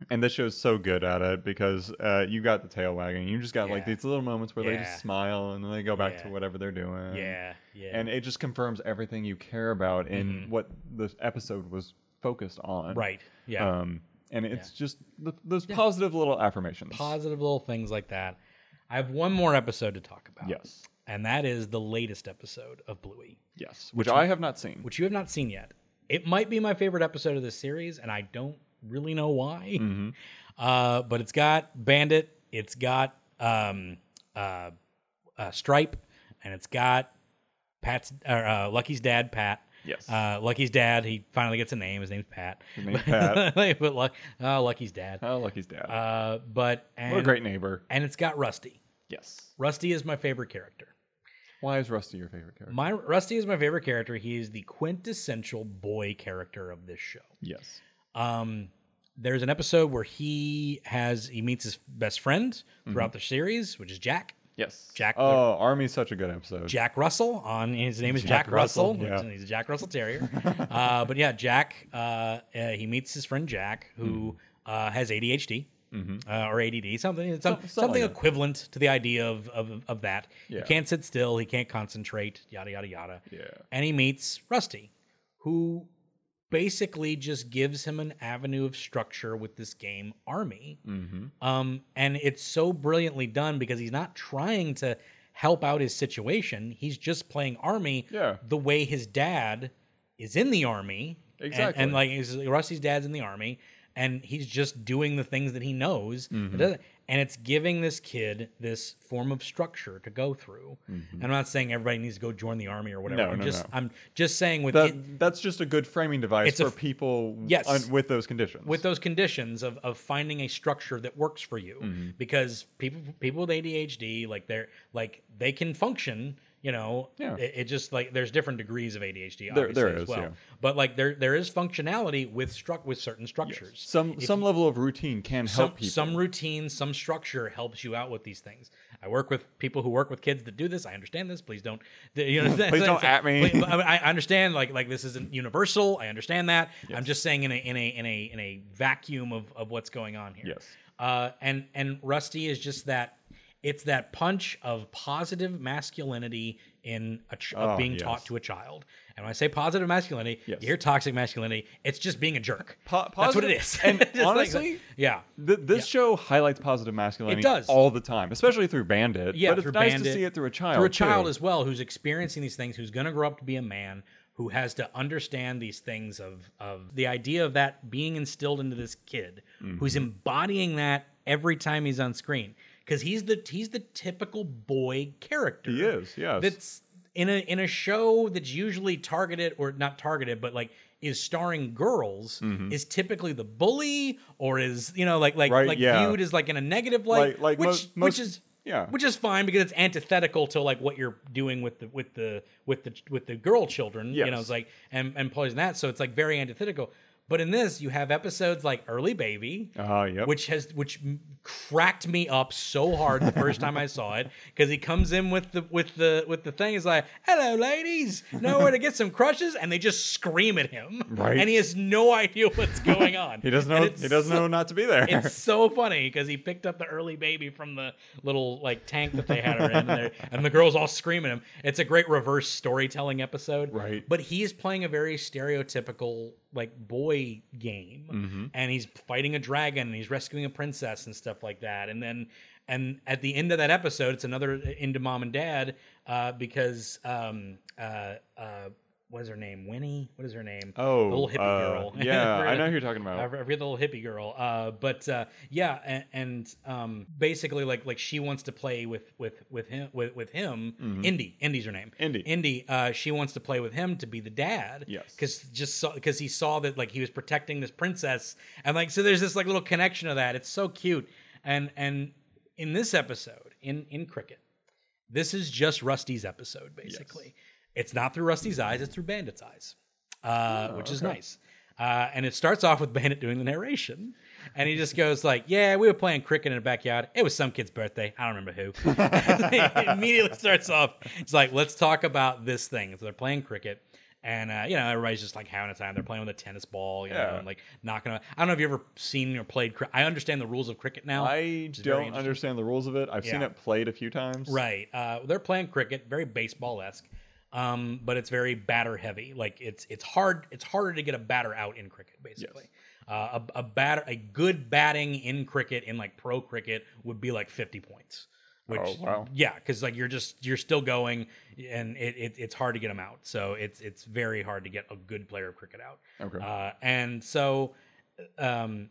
S2: And this show's so good at it because uh, you got the tail wagging. You just got like
S3: Yeah.
S2: these little moments where they
S3: Yeah.
S2: just smile and then they go back
S3: Yeah.
S2: to whatever they're doing.
S3: yeah, yeah.
S2: And it just confirms everything you care about in what the episode was focused on.
S3: Mm-hmm. right. Yeah.
S2: Um, and it's just th- those positive little affirmations.
S3: Positive little things like that. I have one more episode to talk about.
S2: Yes.
S3: And that is the latest episode of Bluey.
S2: Yes. Which, I have not seen.
S3: which you have not seen yet. It might be my favorite episode of this series, and I don't really know why. *laughs*
S2: Mm-hmm.
S3: Uh, but it's got Bandit, it's got um, uh, uh, Stripe, and it's got Pat's or, uh, Lucky's dad, Pat.
S2: Yes.
S3: Uh, Lucky's dad. He finally gets a name. His name's Pat. His *laughs*
S2: name's Pat.
S3: but Luck, oh, Lucky's dad.
S2: How lucky's dad.
S3: Uh, but and,
S2: what a great neighbor.
S3: and it's got Rusty.
S2: Yes.
S3: Rusty is my favorite character.
S2: Why is Rusty your favorite character?
S3: My Rusty is my favorite character. He is the quintessential boy character of this show.
S2: Yes.
S3: Um, there's an episode where he has he meets his best friend
S2: Mm-hmm.
S3: throughout the series, which is Jack.
S2: Yes.
S3: Jack the-
S2: Oh, Army's such a good episode.
S3: Jack Russell on his name is Jack, Russell.
S2: Russell,
S3: which-
S2: yeah.
S3: He's a Jack Russell Terrier. *laughs* uh, but yeah, Jack. Uh, uh, he meets his friend Jack, who uh, has ADHD. Uh, or ADD, something, some,
S2: Hmm. Mm-hmm. something
S3: something
S2: like that.
S3: equivalent to the idea of of, of that.
S2: Yeah.
S3: He can't sit still. He can't concentrate. Yada yada yada.
S2: Yeah.
S3: And he meets Rusty, who basically just gives him an avenue of structure with this game army.
S2: Mm-hmm.
S3: Um, and it's so brilliantly done because he's not trying to help out his situation. He's just playing army
S2: Yeah.
S3: the way his dad is in the army. And- And,
S2: Exactly.
S3: like he's- Rusty's dad's in the army and he's just doing the things that he knows.
S2: Mm-hmm.
S3: It doesn't- And it's giving this kid this form of structure to go through. And I'm not saying everybody needs to go join the army or whatever.
S2: Mm-hmm. No,
S3: I'm
S2: no,
S3: just
S2: no.
S3: I'm just saying with
S2: That,
S3: it-
S2: that's just a good framing device
S3: It's a
S2: for
S3: f-
S2: people
S3: Yes.
S2: un- with those conditions.
S3: with those conditions of, of finding a structure that works for you
S2: Mm-hmm.
S3: because people people with ADHD like they're like they can function you know
S2: Yeah.
S3: it, it just like there's different degrees of ADHD
S2: There-
S3: obviously
S2: there
S3: as
S2: is,
S3: well
S2: yeah.
S3: but like there there is functionality with struck with certain structures
S2: some some level of routine can
S3: some,
S2: help people.
S3: some routine some structure helps you out with these things I work with people who work with kids that do this. I understand this. Please don't, you know,
S2: *laughs* Please don't at me.
S3: Please- I, I understand like like this isn't universal. I understand that. I'm just saying in a in a in a in a vacuum of of what's going on here.
S2: Yes.
S3: Uh, and and Rusty is just that. It's that punch of positive masculinity in a ch- of
S2: Oh,
S3: being
S2: yes.
S3: taught to a child. And when I say positive masculinity,
S2: Yes.
S3: you hear toxic masculinity. It's just being a jerk.
S2: Po-
S3: That's what it
S2: positive-
S3: is.
S2: and
S3: *laughs* Just like-
S2: honestly,
S3: yeah.
S2: Th- this show highlights positive masculinity
S3: It does.
S2: all the time, especially through Bandit.
S3: Yeah,
S2: but it's
S3: through
S2: nice
S3: Bandit,
S2: to see it through a child.
S3: through a child
S2: too.
S3: as well who's experiencing these things who's going to grow up to be a man who has to understand these things of of the idea of that being instilled into this kid
S2: Mm-hmm.
S3: who's embodying that every time he's on screen because he's the he's the typical boy character
S2: He is, yes.
S3: that's in a in a show that's usually targeted or not targeted but like is starring girls is typically the bully or is you know like like
S2: Mm-hmm. Right,
S3: like
S2: yeah.
S3: viewed as like in a negative light
S2: Like- like
S3: which
S2: mo-
S3: which is
S2: most- yeah.
S3: which is fine because it's antithetical to like what you're doing with the with the with the with the girl children you know
S2: Yes.
S3: it's like and and plays in that so it's like very antithetical but in this you have episodes like early baby
S2: Ah, yep.
S3: which has which m- cracked me up so hard the first time I saw it because he comes in with the with the with the thing is like hello ladies nowhere to get some crushes and they just scream at him
S2: Right.
S3: and he has no idea what's going
S2: *laughs*
S3: on
S2: he doesn't
S3: And
S2: know.
S3: it's
S2: He doesn't
S3: so-
S2: know not to be there. *laughs*
S3: it's so funny because he picked up the early baby from the little like tank that they had her in, and, they're- and the girls all screaming him. It's a great reverse storytelling episode,
S2: Right.
S3: But he is playing a very stereotypical like boy game,
S2: Mm-hmm.
S3: and he's fighting a dragon, and he's rescuing a princess and stuff like that. And then, and at the end of that episode, it's another uh, into mom and dad uh, because um, uh, uh, what is her name? Winnie. What is her name?
S2: Oh,
S3: the little hippie
S2: uh,
S3: girl. *laughs*
S2: yeah, I
S3: Right.
S2: know who you're talking about.
S3: I forget the little hippie girl. Uh, but uh, yeah, and, and um, basically, like like she wants to play with with with him with with him. Indy, Indy's her name.
S2: Mm-hmm. Indy.
S3: Indy. Uh, she wants to play with him to be the dad.
S2: Yes.
S3: because just because he saw that like he was protecting this princess, and like so there's this like little connection of that. It's so cute, and and in this episode in in cricket, this is just Rusty's episode basically. It's not through Rusty's eyes; it's through Bandit's eyes, uh,
S2: Oh,
S3: which is nice. Uh, and it starts off with Bandit doing the narration, and he just goes like, "Yeah, we were playing cricket in the backyard. It was some kid's birthday. I don't remember
S2: *laughs*
S3: who." *laughs* It immediately starts off. It's like, "Let's talk about this thing." So they're playing cricket. And uh, you know everybody's just like having a time. They're playing with a tennis ball, you know,
S2: Yeah.
S3: and like knocking. On. I don't know if you have ever seen or played. Cri- I understand the rules of cricket now.
S2: I
S3: is very
S2: don't
S3: interesting.
S2: understand the rules of it. I've seen
S3: Yeah.
S2: it played a few times.
S3: Right. Uh, they're playing cricket, very baseball esque, um, but it's very batter heavy. Like it's it's hard it's harder to get a batter out in cricket basically. Uh, a, a batter a good batting in cricket in like pro cricket would be like fifty points. Which,
S2: Oh, wow.
S3: Yeah, because like you're just you're still going, and it, it it's hard to get them out. So it's it's very hard to get a good player of cricket out.
S2: Okay. *laughs*
S3: Uh, and so um,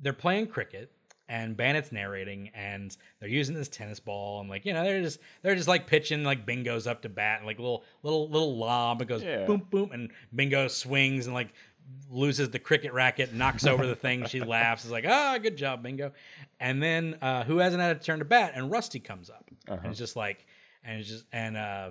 S3: they're playing cricket and Bandit's narrating and they're using this tennis ball and like you know they're just they're just like pitching like Bingo's up to bat and like little little little lob it goes
S2: Yeah.
S3: boom boom and Bingo swings and like loses the cricket racket knocks over the thing
S2: *laughs*
S3: she laughs is like ah good job Bingo and then uh, who hasn't had a turn to bat and Rusty comes up
S2: Uh-huh.
S3: and it's just like and it's just and uh,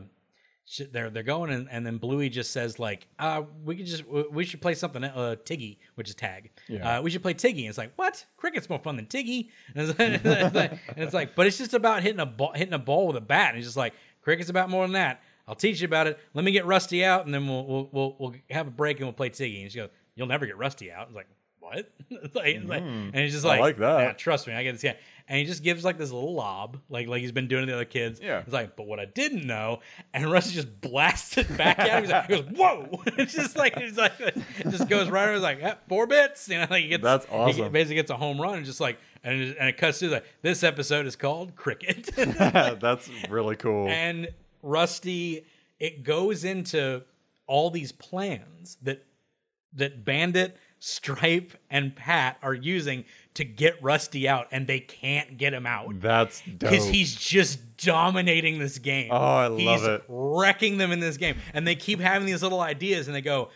S3: sh- they're they're going and, and then Bluey just says like uh we could just we we should play something uh Tiggy which is tag
S2: Yeah.
S3: uh, we should play Tiggy and it's like what cricket's more fun than Tiggy *laughs* and it's,
S2: *laughs*
S3: like, it's like- and it's like but it's just about hitting a ball hitting a ball with a bat and he's just like cricket's about more than that I'll teach you about it let me get Rusty out and then we'll we'll we'll, we'll have a break and we'll play Tiggy and she goes you'll never get Rusty out it's like what *laughs* it's like, it's like and he's just
S2: Mm-hmm. I
S3: like
S2: like that.
S3: "Nah, trust me, I get this guy. And he just gives like this little lob, like like he's been doing to the other kids.
S2: Yeah.
S3: He's like, but what I didn't know, and Rusty just blasts it back at him. He's like, he goes, whoa! *laughs* it's just like it's like it just goes right over. He's like, "Eh, four bits. *laughs* You know, like he gets
S2: That's
S3: he
S2: awesome.
S3: basically gets a home run and just like and it, and it cuts through like this episode is called cricket. *laughs*
S2: *laughs* That's really cool.
S3: and Rusty, it goes into all these plans that that Bandit, Stripe, and Pat are using to get Rusty out, and they can't get him out
S2: That's dope.
S3: because he's just dominating this game.
S2: Oh, I love
S3: he's
S2: it.
S3: Wrecking them in this game, and they keep having these little ideas, and they go.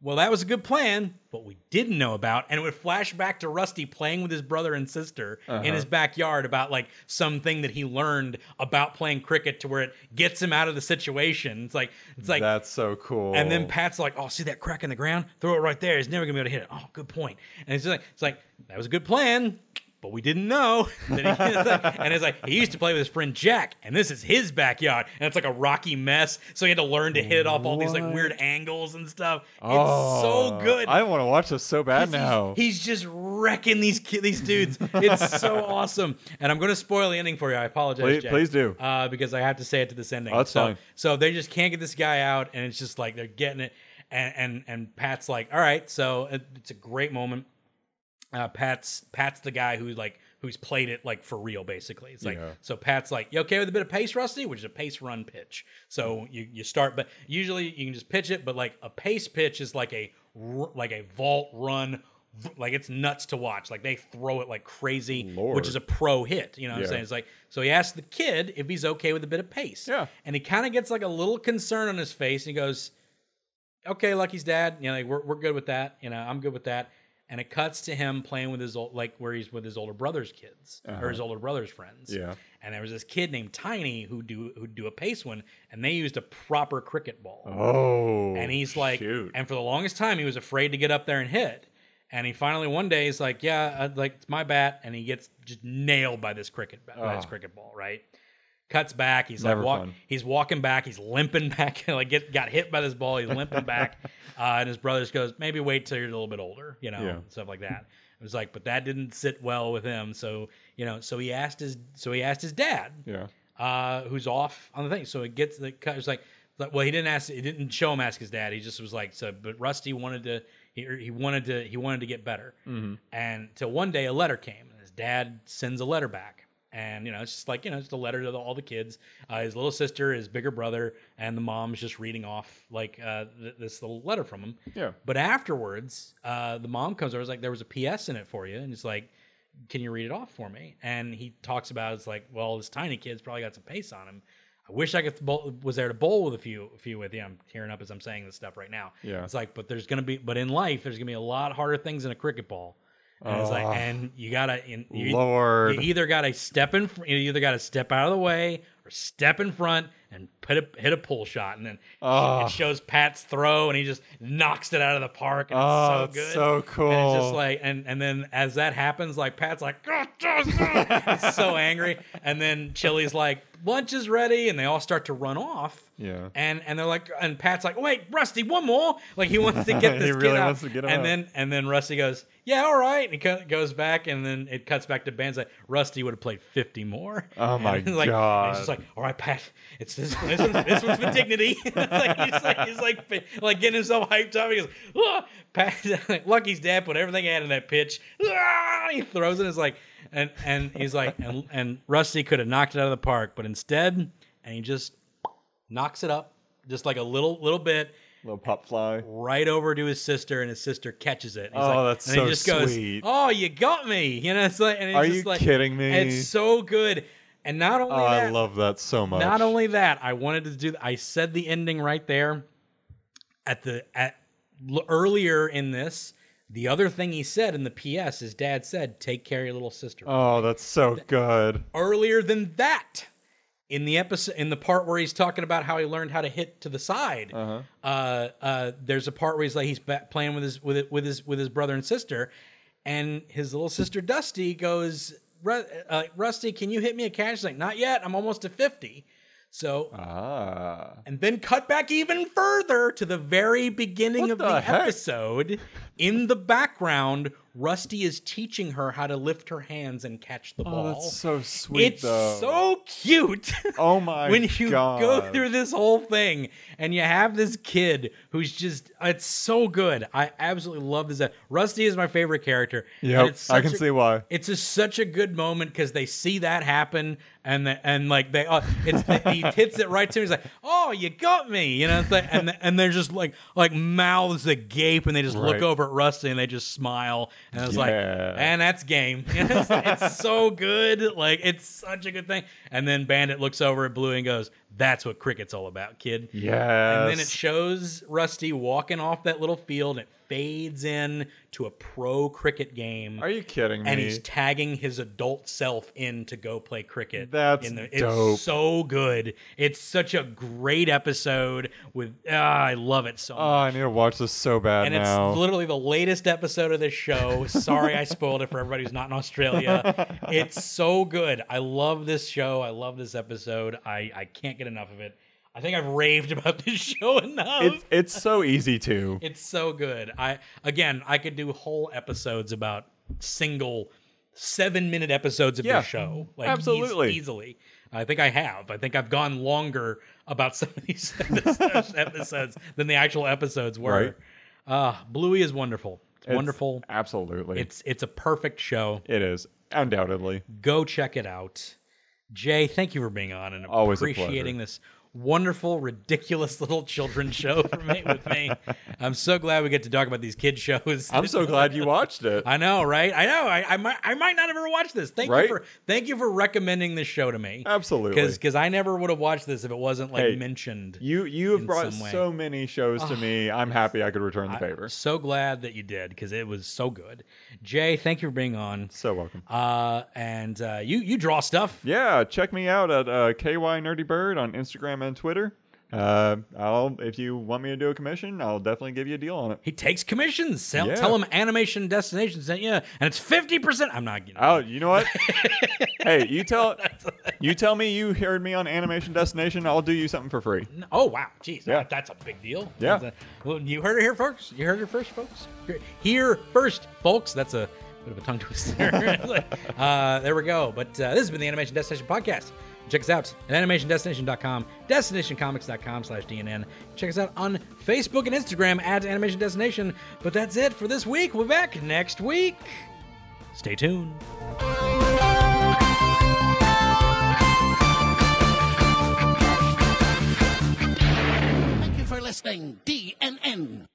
S3: Well, that was a good plan, but we didn't know about, and it would flash back to Rusty playing with his brother and sister in
S2: Uh-huh.
S3: his backyard about like something that he learned about playing cricket, to where it gets him out of the situation. It's like it's like
S2: That's so cool.
S3: and then Pat's like, "Oh, see that crack in the ground? Throw it right there. He's never gonna be able to hit it." Oh, good point. And it's just like, it's like that was a good plan, but we didn't know. *laughs* that he, it's like- and it's like he used to play with his friend Jack, and this is his backyard, and it's like a rocky mess. So he had to learn to hit it off all these like weird angles and stuff. it's so good.
S2: Oh, I want to watch this so bad
S3: He's-
S2: now.
S3: He's just wrecking these ki- these dudes. It's
S2: *laughs*
S3: so awesome. And I'm going to spoil the ending for you. I apologize.
S2: Please-
S3: Jay.
S2: please do.
S3: Uh, because I have to say it to this ending.
S2: Oh, that's
S3: so,
S2: fine.
S3: So they just can't get this guy out, and it's just like they're getting it. And and and Pat's like, all right. So it, it's a great moment. Uh, Pat's Pat's the guy who like who's played it like for real basically. It's like
S2: Yeah.
S3: so Pat's like, "You okay with a bit of pace, Rusty?" Which is a pace run pitch. So you you start, but usually you can just pitch it. But like a pace pitch is like a r- like a vault run, v- like it's nuts to watch. Like they throw it like crazy,
S2: Lord.
S3: which is a pro hit. You know what
S2: Yeah.
S3: I'm saying? It's like so he asks the kid if he's okay with a bit of pace.
S2: Yeah.
S3: and he kind of gets like a little concern on his face, and he goes, okay, Lucky's dad, you know, like, we're, we're good with that. You know, I'm good with that. And it cuts to him playing with his old, like where he's with his older brother's kids or his older brother's friends.
S2: Uh-huh. Yeah.
S3: And there was this kid named Tiny who do who do a pace one, and they used a proper cricket ball.
S2: oh.
S3: and he's like,
S2: shoot.
S3: and for the longest time he was afraid to get up there and hit. And he finally one day is like, yeah, I'd like it's my bat, and he gets just nailed by this cricket bat, by this
S2: Oh.
S3: cricket ball, right? Cuts back. He's
S2: Never
S3: like, walk,
S2: fun.
S3: he's walking back. He's limping *laughs* back. like get, got hit by this ball. He's limping
S2: *laughs*
S3: back. Uh, and his brother just goes, maybe wait till you're a little bit older, you know,
S2: Yeah.
S3: stuff like that. It was like, but that didn't sit well with him. So you know, so he asked his, so he asked his dad,
S2: yeah.
S3: uh, who's off on the thing. So it gets the cut. It's like, like, well, he didn't ask. He didn't show him ask his dad. He just was like, so. But Rusty wanted to. He, or he wanted to. He wanted to get better. And till one day, a letter came, and his dad sends a letter back. And you know, it's just like you know, just a letter to the, all the kids. Uh, his little sister, his bigger brother, and the mom's just reading off like uh, th- this little letter from him.
S2: Yeah.
S3: But afterwards, uh, the mom comes over. It's like there was a PS in it for you, and it's like, can you read it off for me? And he talks about it's like, well, this tiny kid's probably got some pace on him. I wish I could bowl, was there to bowl with a few, a few with you. I'm tearing up as I'm saying this stuff right now.
S2: Yeah.
S3: it's like, but there's gonna be, but in life, there's gonna be a lot harder things than a cricket ball. And it's like, and you gotta, and you,
S2: Lord.
S3: you either gotta step in, fr- you either gotta step out of the way or step in front and put a, hit a pull shot, and then
S2: Ah.
S3: it shows Pat's throw, and he just knocks it out of the park. And
S2: Oh,
S3: it's
S2: it's
S3: so good.
S2: so cool.
S3: And it's just like, and and then as that happens, like Pat's like, "God, Jesus." he's so
S2: *laughs*
S3: angry, and then Chili's like, lunch is ready, and they all start to run off.
S2: Yeah.
S3: And and they're like, and Pat's like, wait, Rusty, one more. Like he wants to get
S2: *laughs* He
S3: this
S2: really
S3: kid out.
S2: wants to get him
S3: and
S2: out.
S3: then and then Rusty goes, yeah, all right. And he co- goes back, and then it cuts back to Ben's like, Rusty would have played fifty more. *laughs*
S2: Oh
S3: And
S2: my
S3: it's like,
S2: God.
S3: And he's just like, all right, Pat, it's this one. This one's, this one's for dignity. *laughs* it's like, he's like, he's like, fi- like getting himself hyped up. He goes, "Ah!" Pat, *laughs* like, Lucky's dad put everything he had in that pitch. Ah! He throws it. It's like, and and he's like, and, and Rusty could have knocked it out of the park, but instead, and he just knocks it up, just like a little little bit.
S2: Little pop fly.
S3: Right over to his sister, and his sister catches it. He's
S2: Oh,
S3: like-
S2: that's
S3: and
S2: so
S3: he just goes,
S2: sweet.
S3: "Oh, you got me!" You know, it's like, and it's
S2: Are
S3: just
S2: you
S3: like,
S2: kidding me?
S3: It's so good, and not only
S2: Oh,
S3: that,
S2: I love that so much.
S3: not only that, I wanted to do. I said the ending right there. At the at l- earlier in this, the other thing he said in the PS, his dad said, "Take care of your little sister."
S2: Oh, that's so good.
S3: earlier than that, in the episode, in the part where he's talking about how he learned how to hit to the side,
S2: Uh-huh.
S3: uh uh, there's a part where he's like he's ba- playing with his with it, with his with his brother and sister, and his little sister Dusty goes, "Ru- uh, "Rusty, can you hit me a catch?" He's like, "Not yet. I'm almost to 50. So
S2: Ah.
S3: and then cut back even further to the very beginning
S2: What
S3: of the,
S2: the heck?
S3: episode. In the background, Rusty is teaching her how to lift her hands and catch the
S2: Oh,
S3: ball.
S2: that's so sweet,
S3: it's
S2: though.
S3: so cute. *laughs*
S2: Oh my
S3: when you
S2: God.
S3: go through this whole thing and you have this kid who's just it's so good. I absolutely love this. Rusty is my favorite character. and
S2: Yep,
S3: it's
S2: I
S3: such
S2: can
S3: a-
S2: see why.
S3: it's just such a good moment because they see that happen and the, and like they uh, it's *laughs* he hits it right to me. He's like, "Oh, you got me," you know. It's like, and and they're just like like mouths agape and they just
S2: Right.
S3: look over at Rusty and they just smile and it's like,
S2: Yeah.
S3: and that's game. *laughs* it's, it's so good, like it's such a good thing. And then Bandit looks over at Blue and goes, that's what cricket's all about, kid.
S2: Yes.
S3: And then it shows Rusty walking off that little field. And it fades in to a pro cricket game.
S2: Are you kidding me?
S3: and he's tagging his adult self in to go play cricket.
S2: That's
S3: in the,
S2: dope.
S3: It's so good. It's such a great episode. With ah, I love it so.
S2: oh,
S3: much.
S2: I need to watch this so bad
S3: and
S2: now.
S3: it's literally the latest episode of this show. Sorry, I spoiled it for everybody who's not in
S2: *laughs*
S3: Australia. It's so good. I love this show. I love this episode. I I can't get enough of it. I think I've raved about *laughs* this show enough.
S2: it's it's so easy to.
S3: It's so good. I again, I could do whole episodes about single seven minute episodes of
S2: Yeah,
S3: this show. Like eas-
S2: absolutely.
S3: easily. I think I have. I think I've gone longer about *laughs* some of these episodes, episodes than the actual episodes were. Uh, Bluey is wonderful. It's,
S2: It's-
S3: wonderful.
S2: Absolutely. It's
S3: It's it's a perfect show.
S2: it is undoubtedly.
S3: Go check it out. Jay, thank you for being on and
S2: Always a pleasure.
S3: appreciating this wonderful, ridiculous little children's show for me, with me. I'm so glad we get to talk about these kid shows. *laughs*
S2: I'm so glad you watched it.
S3: I know, right? I know. I, I might I might not have ever watched this. Thank you
S2: Right?
S3: for thank you for recommending this show to me.
S2: Absolutely.
S3: because I never would have watched this if it wasn't like
S2: Hey,
S3: mentioned.
S2: You you have
S3: in
S2: brought
S3: some way. Ah,
S2: so many shows to me. I'm happy I could return the favor.
S3: I'm so glad that you did because it was so good. Jay, thank you for being on.
S2: so welcome.
S3: Uh, and uh, you you draw stuff.
S2: Yeah, check me out at uh, KY Nerdy Bird on Instagram and Twitter. Uh, I'll if you want me to do a commission, I'll definitely give you a deal on it.
S3: He takes commissions. Sell,
S2: Yeah.
S3: Tell him Animation Destination sent you, and it's fifty percent. I'm not getting.
S2: Oh, you know
S3: *laughs*
S2: what? hey, you tell you tell me you heard me on Animation Destination, I'll do you something for free.
S3: Oh wow, jeez,
S2: Yeah.
S3: that's a big deal.
S2: Yeah.
S3: That's a- well, you heard it here, folks. You heard it first, folks. Here first, folks. That's a bit of a tongue twister. *laughs* uh, there we go. But uh, this has been the Animation Destination podcast. Check us out at animationdestination.com, destinationcomics.com slash DNN. Check us out on Facebook and Instagram at Animation Destination. But that's it for this week. We'll be back next week. Stay tuned.
S4: Thank you for listening, DNN.